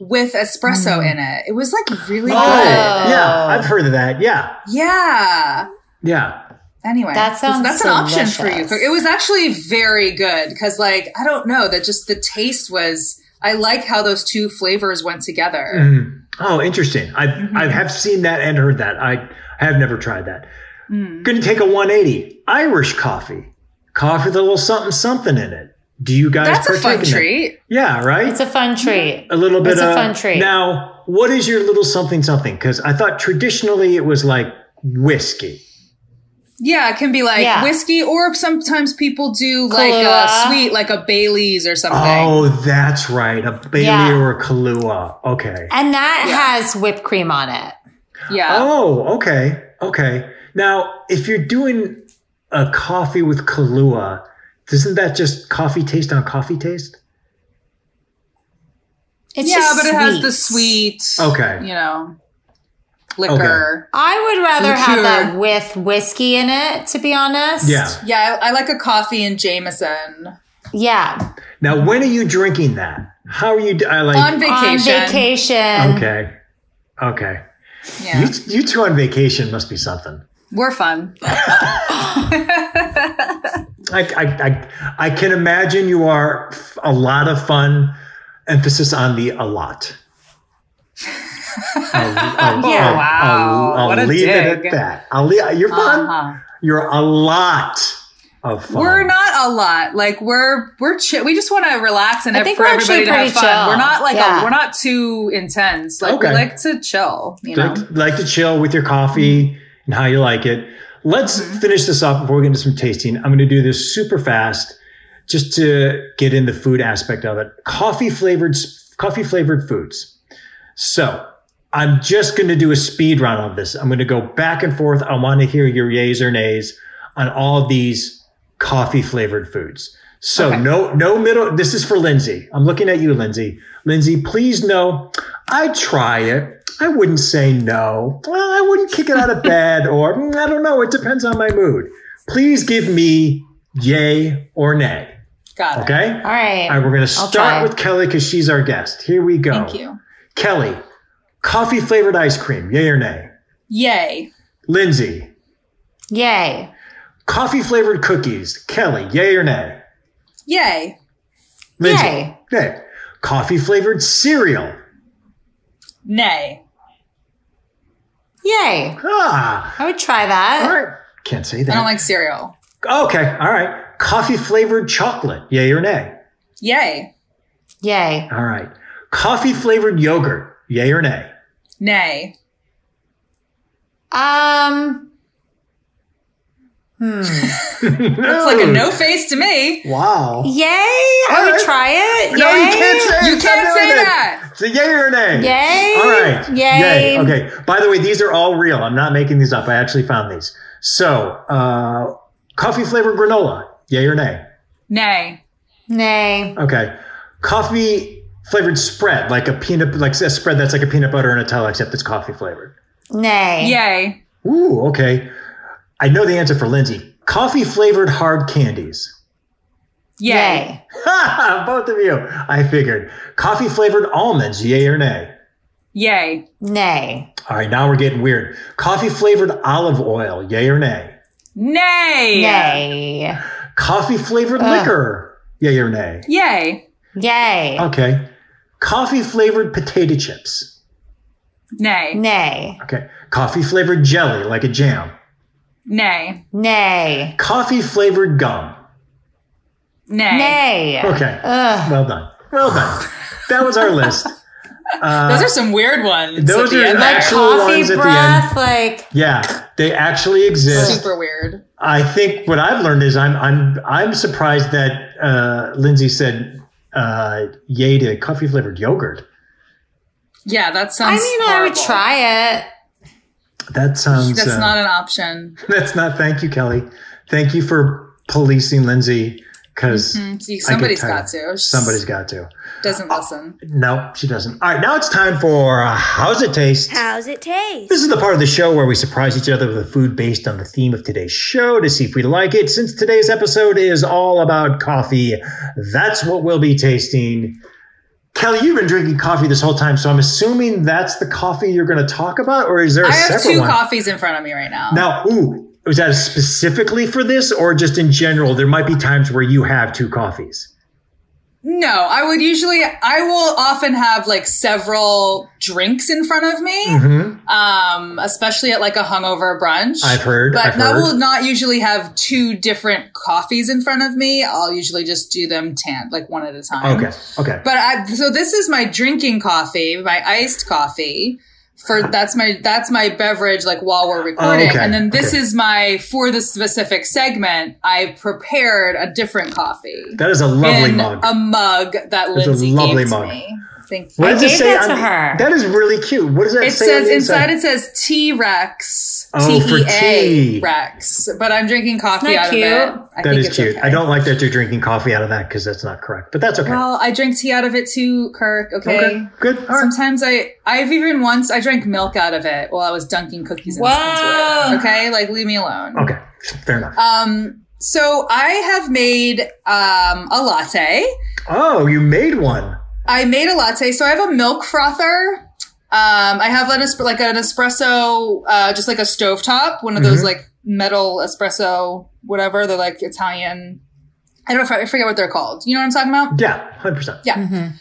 [SPEAKER 3] with espresso in it. It was like really
[SPEAKER 1] oh,
[SPEAKER 3] good.
[SPEAKER 1] yeah. I've heard of that. Yeah.
[SPEAKER 3] Yeah.
[SPEAKER 1] Yeah.
[SPEAKER 3] Anyway,
[SPEAKER 2] That sounds
[SPEAKER 3] that's an option for you.
[SPEAKER 2] delicious.
[SPEAKER 3] It was actually very good because, like, I don't know that just the taste was. I like how those two flavors went together.
[SPEAKER 1] Mhm. Oh, interesting. I
[SPEAKER 3] Mhm.
[SPEAKER 1] I have seen that and heard that. I I have never tried that.
[SPEAKER 3] Mm.
[SPEAKER 1] Going to take a 180. Irish coffee. Coffee with a little something something in it. Do you guys
[SPEAKER 3] That's a fun
[SPEAKER 1] partake in that?
[SPEAKER 3] treat.
[SPEAKER 1] Yeah, right?
[SPEAKER 2] It's a fun treat.
[SPEAKER 1] a little bit
[SPEAKER 2] It's a
[SPEAKER 1] of
[SPEAKER 2] fun treat.
[SPEAKER 1] Now, what is your little something something? Because I thought traditionally it was like whiskey.
[SPEAKER 3] Yeah, it can be like
[SPEAKER 2] Yeah.
[SPEAKER 3] whiskey, or sometimes people do like
[SPEAKER 2] Kahlua.
[SPEAKER 3] a sweet, like a Bailey's or something.
[SPEAKER 1] Oh, that's right, a Bailey
[SPEAKER 2] Yeah.
[SPEAKER 1] or a Kahlua. Okay.
[SPEAKER 2] And that
[SPEAKER 3] Yeah.
[SPEAKER 2] has whipped cream on it.
[SPEAKER 3] Yeah.
[SPEAKER 1] Oh, okay, okay. Now, if you're doing a coffee with Kahlua, doesn't that just coffee taste on coffee taste?
[SPEAKER 2] It's
[SPEAKER 3] yeah,
[SPEAKER 2] just
[SPEAKER 3] but it has the
[SPEAKER 2] sweet.
[SPEAKER 3] sweet,
[SPEAKER 1] Okay.
[SPEAKER 3] you know, liquor.
[SPEAKER 2] I would rather have
[SPEAKER 3] Liqueur.
[SPEAKER 2] that with whiskey in it, to be honest.
[SPEAKER 1] Yeah.
[SPEAKER 3] Yeah, I, I like a coffee and Jameson
[SPEAKER 2] Yeah.
[SPEAKER 1] Now, when are you drinking that? How are you? d- I
[SPEAKER 3] on
[SPEAKER 1] like.
[SPEAKER 3] vacation.
[SPEAKER 2] On vacation.
[SPEAKER 1] Okay. Okay.
[SPEAKER 3] Yeah,
[SPEAKER 1] You, you two on vacation must be something.
[SPEAKER 3] we're fun.
[SPEAKER 1] I, I, I, I can imagine you are f- a lot of fun. Emphasis on the a lot. I'll, I'll-
[SPEAKER 2] Yeah.
[SPEAKER 1] I'll-
[SPEAKER 3] Wow,
[SPEAKER 1] I'll-
[SPEAKER 3] what
[SPEAKER 1] I'll
[SPEAKER 3] a
[SPEAKER 1] leave it at
[SPEAKER 3] dig.
[SPEAKER 1] that. I'll leave, you're fun.
[SPEAKER 3] Uh-huh.
[SPEAKER 1] You're a lot of fun.
[SPEAKER 3] We're not a lot. Like we're we're chi- we just want to relax and
[SPEAKER 2] I
[SPEAKER 3] have,
[SPEAKER 2] think
[SPEAKER 3] for
[SPEAKER 2] we're actually
[SPEAKER 3] everybody to have
[SPEAKER 2] pretty
[SPEAKER 3] fun. We're
[SPEAKER 2] chill.
[SPEAKER 3] not like
[SPEAKER 2] Yeah.
[SPEAKER 3] a, we're not too intense. Like
[SPEAKER 1] Okay.
[SPEAKER 3] we like to chill. You know. Mm-hmm.
[SPEAKER 1] like, like to chill with your coffee and how you like it. Let's finish this off before we get into some tasting. I'm going to do this super fast just to get in the food aspect of it. Coffee flavored coffee flavored foods. So, I'm just going to do a speed round on this. I'm going to go back and forth. I want to hear your yays or nays on all these coffee flavored foods. So
[SPEAKER 3] Okay.
[SPEAKER 1] no no middle this is for Lindsay. I'm looking at you Lindsay. Lindsay, please no. I try it. I wouldn't say no. Well, I wouldn't kick it out of bed or "Mm, I don't know, it depends on my mood. Please give me yay or nay,
[SPEAKER 3] Got it.
[SPEAKER 1] okay?
[SPEAKER 2] All right.
[SPEAKER 1] All right, we're going to
[SPEAKER 2] try.
[SPEAKER 1] start with Kelly cuz she's our guest. Here we go.
[SPEAKER 3] Thank you.
[SPEAKER 1] Kelly, coffee flavored ice cream, yay or nay?
[SPEAKER 3] Yay.
[SPEAKER 1] Lindsay,
[SPEAKER 2] Yay.
[SPEAKER 1] coffee flavored cookies, Kelly, yay or nay?
[SPEAKER 3] Yay.
[SPEAKER 1] Lindsay,
[SPEAKER 2] Yay.
[SPEAKER 1] nay. Coffee flavored cereal.
[SPEAKER 3] Nay.
[SPEAKER 2] Yay.
[SPEAKER 1] Ah,
[SPEAKER 2] I would try
[SPEAKER 1] all
[SPEAKER 2] that.
[SPEAKER 1] right. Can't say
[SPEAKER 3] Uh, I
[SPEAKER 1] that.
[SPEAKER 3] don't like cereal.
[SPEAKER 1] okay, all right. Coffee flavored chocolate, yay or nay?
[SPEAKER 3] Yay.
[SPEAKER 2] Yay.
[SPEAKER 1] All right. Coffee flavored yogurt, yay or nay?
[SPEAKER 3] Nay.
[SPEAKER 2] Um. Hmm.
[SPEAKER 3] That's like a no face to me.
[SPEAKER 1] Wow.
[SPEAKER 2] Yay. I
[SPEAKER 1] All
[SPEAKER 2] would
[SPEAKER 1] right.
[SPEAKER 2] try it. Yay.
[SPEAKER 1] No, you can't say
[SPEAKER 3] You
[SPEAKER 1] it's
[SPEAKER 3] can't
[SPEAKER 1] not
[SPEAKER 3] say
[SPEAKER 1] noted.
[SPEAKER 3] that.
[SPEAKER 1] It's a yay or nay?
[SPEAKER 2] Yay.
[SPEAKER 1] All right.
[SPEAKER 2] Yay.
[SPEAKER 1] Okay. By the way, these are all real. I'm not making these up. I actually found these. So, uh, coffee flavored granola, yay or nay?
[SPEAKER 3] Nay.
[SPEAKER 2] Nay.
[SPEAKER 1] Okay. Coffee flavored spread, like a peanut, like a spread that's like a peanut butter and a Nutella, except it's coffee flavored.
[SPEAKER 2] Nay.
[SPEAKER 3] Yay.
[SPEAKER 1] Ooh, okay. I know the answer for Lindsay. Coffee flavored hard candies.
[SPEAKER 3] Yay.
[SPEAKER 2] Yay.
[SPEAKER 1] Both of you. I figured. Coffee flavored almonds, yay or nay?
[SPEAKER 3] Yay.
[SPEAKER 2] Nay.
[SPEAKER 1] All right, now we're getting weird. Coffee flavored olive oil, yay or nay?
[SPEAKER 3] Nay.
[SPEAKER 2] Nay.
[SPEAKER 1] Coffee flavored
[SPEAKER 3] Uh.
[SPEAKER 2] Ugh.
[SPEAKER 1] liquor, yay or nay?
[SPEAKER 3] Yay.
[SPEAKER 2] Yay.
[SPEAKER 1] Okay. Coffee flavored potato chips.
[SPEAKER 3] Nay.
[SPEAKER 2] Nay.
[SPEAKER 1] Okay. Coffee flavored jelly, like a jam.
[SPEAKER 3] Nay.
[SPEAKER 2] Nay.
[SPEAKER 1] Coffee flavored gum.
[SPEAKER 3] Nay.
[SPEAKER 2] Nay.
[SPEAKER 1] Okay.
[SPEAKER 2] Ugh.
[SPEAKER 3] Uh.
[SPEAKER 1] Well done. Well done. that was our list. Uh,
[SPEAKER 3] Those are some weird ones.
[SPEAKER 1] those
[SPEAKER 3] at the
[SPEAKER 1] are
[SPEAKER 3] end
[SPEAKER 1] the
[SPEAKER 3] there.
[SPEAKER 2] Like
[SPEAKER 1] actual
[SPEAKER 2] coffee
[SPEAKER 1] ones at the
[SPEAKER 2] breath, like
[SPEAKER 1] yeah, they actually exist.
[SPEAKER 3] super weird.
[SPEAKER 1] I think what I've learned is I'm I'm I'm surprised that uh, Lindsay said uh, yay to coffee flavored yogurt.
[SPEAKER 3] Yeah, that
[SPEAKER 2] I
[SPEAKER 3] sounds.
[SPEAKER 2] mean, I would
[SPEAKER 3] horrible.
[SPEAKER 2] try it.
[SPEAKER 1] That sounds
[SPEAKER 3] That's
[SPEAKER 1] uh,
[SPEAKER 3] not an option.
[SPEAKER 1] that's not. Thank you, Kelly. Thank you for policing Lindsay because
[SPEAKER 3] Mm, see, Somebody's
[SPEAKER 1] tired.
[SPEAKER 3] got to. She
[SPEAKER 1] somebody's got to.
[SPEAKER 3] doesn't listen.
[SPEAKER 1] No, she doesn't. All right, now it's time for uh, how's it taste.
[SPEAKER 5] How's it taste?
[SPEAKER 1] This is the part of the show where we surprise each other with a food based on the theme of today's show to see if we like it. Since today's episode is all about coffee, that's what we'll be tasting. Kelly, you've been drinking coffee this whole time, so I'm assuming that's the coffee you're going to talk about, or is there a
[SPEAKER 3] I have
[SPEAKER 1] separate
[SPEAKER 3] two
[SPEAKER 1] one?
[SPEAKER 3] coffees in front of me right now.
[SPEAKER 1] Now, ooh, was that specifically for this, or just in general? There might be times where you have two coffees.
[SPEAKER 3] No, I would usually, I will often have like several drinks in front of me,
[SPEAKER 1] Mm-hmm.
[SPEAKER 3] um, especially at like a hungover brunch.
[SPEAKER 1] I've heard.
[SPEAKER 3] But
[SPEAKER 1] I've
[SPEAKER 3] I
[SPEAKER 1] heard.
[SPEAKER 3] will not usually have two different coffees in front of me. I'll usually just do them tan, like one at a time.
[SPEAKER 1] okay. Okay.
[SPEAKER 3] But I, so this is my drinking coffee, my iced coffee. For that's my that's my beverage, like while we're recording,
[SPEAKER 1] okay,
[SPEAKER 3] and then this
[SPEAKER 1] okay.
[SPEAKER 3] is my for this specific segment. I prepared a different coffee
[SPEAKER 1] That is a lovely
[SPEAKER 3] in
[SPEAKER 1] mug.
[SPEAKER 3] a mug that
[SPEAKER 1] It's a
[SPEAKER 3] Lindsay
[SPEAKER 1] lovely
[SPEAKER 3] gave
[SPEAKER 1] mug.
[SPEAKER 3] to me. Thank you.
[SPEAKER 1] What does
[SPEAKER 2] I
[SPEAKER 1] it
[SPEAKER 2] gave
[SPEAKER 1] say?
[SPEAKER 2] that to
[SPEAKER 1] on-
[SPEAKER 2] her.
[SPEAKER 1] That is really cute. What does that
[SPEAKER 3] It
[SPEAKER 1] say?
[SPEAKER 3] says
[SPEAKER 1] on the
[SPEAKER 3] inside it says T Rex.
[SPEAKER 1] Oh, for
[SPEAKER 3] T E A
[SPEAKER 1] tea.
[SPEAKER 3] Rex. But I'm drinking coffee
[SPEAKER 2] Isn't that
[SPEAKER 3] out
[SPEAKER 2] cute?
[SPEAKER 3] of it. I
[SPEAKER 1] That
[SPEAKER 3] think
[SPEAKER 1] is
[SPEAKER 3] it's
[SPEAKER 1] cute.
[SPEAKER 3] okay.
[SPEAKER 1] I don't like that you're drinking coffee out of that because that's not correct, but that's okay.
[SPEAKER 3] Well, I drink tea out of it too, Kirk. Okay.
[SPEAKER 1] Good. All right.
[SPEAKER 3] Sometimes I I've even once I drank milk out of it while I was dunking cookies and
[SPEAKER 2] Whoa.
[SPEAKER 3] into it. Okay? Like leave me alone.
[SPEAKER 1] Okay. Fair enough.
[SPEAKER 3] Um so I have made um a latte.
[SPEAKER 1] oh, you made one.
[SPEAKER 3] I made a latte. So I have a milk frother. Um, I have an es- like an espresso, uh, just like a stovetop, one of those
[SPEAKER 1] Mhm.
[SPEAKER 3] like metal espresso, whatever. They're like Italian. I don't know. If I, I forget what they're called. You know what I'm talking about?
[SPEAKER 1] Yeah, hundred percent.
[SPEAKER 3] Yeah.
[SPEAKER 2] Mhm.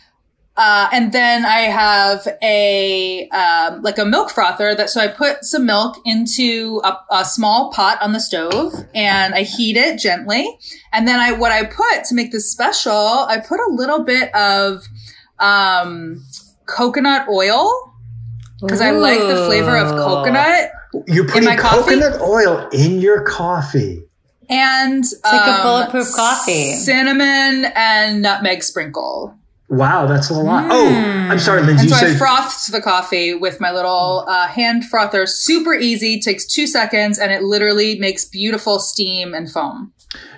[SPEAKER 3] Uh, and then I have a um, like a milk frother that so I put some milk into a, a small pot on the stove and I heat it gently. And then I what I put to make this special, I put a little bit of um, coconut oil because I like the flavor of
[SPEAKER 2] Ooh.
[SPEAKER 3] coconut
[SPEAKER 1] You're putting
[SPEAKER 3] my coffee?
[SPEAKER 1] coconut oil in your coffee.
[SPEAKER 3] and
[SPEAKER 2] like a
[SPEAKER 3] um,
[SPEAKER 2] bulletproof coffee.
[SPEAKER 3] cinnamon and nutmeg sprinkle.
[SPEAKER 1] Wow, that's a lot. Oh, I'm sorry, Lindsay.
[SPEAKER 3] Hmm. And
[SPEAKER 1] you
[SPEAKER 3] so I
[SPEAKER 1] said-
[SPEAKER 3] frothed the coffee with my little uh, hand frother. Super easy, takes two seconds, and it literally makes beautiful steam and foam.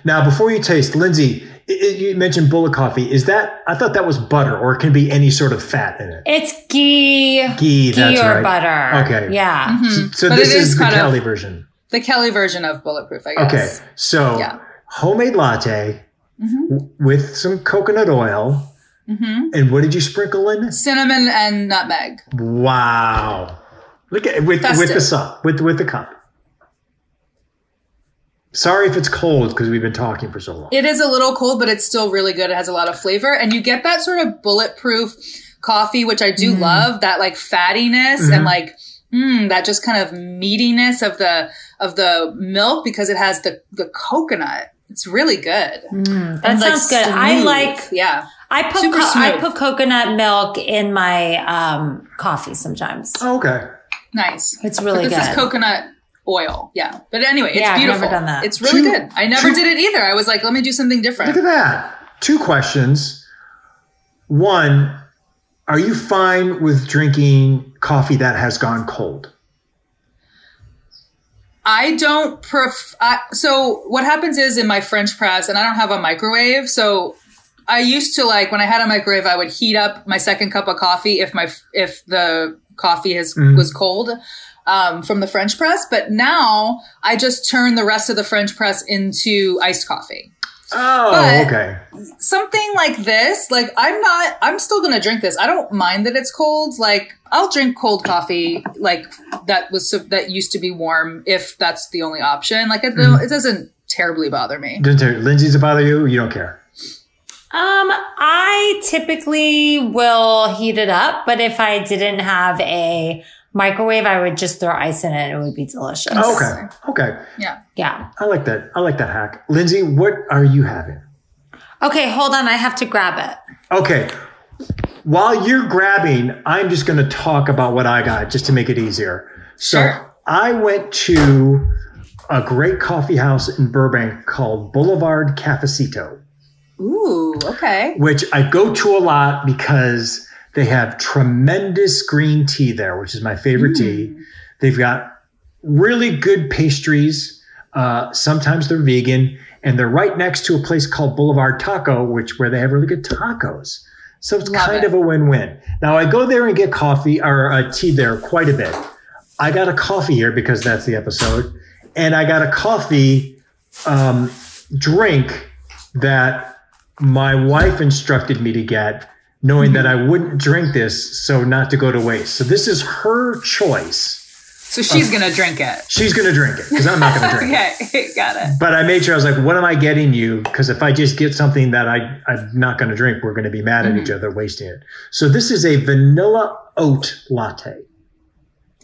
[SPEAKER 1] now, before you taste, Lindsay, i- i- you mentioned bullet coffee. Is that? I thought that was butter, or it can be any sort of fat in it.
[SPEAKER 2] It's ghee,
[SPEAKER 1] Ghee.
[SPEAKER 2] ghee
[SPEAKER 1] That's right.
[SPEAKER 2] or butter.
[SPEAKER 1] Okay.
[SPEAKER 2] Yeah.
[SPEAKER 3] Mhm.
[SPEAKER 1] So
[SPEAKER 3] But
[SPEAKER 1] this
[SPEAKER 3] it
[SPEAKER 1] is,
[SPEAKER 3] is
[SPEAKER 1] the
[SPEAKER 3] kind of-
[SPEAKER 1] Cali version.
[SPEAKER 3] The Kelly version of bulletproof, I
[SPEAKER 1] Okay,
[SPEAKER 3] guess.
[SPEAKER 1] so
[SPEAKER 3] Yeah.
[SPEAKER 1] homemade latte
[SPEAKER 3] Mhm.
[SPEAKER 1] w- with some coconut oil,
[SPEAKER 3] hmm
[SPEAKER 1] and what did you sprinkle in?
[SPEAKER 3] Cinnamon and nutmeg.
[SPEAKER 1] Wow! Look at with with the
[SPEAKER 3] Festive.
[SPEAKER 1] sup with with the cup. Sorry if it's cold because we've been talking for so long.
[SPEAKER 3] It is a little cold, but it's still really good. It has a lot of flavor, and you get that sort of bulletproof coffee, which I
[SPEAKER 1] Mm.
[SPEAKER 3] do love. That like fattiness
[SPEAKER 1] Mhm.
[SPEAKER 3] and like mm, that just kind of meatiness of the of the milk because it has the the coconut. It's really good.
[SPEAKER 2] Mm, that
[SPEAKER 3] Mm-hmm. And, like,
[SPEAKER 2] sounds good. I
[SPEAKER 3] smooth.
[SPEAKER 2] like.
[SPEAKER 3] yeah.
[SPEAKER 2] I put
[SPEAKER 3] Super
[SPEAKER 2] co- I
[SPEAKER 3] smooth.
[SPEAKER 2] put coconut milk in my um, coffee sometimes.
[SPEAKER 1] Oh, okay,
[SPEAKER 3] Nice.
[SPEAKER 2] It's
[SPEAKER 3] But
[SPEAKER 2] really
[SPEAKER 3] this
[SPEAKER 2] good.
[SPEAKER 3] is coconut oil. Yeah. But anyway, it's
[SPEAKER 2] Yeah, I've never
[SPEAKER 3] beautiful.
[SPEAKER 2] done that.
[SPEAKER 3] It's really
[SPEAKER 1] Two-
[SPEAKER 3] good. I never
[SPEAKER 1] two-
[SPEAKER 3] did it either. I was like, let me do something
[SPEAKER 1] look at
[SPEAKER 3] different.
[SPEAKER 1] that. Two questions. One, are you fine with drinking coffee that has gone cold?
[SPEAKER 3] I don't pref I, so what happens is in my French press and I don't have a microwave, so I used to like when I had a microwave, I would heat up my second cup of coffee if my if the coffee has
[SPEAKER 1] Mm.
[SPEAKER 3] was cold um, from the French press. But now I just turn the rest of the French press into iced coffee.
[SPEAKER 1] Oh,
[SPEAKER 3] But-
[SPEAKER 1] okay.
[SPEAKER 3] something like this, like I'm not, I'm still gonna drink this. I don't mind that it's cold. Like I'll drink cold coffee, like that was so, that used to be warm, if that's the only option. Like it,
[SPEAKER 1] Mm-hmm.
[SPEAKER 3] it doesn't terribly bother me.
[SPEAKER 1] Didn't tell you- Lindsay's bother you? You don't care.
[SPEAKER 2] Um, I typically will heat it up, but if I didn't have a microwave, I would just throw ice in it and it would be delicious.
[SPEAKER 1] Oh, okay. Okay.
[SPEAKER 3] Yeah,
[SPEAKER 2] Yeah.
[SPEAKER 1] I like that. I like that hack. Lindsay, what are you having?
[SPEAKER 2] Okay, hold on. I have to grab it.
[SPEAKER 1] Okay. while you're grabbing, I'm just going to talk about what I got just to make it easier. So
[SPEAKER 2] Sure.
[SPEAKER 1] I went to a great coffee house in Burbank called Boulevard Cafecito,
[SPEAKER 3] Ooh, okay.
[SPEAKER 1] which I go to a lot because they have tremendous green tea there, which is my favorite tea. They've got really good pastries. Uh, sometimes they're vegan, and they're right next to a place called Boulevard Taco, which where they have really good tacos. So it's
[SPEAKER 3] Love
[SPEAKER 1] kind
[SPEAKER 3] it.
[SPEAKER 1] of a win-win. Now I go there and get coffee or uh, tea there quite a bit. I got a coffee here because that's the episode, and I got a coffee um, drink that my wife instructed me to get, knowing that I
[SPEAKER 3] Mm-hmm.
[SPEAKER 1] wouldn't drink this, so not to go to waste. So this is her choice.
[SPEAKER 3] So she's gonna drink it.
[SPEAKER 1] She's gonna drink it because I'm not gonna drink it.
[SPEAKER 3] Okay, got it.
[SPEAKER 1] But I made sure I was like, "What am I getting you?" Because if I just get something that I I'm not gonna drink, we're gonna be mad at
[SPEAKER 2] Mm-hmm.
[SPEAKER 1] each other, wasting it. So this is a vanilla oat latte,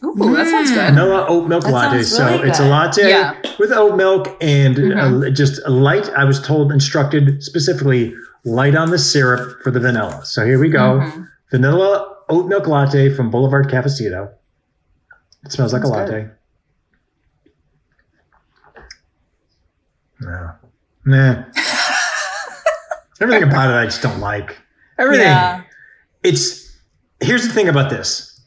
[SPEAKER 3] Ooh, that
[SPEAKER 1] Mm.
[SPEAKER 3] sounds good.
[SPEAKER 1] vanilla oat milk
[SPEAKER 2] That
[SPEAKER 1] latte.
[SPEAKER 2] sounds
[SPEAKER 1] So
[SPEAKER 2] really
[SPEAKER 1] it's a
[SPEAKER 2] good. Mm-hmm.
[SPEAKER 1] latte
[SPEAKER 3] Yeah.
[SPEAKER 1] with oat milk and uh, just a light. I was told instructed specifically light on the syrup for the vanilla. So here we go,
[SPEAKER 2] Mm-hmm.
[SPEAKER 3] Mm-hmm.
[SPEAKER 1] vanilla oat milk latte from Boulevard Cafecito. It smells like a
[SPEAKER 3] Sounds
[SPEAKER 1] latte. No. Nah. Everything about it I just don't like. Everything.
[SPEAKER 3] Yeah.
[SPEAKER 1] It's here's the thing about this.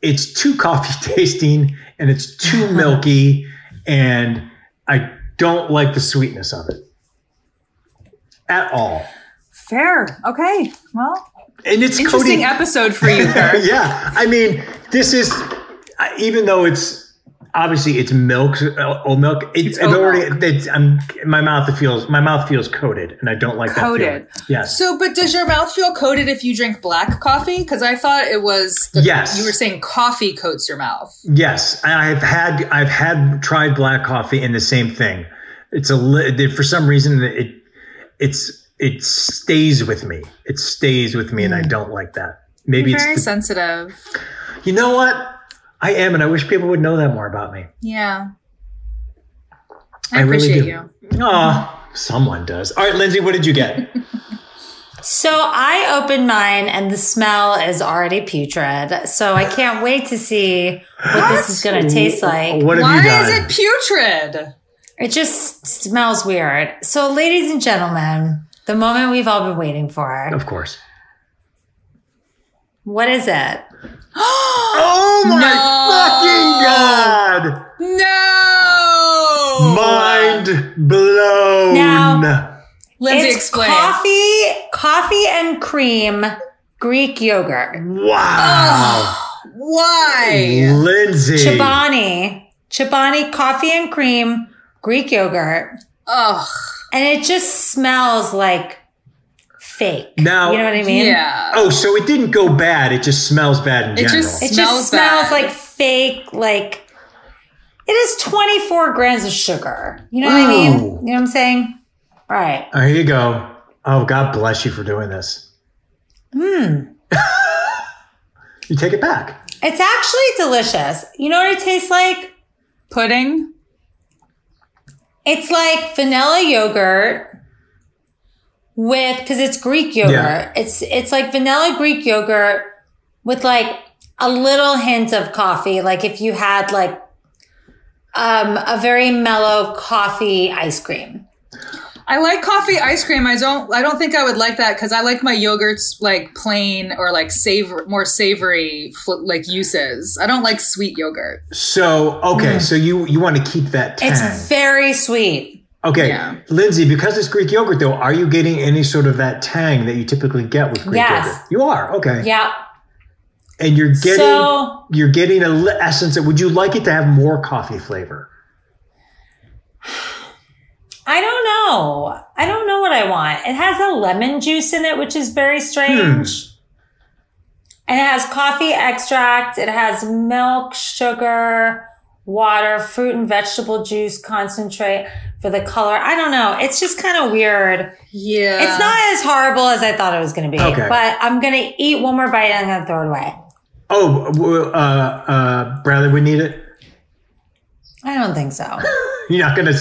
[SPEAKER 1] It's too coffee tasting and it's too milky and I don't like the sweetness of it. At all.
[SPEAKER 3] Fair. Okay. Well,
[SPEAKER 1] And it's
[SPEAKER 3] interesting
[SPEAKER 1] coating
[SPEAKER 3] episode for you, Kirk.
[SPEAKER 1] yeah, I mean, this is I- even though it's obviously it's milk, uh, oat milk. It,
[SPEAKER 3] It's
[SPEAKER 1] it's
[SPEAKER 3] oat
[SPEAKER 1] already.
[SPEAKER 3] milk.
[SPEAKER 1] It's, I'm, my mouth feels my mouth feels coated, and I don't like
[SPEAKER 3] Coated.
[SPEAKER 1] that feeling. Yes.
[SPEAKER 3] So, but does your mouth feel coated if you drink black coffee? Because I thought it was.
[SPEAKER 1] Yes.
[SPEAKER 3] You were saying coffee coats your mouth.
[SPEAKER 1] Yes, I- I've had I've had tried black coffee and the same thing. It's a li- for some reason it it's it stays with me. It stays with me, and I don't like that. Maybe
[SPEAKER 3] Mm. Very
[SPEAKER 1] it's the,
[SPEAKER 3] sensitive.
[SPEAKER 1] you know what I am, and I wish people would know that more about me.
[SPEAKER 3] Yeah. I,
[SPEAKER 1] I really
[SPEAKER 3] appreciate
[SPEAKER 1] do.
[SPEAKER 3] you.
[SPEAKER 1] Oh, someone does. All right, Lindsay, what did you get?
[SPEAKER 2] So I opened mine and the smell is already putrid. So I can't wait to see what this is going to taste like.
[SPEAKER 1] What have you
[SPEAKER 3] Why
[SPEAKER 1] done?
[SPEAKER 3] is it putrid?
[SPEAKER 2] It just smells weird. So, ladies and gentlemen, the moment we've all been waiting for.
[SPEAKER 1] of course.
[SPEAKER 2] What is it?
[SPEAKER 1] Oh my
[SPEAKER 3] No.
[SPEAKER 1] fucking god!
[SPEAKER 3] No.
[SPEAKER 1] Mind blown.
[SPEAKER 2] Now-
[SPEAKER 3] Lindsay,
[SPEAKER 2] it's
[SPEAKER 3] explain.
[SPEAKER 2] coffee, coffee and cream Greek yogurt.
[SPEAKER 1] Wow.
[SPEAKER 3] Why?
[SPEAKER 1] Lindsay.
[SPEAKER 2] Chobani, Chobani coffee and cream Greek yogurt.
[SPEAKER 3] Ugh.
[SPEAKER 2] And it just smells like fake.
[SPEAKER 1] Now-
[SPEAKER 2] you know what I mean?
[SPEAKER 3] Yeah.
[SPEAKER 1] Oh, so it didn't go bad. It just smells bad in
[SPEAKER 3] It
[SPEAKER 1] general.
[SPEAKER 3] just-
[SPEAKER 2] It
[SPEAKER 3] Smells
[SPEAKER 2] just smells
[SPEAKER 3] bad.
[SPEAKER 2] like fake, like it is 24 grams of sugar. You know what I
[SPEAKER 1] Wow.
[SPEAKER 2] mean? You know what I'm saying? All right.
[SPEAKER 1] oh, here you go. Oh, God bless you for doing this. Hmm. you take it back.
[SPEAKER 2] It's actually delicious. You know what it tastes like?
[SPEAKER 3] Pudding.
[SPEAKER 2] It's like vanilla yogurt with because it's Greek yogurt.
[SPEAKER 1] Yeah.
[SPEAKER 2] It's it's like vanilla Greek yogurt with like a little hint of coffee. Like if you had like um a very mellow coffee ice cream.
[SPEAKER 3] I like coffee ice cream. I don't. I don't think I would like that because I like my yogurts like plain or like savor more savory fl- like uses. I don't like sweet yogurt.
[SPEAKER 1] So, okay, so you you want to keep that tang.
[SPEAKER 2] Hmm. It's very sweet.
[SPEAKER 1] Okay,
[SPEAKER 3] Yeah.
[SPEAKER 1] Lindsay, because it's Greek yogurt, though, are you getting any sort of that tang that you typically get with Greek
[SPEAKER 2] Yes.
[SPEAKER 1] yogurt? You are okay,
[SPEAKER 2] Yeah.
[SPEAKER 1] and you're getting
[SPEAKER 2] So
[SPEAKER 1] you're getting a li- essence. Of, would you like it to have more coffee flavor?
[SPEAKER 2] I don't know. I don't know what I want. It has a lemon juice in it, which is very strange. And it has coffee extract, it has milk, sugar, water, fruit and vegetable juice concentrate for the color. I don't know. It's just kind of weird.
[SPEAKER 3] Yeah.
[SPEAKER 2] It's not as horrible as I thought it was going to be,
[SPEAKER 1] Okay.
[SPEAKER 2] but I'm going to eat one more bite and I'm going to throw it away.
[SPEAKER 1] Oh, w- uh, uh, Bradley would need it.
[SPEAKER 2] I don't think so.
[SPEAKER 1] You're not going to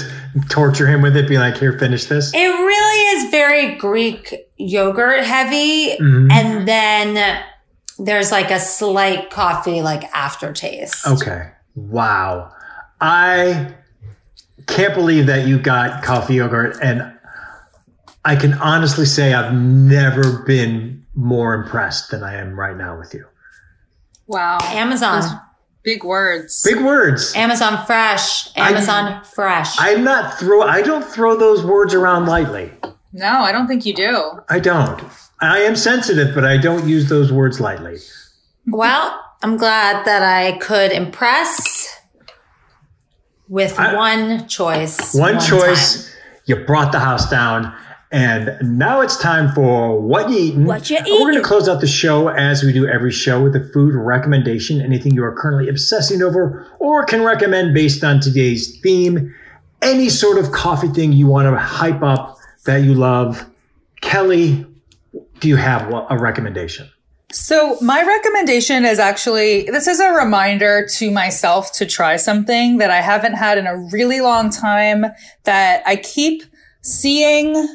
[SPEAKER 1] torture him with it. Be like, here, finish this.
[SPEAKER 2] It really is very Greek yogurt heavy.
[SPEAKER 1] Mhm.
[SPEAKER 2] And then there's like a slight coffee like aftertaste.
[SPEAKER 1] Okay. Wow. I can't believe that you got coffee yogurt and I can honestly say I've never been more impressed than I am right now with you.
[SPEAKER 3] Wow.
[SPEAKER 2] Amazon.
[SPEAKER 3] Those Big words.
[SPEAKER 1] Big words.
[SPEAKER 2] Amazon Fresh.
[SPEAKER 1] I-
[SPEAKER 2] Amazon Fresh.
[SPEAKER 1] I'm not throw I don't throw those words around lightly.
[SPEAKER 3] no, I don't think you do.
[SPEAKER 1] I don't. I am sensitive, but I don't use those words lightly.
[SPEAKER 2] well, I'm glad that I could impress with
[SPEAKER 1] I-
[SPEAKER 2] one choice.
[SPEAKER 1] One,
[SPEAKER 2] time.
[SPEAKER 1] choice, you brought the house down. And now it's time for what you eating.
[SPEAKER 5] What You
[SPEAKER 1] We're going
[SPEAKER 5] Eatin'.
[SPEAKER 1] to close out the show as we do every show with a food recommendation, anything you are currently obsessing over or can recommend based on today's theme, any sort of coffee thing you want to hype up that you love. Kelly, do you have a recommendation?
[SPEAKER 3] So my recommendation is actually this is a reminder to myself to try something that I haven't had in a really long time that I keep seeing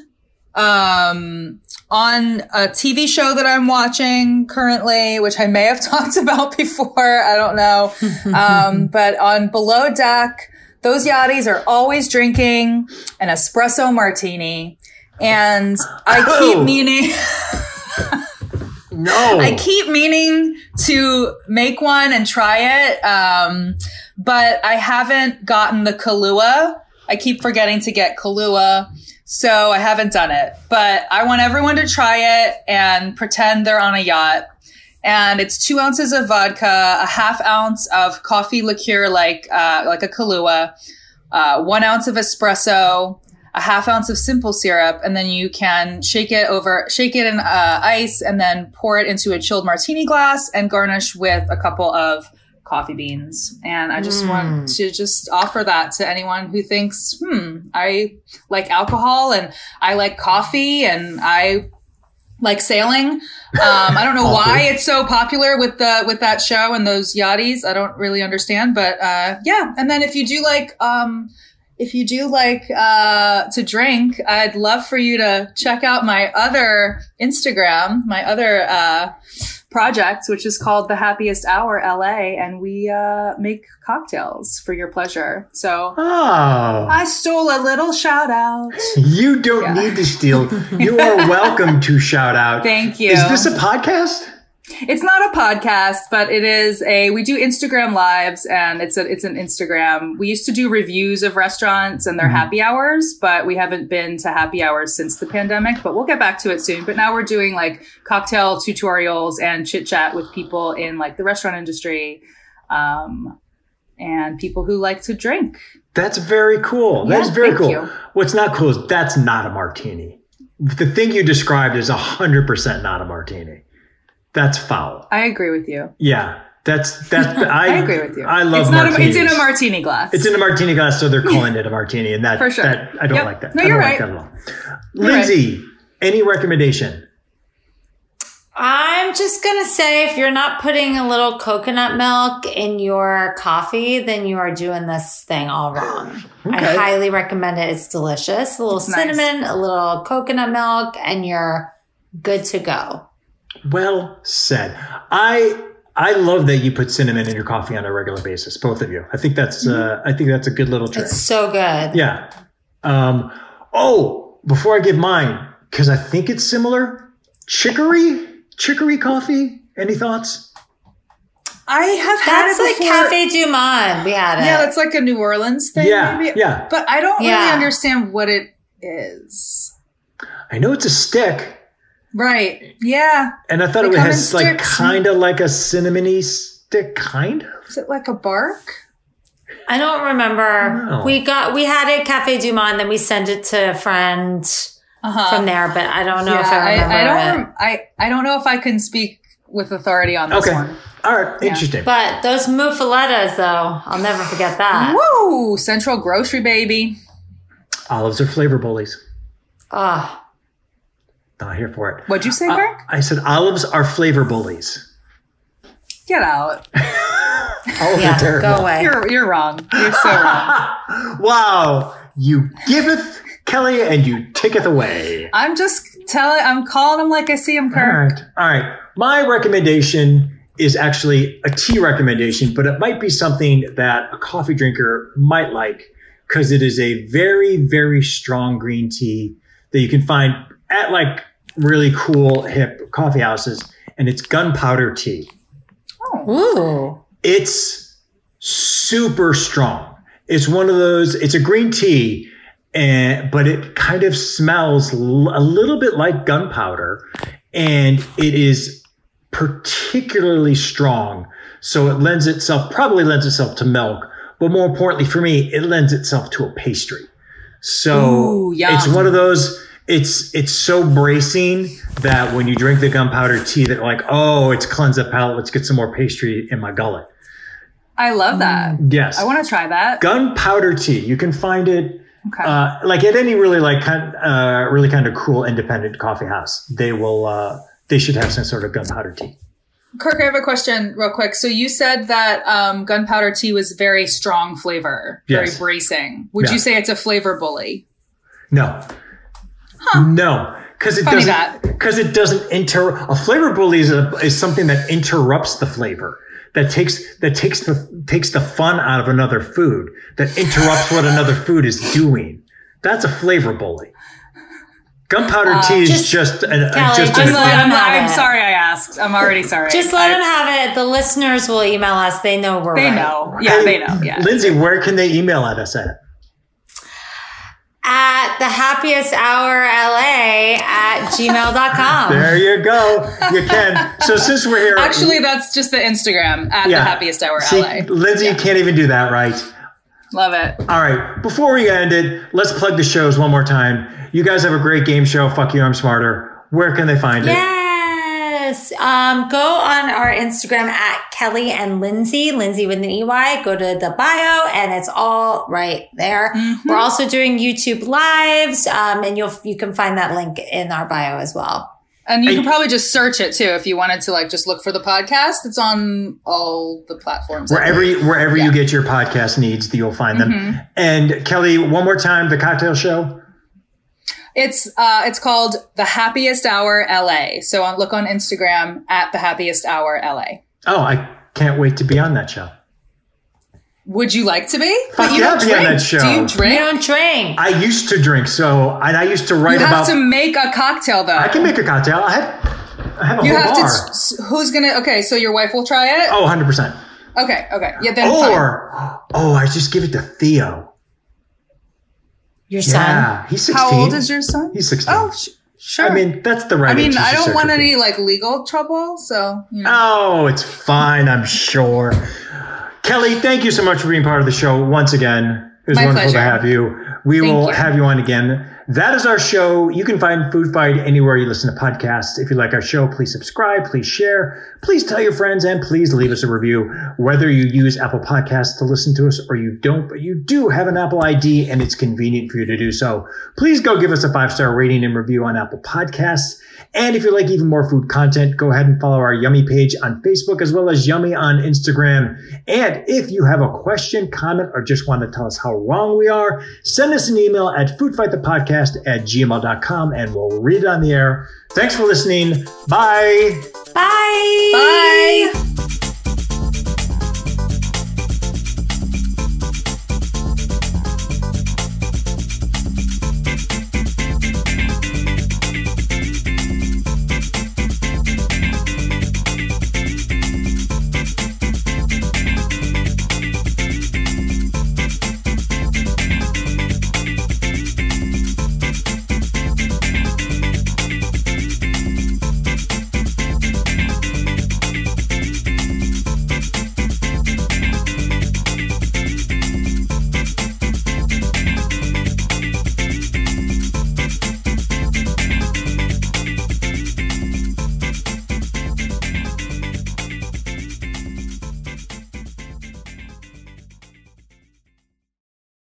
[SPEAKER 3] um on a TV show that I'm watching currently, which I may have talked about before, I don't know. Um, but on Below Deck, those yachties are always drinking an espresso martini. And I keep
[SPEAKER 1] Oh.
[SPEAKER 3] meaning
[SPEAKER 1] No.
[SPEAKER 3] I keep meaning to make one and try it, um, but I haven't gotten the Kahlua. I keep forgetting to get Kahlua, so I haven't done it. But I want everyone to try it and pretend they're on a yacht. And it's two ounces of vodka, a half ounce of coffee liqueur like uh, like a Kahlua, uh, one ounce of espresso, a half ounce of simple syrup, and then you can shake it over, shake it in uh, ice, and then pour it into a chilled martini glass and garnish with a couple of coffee beans. And I just want to just offer that to anyone who thinks, hmm, I like alcohol and I like coffee and I like sailing. Um, I don't know why
[SPEAKER 1] Coffee.
[SPEAKER 3] it's so popular with the with that show and those yachties. I don't really understand, but uh, yeah. And then if you do like. Um, if you do like uh, to drink, I'd love for you to check out my other Instagram, my other uh, project, which is called The Happiest Hour LA, and we uh, make cocktails for your pleasure. So
[SPEAKER 1] Oh.
[SPEAKER 3] I stole a little shout out.
[SPEAKER 1] You don't
[SPEAKER 3] Yeah.
[SPEAKER 1] need to steal. You are welcome to shout out.
[SPEAKER 3] Thank you.
[SPEAKER 1] Is this a podcast?
[SPEAKER 3] it's not a podcast, but it is a. We do Instagram lives, and it's a. It's an Instagram. We used to do reviews of restaurants and their
[SPEAKER 1] Mm-hmm.
[SPEAKER 3] happy hours, but we haven't been to happy hours since the pandemic. But we'll get back to it soon. But now we're doing like cocktail tutorials and chit chat with people in like the restaurant industry, um, and people who like to drink.
[SPEAKER 1] That's very cool.
[SPEAKER 3] Yeah,
[SPEAKER 1] that is very
[SPEAKER 3] thank
[SPEAKER 1] cool.
[SPEAKER 3] you.
[SPEAKER 1] What's not cool is that's not a martini. The thing you described is 100% not a martini. That's foul.
[SPEAKER 3] I agree with you.
[SPEAKER 1] Yeah. That's that's I,
[SPEAKER 3] I, agree with you.
[SPEAKER 1] I love
[SPEAKER 3] it's not. A,
[SPEAKER 1] martinis.
[SPEAKER 3] it's in a martini glass.
[SPEAKER 1] It's in a martini glass, so they're calling it a martini, and that,
[SPEAKER 3] For sure.
[SPEAKER 1] that I don't
[SPEAKER 3] Yep.
[SPEAKER 1] like that.
[SPEAKER 3] No,
[SPEAKER 1] I don't
[SPEAKER 3] you're
[SPEAKER 1] like
[SPEAKER 3] right.
[SPEAKER 1] that at all.
[SPEAKER 3] You're right.
[SPEAKER 1] Lindsay, any recommendation?
[SPEAKER 2] I'm just going to say if you're not putting a little coconut milk in your coffee, then you are doing this thing all wrong. I
[SPEAKER 1] Okay.
[SPEAKER 2] highly recommend it. It's delicious. A little
[SPEAKER 3] It's nice.
[SPEAKER 2] cinnamon, a little coconut milk, and you're good to go.
[SPEAKER 1] Well said. I I love that you put cinnamon in your coffee on a regular basis, both of you. I think that's
[SPEAKER 3] Mm-hmm.
[SPEAKER 1] uh, I think that's a good little trick.
[SPEAKER 2] It's so good.
[SPEAKER 1] yeah. Um, oh, before I give mine, because I think it's similar, chicory, chicory coffee. Any thoughts?
[SPEAKER 3] I have had
[SPEAKER 2] That's
[SPEAKER 3] it
[SPEAKER 2] like
[SPEAKER 3] before.
[SPEAKER 2] Cafe Du Monde. We had it.
[SPEAKER 3] Yeah, that's like a New Orleans thing.
[SPEAKER 1] yeah,
[SPEAKER 3] maybe.
[SPEAKER 1] yeah.
[SPEAKER 3] But I don't
[SPEAKER 2] Yeah.
[SPEAKER 3] really understand what it is.
[SPEAKER 1] I know it's a stick,
[SPEAKER 3] Right. Yeah.
[SPEAKER 1] and I thought
[SPEAKER 3] They
[SPEAKER 1] it
[SPEAKER 3] come
[SPEAKER 1] has
[SPEAKER 3] in
[SPEAKER 1] like
[SPEAKER 3] sticks.
[SPEAKER 1] kind of like a cinnamony stick, kind of.
[SPEAKER 3] Is it like a bark?
[SPEAKER 2] I don't remember.
[SPEAKER 1] No.
[SPEAKER 2] We got we had it Cafe Du Monde, then we sent it to a friend
[SPEAKER 3] Uh-huh.
[SPEAKER 2] from there, but I don't know
[SPEAKER 3] yeah,
[SPEAKER 2] if I remember
[SPEAKER 3] I,
[SPEAKER 2] it.
[SPEAKER 3] don't rem- I, I don't know if I can speak with authority on this
[SPEAKER 1] Okay.
[SPEAKER 3] one.
[SPEAKER 1] All right, interesting.
[SPEAKER 2] But those muffalettas, though, I'll never forget that.
[SPEAKER 3] Woo! Central Grocery Baby.
[SPEAKER 1] Olives are flavor bullies.
[SPEAKER 2] Oh,
[SPEAKER 1] Not here for it.
[SPEAKER 3] What'd you say,
[SPEAKER 1] Uh,
[SPEAKER 3] Mark?
[SPEAKER 1] I said olives are flavor bullies.
[SPEAKER 3] Get out.
[SPEAKER 1] Olives are
[SPEAKER 2] yeah,
[SPEAKER 1] terrible.
[SPEAKER 2] go away.
[SPEAKER 3] You're you're wrong. You're so wrong.
[SPEAKER 1] wow, you giveth Kelly and you taketh away.
[SPEAKER 3] I'm just Tell it. I'm calling him like I see him,
[SPEAKER 1] All
[SPEAKER 3] Kirk.
[SPEAKER 1] right. All right. My recommendation is actually a tea recommendation, but it might be something that a coffee drinker might like because it is a very, very strong green tea that you can find at like really cool, hip coffee houses. And it's gunpowder tea.
[SPEAKER 2] Ooh.
[SPEAKER 1] It's super strong. It's one of those, it's a green tea, and, but it kind of smells l- a little bit like gunpowder. And it is particularly strong. So it lends itself, probably lends itself to milk, but more importantly for me, it lends itself to a pastry. So
[SPEAKER 3] Ooh, yum.
[SPEAKER 1] it's one of those. It's it's so bracing that when you drink the gunpowder tea, that like, oh, it's cleanse the palate. Let's get some more pastry in my gullet.
[SPEAKER 3] I love that.
[SPEAKER 1] Yes,
[SPEAKER 3] I want to try that.
[SPEAKER 1] gunpowder tea. You can find it
[SPEAKER 3] Okay.
[SPEAKER 1] uh, like at any really like kind uh, really kind of cool independent coffee house. They will uh, they should have some sort of gunpowder tea.
[SPEAKER 3] Kirk, I have a question real quick. So you said that um, gunpowder tea was very strong flavor,
[SPEAKER 1] Yes.
[SPEAKER 3] very bracing. Would
[SPEAKER 1] Yeah.
[SPEAKER 3] you say it's a flavor bully?
[SPEAKER 1] No. No, because it
[SPEAKER 3] Funny
[SPEAKER 1] doesn't.
[SPEAKER 3] that.
[SPEAKER 1] Because it doesn't inter. A flavor bully is, a, is something that interrupts the flavor. That takes that takes the takes the fun out of another food. That interrupts what another food is doing. That's a flavor bully. Gunpowder tea is
[SPEAKER 2] Just-
[SPEAKER 1] just just, an, a-
[SPEAKER 2] Kelly,
[SPEAKER 1] just
[SPEAKER 2] just
[SPEAKER 1] an,
[SPEAKER 3] Uh, I'm,
[SPEAKER 2] let him
[SPEAKER 3] I'm,
[SPEAKER 2] have
[SPEAKER 3] I'm
[SPEAKER 2] it.
[SPEAKER 3] sorry I asked. I'm already sorry.
[SPEAKER 2] Just let
[SPEAKER 3] I-
[SPEAKER 2] them have it. The listeners will email us. They know we're
[SPEAKER 3] They
[SPEAKER 2] right.
[SPEAKER 3] know. Yeah, they know. Yeah.
[SPEAKER 1] Lindsay, where can they email at us at?
[SPEAKER 2] At the happiest hour LA at gmail.com.
[SPEAKER 1] There you go. You can. So since we're here,
[SPEAKER 3] Actually, that's just the Instagram at
[SPEAKER 1] Yeah.
[SPEAKER 3] the happiest hour
[SPEAKER 1] see,
[SPEAKER 3] LA.
[SPEAKER 1] Lindsay, you can't even do that right.
[SPEAKER 3] Love it.
[SPEAKER 1] All right. Before we end it, let's plug the shows one more time. You guys have a great game show. Fuck you, I'm smarter. Where can they find it?
[SPEAKER 2] Yes. Um, go on our Instagram at Kelly and Lindsay, Lindsay with an EY. Go to the bio and it's all right there.
[SPEAKER 1] Mm-hmm.
[SPEAKER 2] We're also doing YouTube lives. Um, and you'll, you can find that link in our bio as well.
[SPEAKER 3] And you
[SPEAKER 1] I-
[SPEAKER 3] can probably just search it too if you wanted to like just look for the podcast. It's on all the platforms. I
[SPEAKER 1] Wherever
[SPEAKER 3] believe.
[SPEAKER 1] wherever you get your podcast needs, you'll find them.
[SPEAKER 3] Mm-hmm.
[SPEAKER 1] And Kelly, one more time, the cocktail show.
[SPEAKER 3] It's uh, it's called the Happiest Hour LA. So on, look on Instagram at the Happiest Hour LA.
[SPEAKER 1] Oh, I can't wait to be on that show.
[SPEAKER 3] Would you like to be?
[SPEAKER 1] Fuck yeah, I'll be on that show.
[SPEAKER 3] Do you
[SPEAKER 2] You
[SPEAKER 3] drink?
[SPEAKER 2] don't drink.
[SPEAKER 1] I used to drink, so and I used to write
[SPEAKER 3] you
[SPEAKER 1] about.
[SPEAKER 3] have to make a cocktail though.
[SPEAKER 1] I can make a cocktail. I have. I have a
[SPEAKER 3] you
[SPEAKER 1] whole
[SPEAKER 3] have
[SPEAKER 1] bar.
[SPEAKER 3] to. s- Who's gonna? Okay, so your wife will try it.
[SPEAKER 1] oh, 100 percent.
[SPEAKER 3] Okay, okay. Yeah, then
[SPEAKER 1] Oh.
[SPEAKER 3] fine.
[SPEAKER 1] Or oh, I just give it to Theo.
[SPEAKER 2] Your son.
[SPEAKER 1] Yeah, he's 16.
[SPEAKER 3] How old is your son?
[SPEAKER 1] He's 16.
[SPEAKER 3] Oh, sh- sure.
[SPEAKER 1] I mean, that's the right.
[SPEAKER 3] I mean,
[SPEAKER 1] age.
[SPEAKER 3] I
[SPEAKER 1] He's a
[SPEAKER 3] don't want
[SPEAKER 1] surgeon.
[SPEAKER 3] any like legal trouble, so you know.
[SPEAKER 1] Oh, it's fine, I'm sure. Kelly, thank you so much for being part of the show once again. It was
[SPEAKER 3] My
[SPEAKER 1] wonderful to
[SPEAKER 3] pleasure.
[SPEAKER 1] have you. We
[SPEAKER 3] Thank
[SPEAKER 1] will
[SPEAKER 3] you.
[SPEAKER 1] have you on again. That is our show. You can find Food Fight anywhere you listen to podcasts. If you like our show, please subscribe, please share, please tell your friends, and please leave us a review. Whether you use Apple Podcasts to listen to us or you don't, but you do have an Apple ID and it's convenient for you to do so, please go give us a five star rating and review on Apple Podcasts. And if you like even more food content, go ahead and follow our Yummy page on Facebook as well as Yummy on Instagram. And if you have a question, comment, or just want to tell us how wrong we are, send us an email at foodfightthepodcast at gmail.com and we'll read it on the air. Thanks for listening. Bye.
[SPEAKER 2] Bye.
[SPEAKER 3] Bye.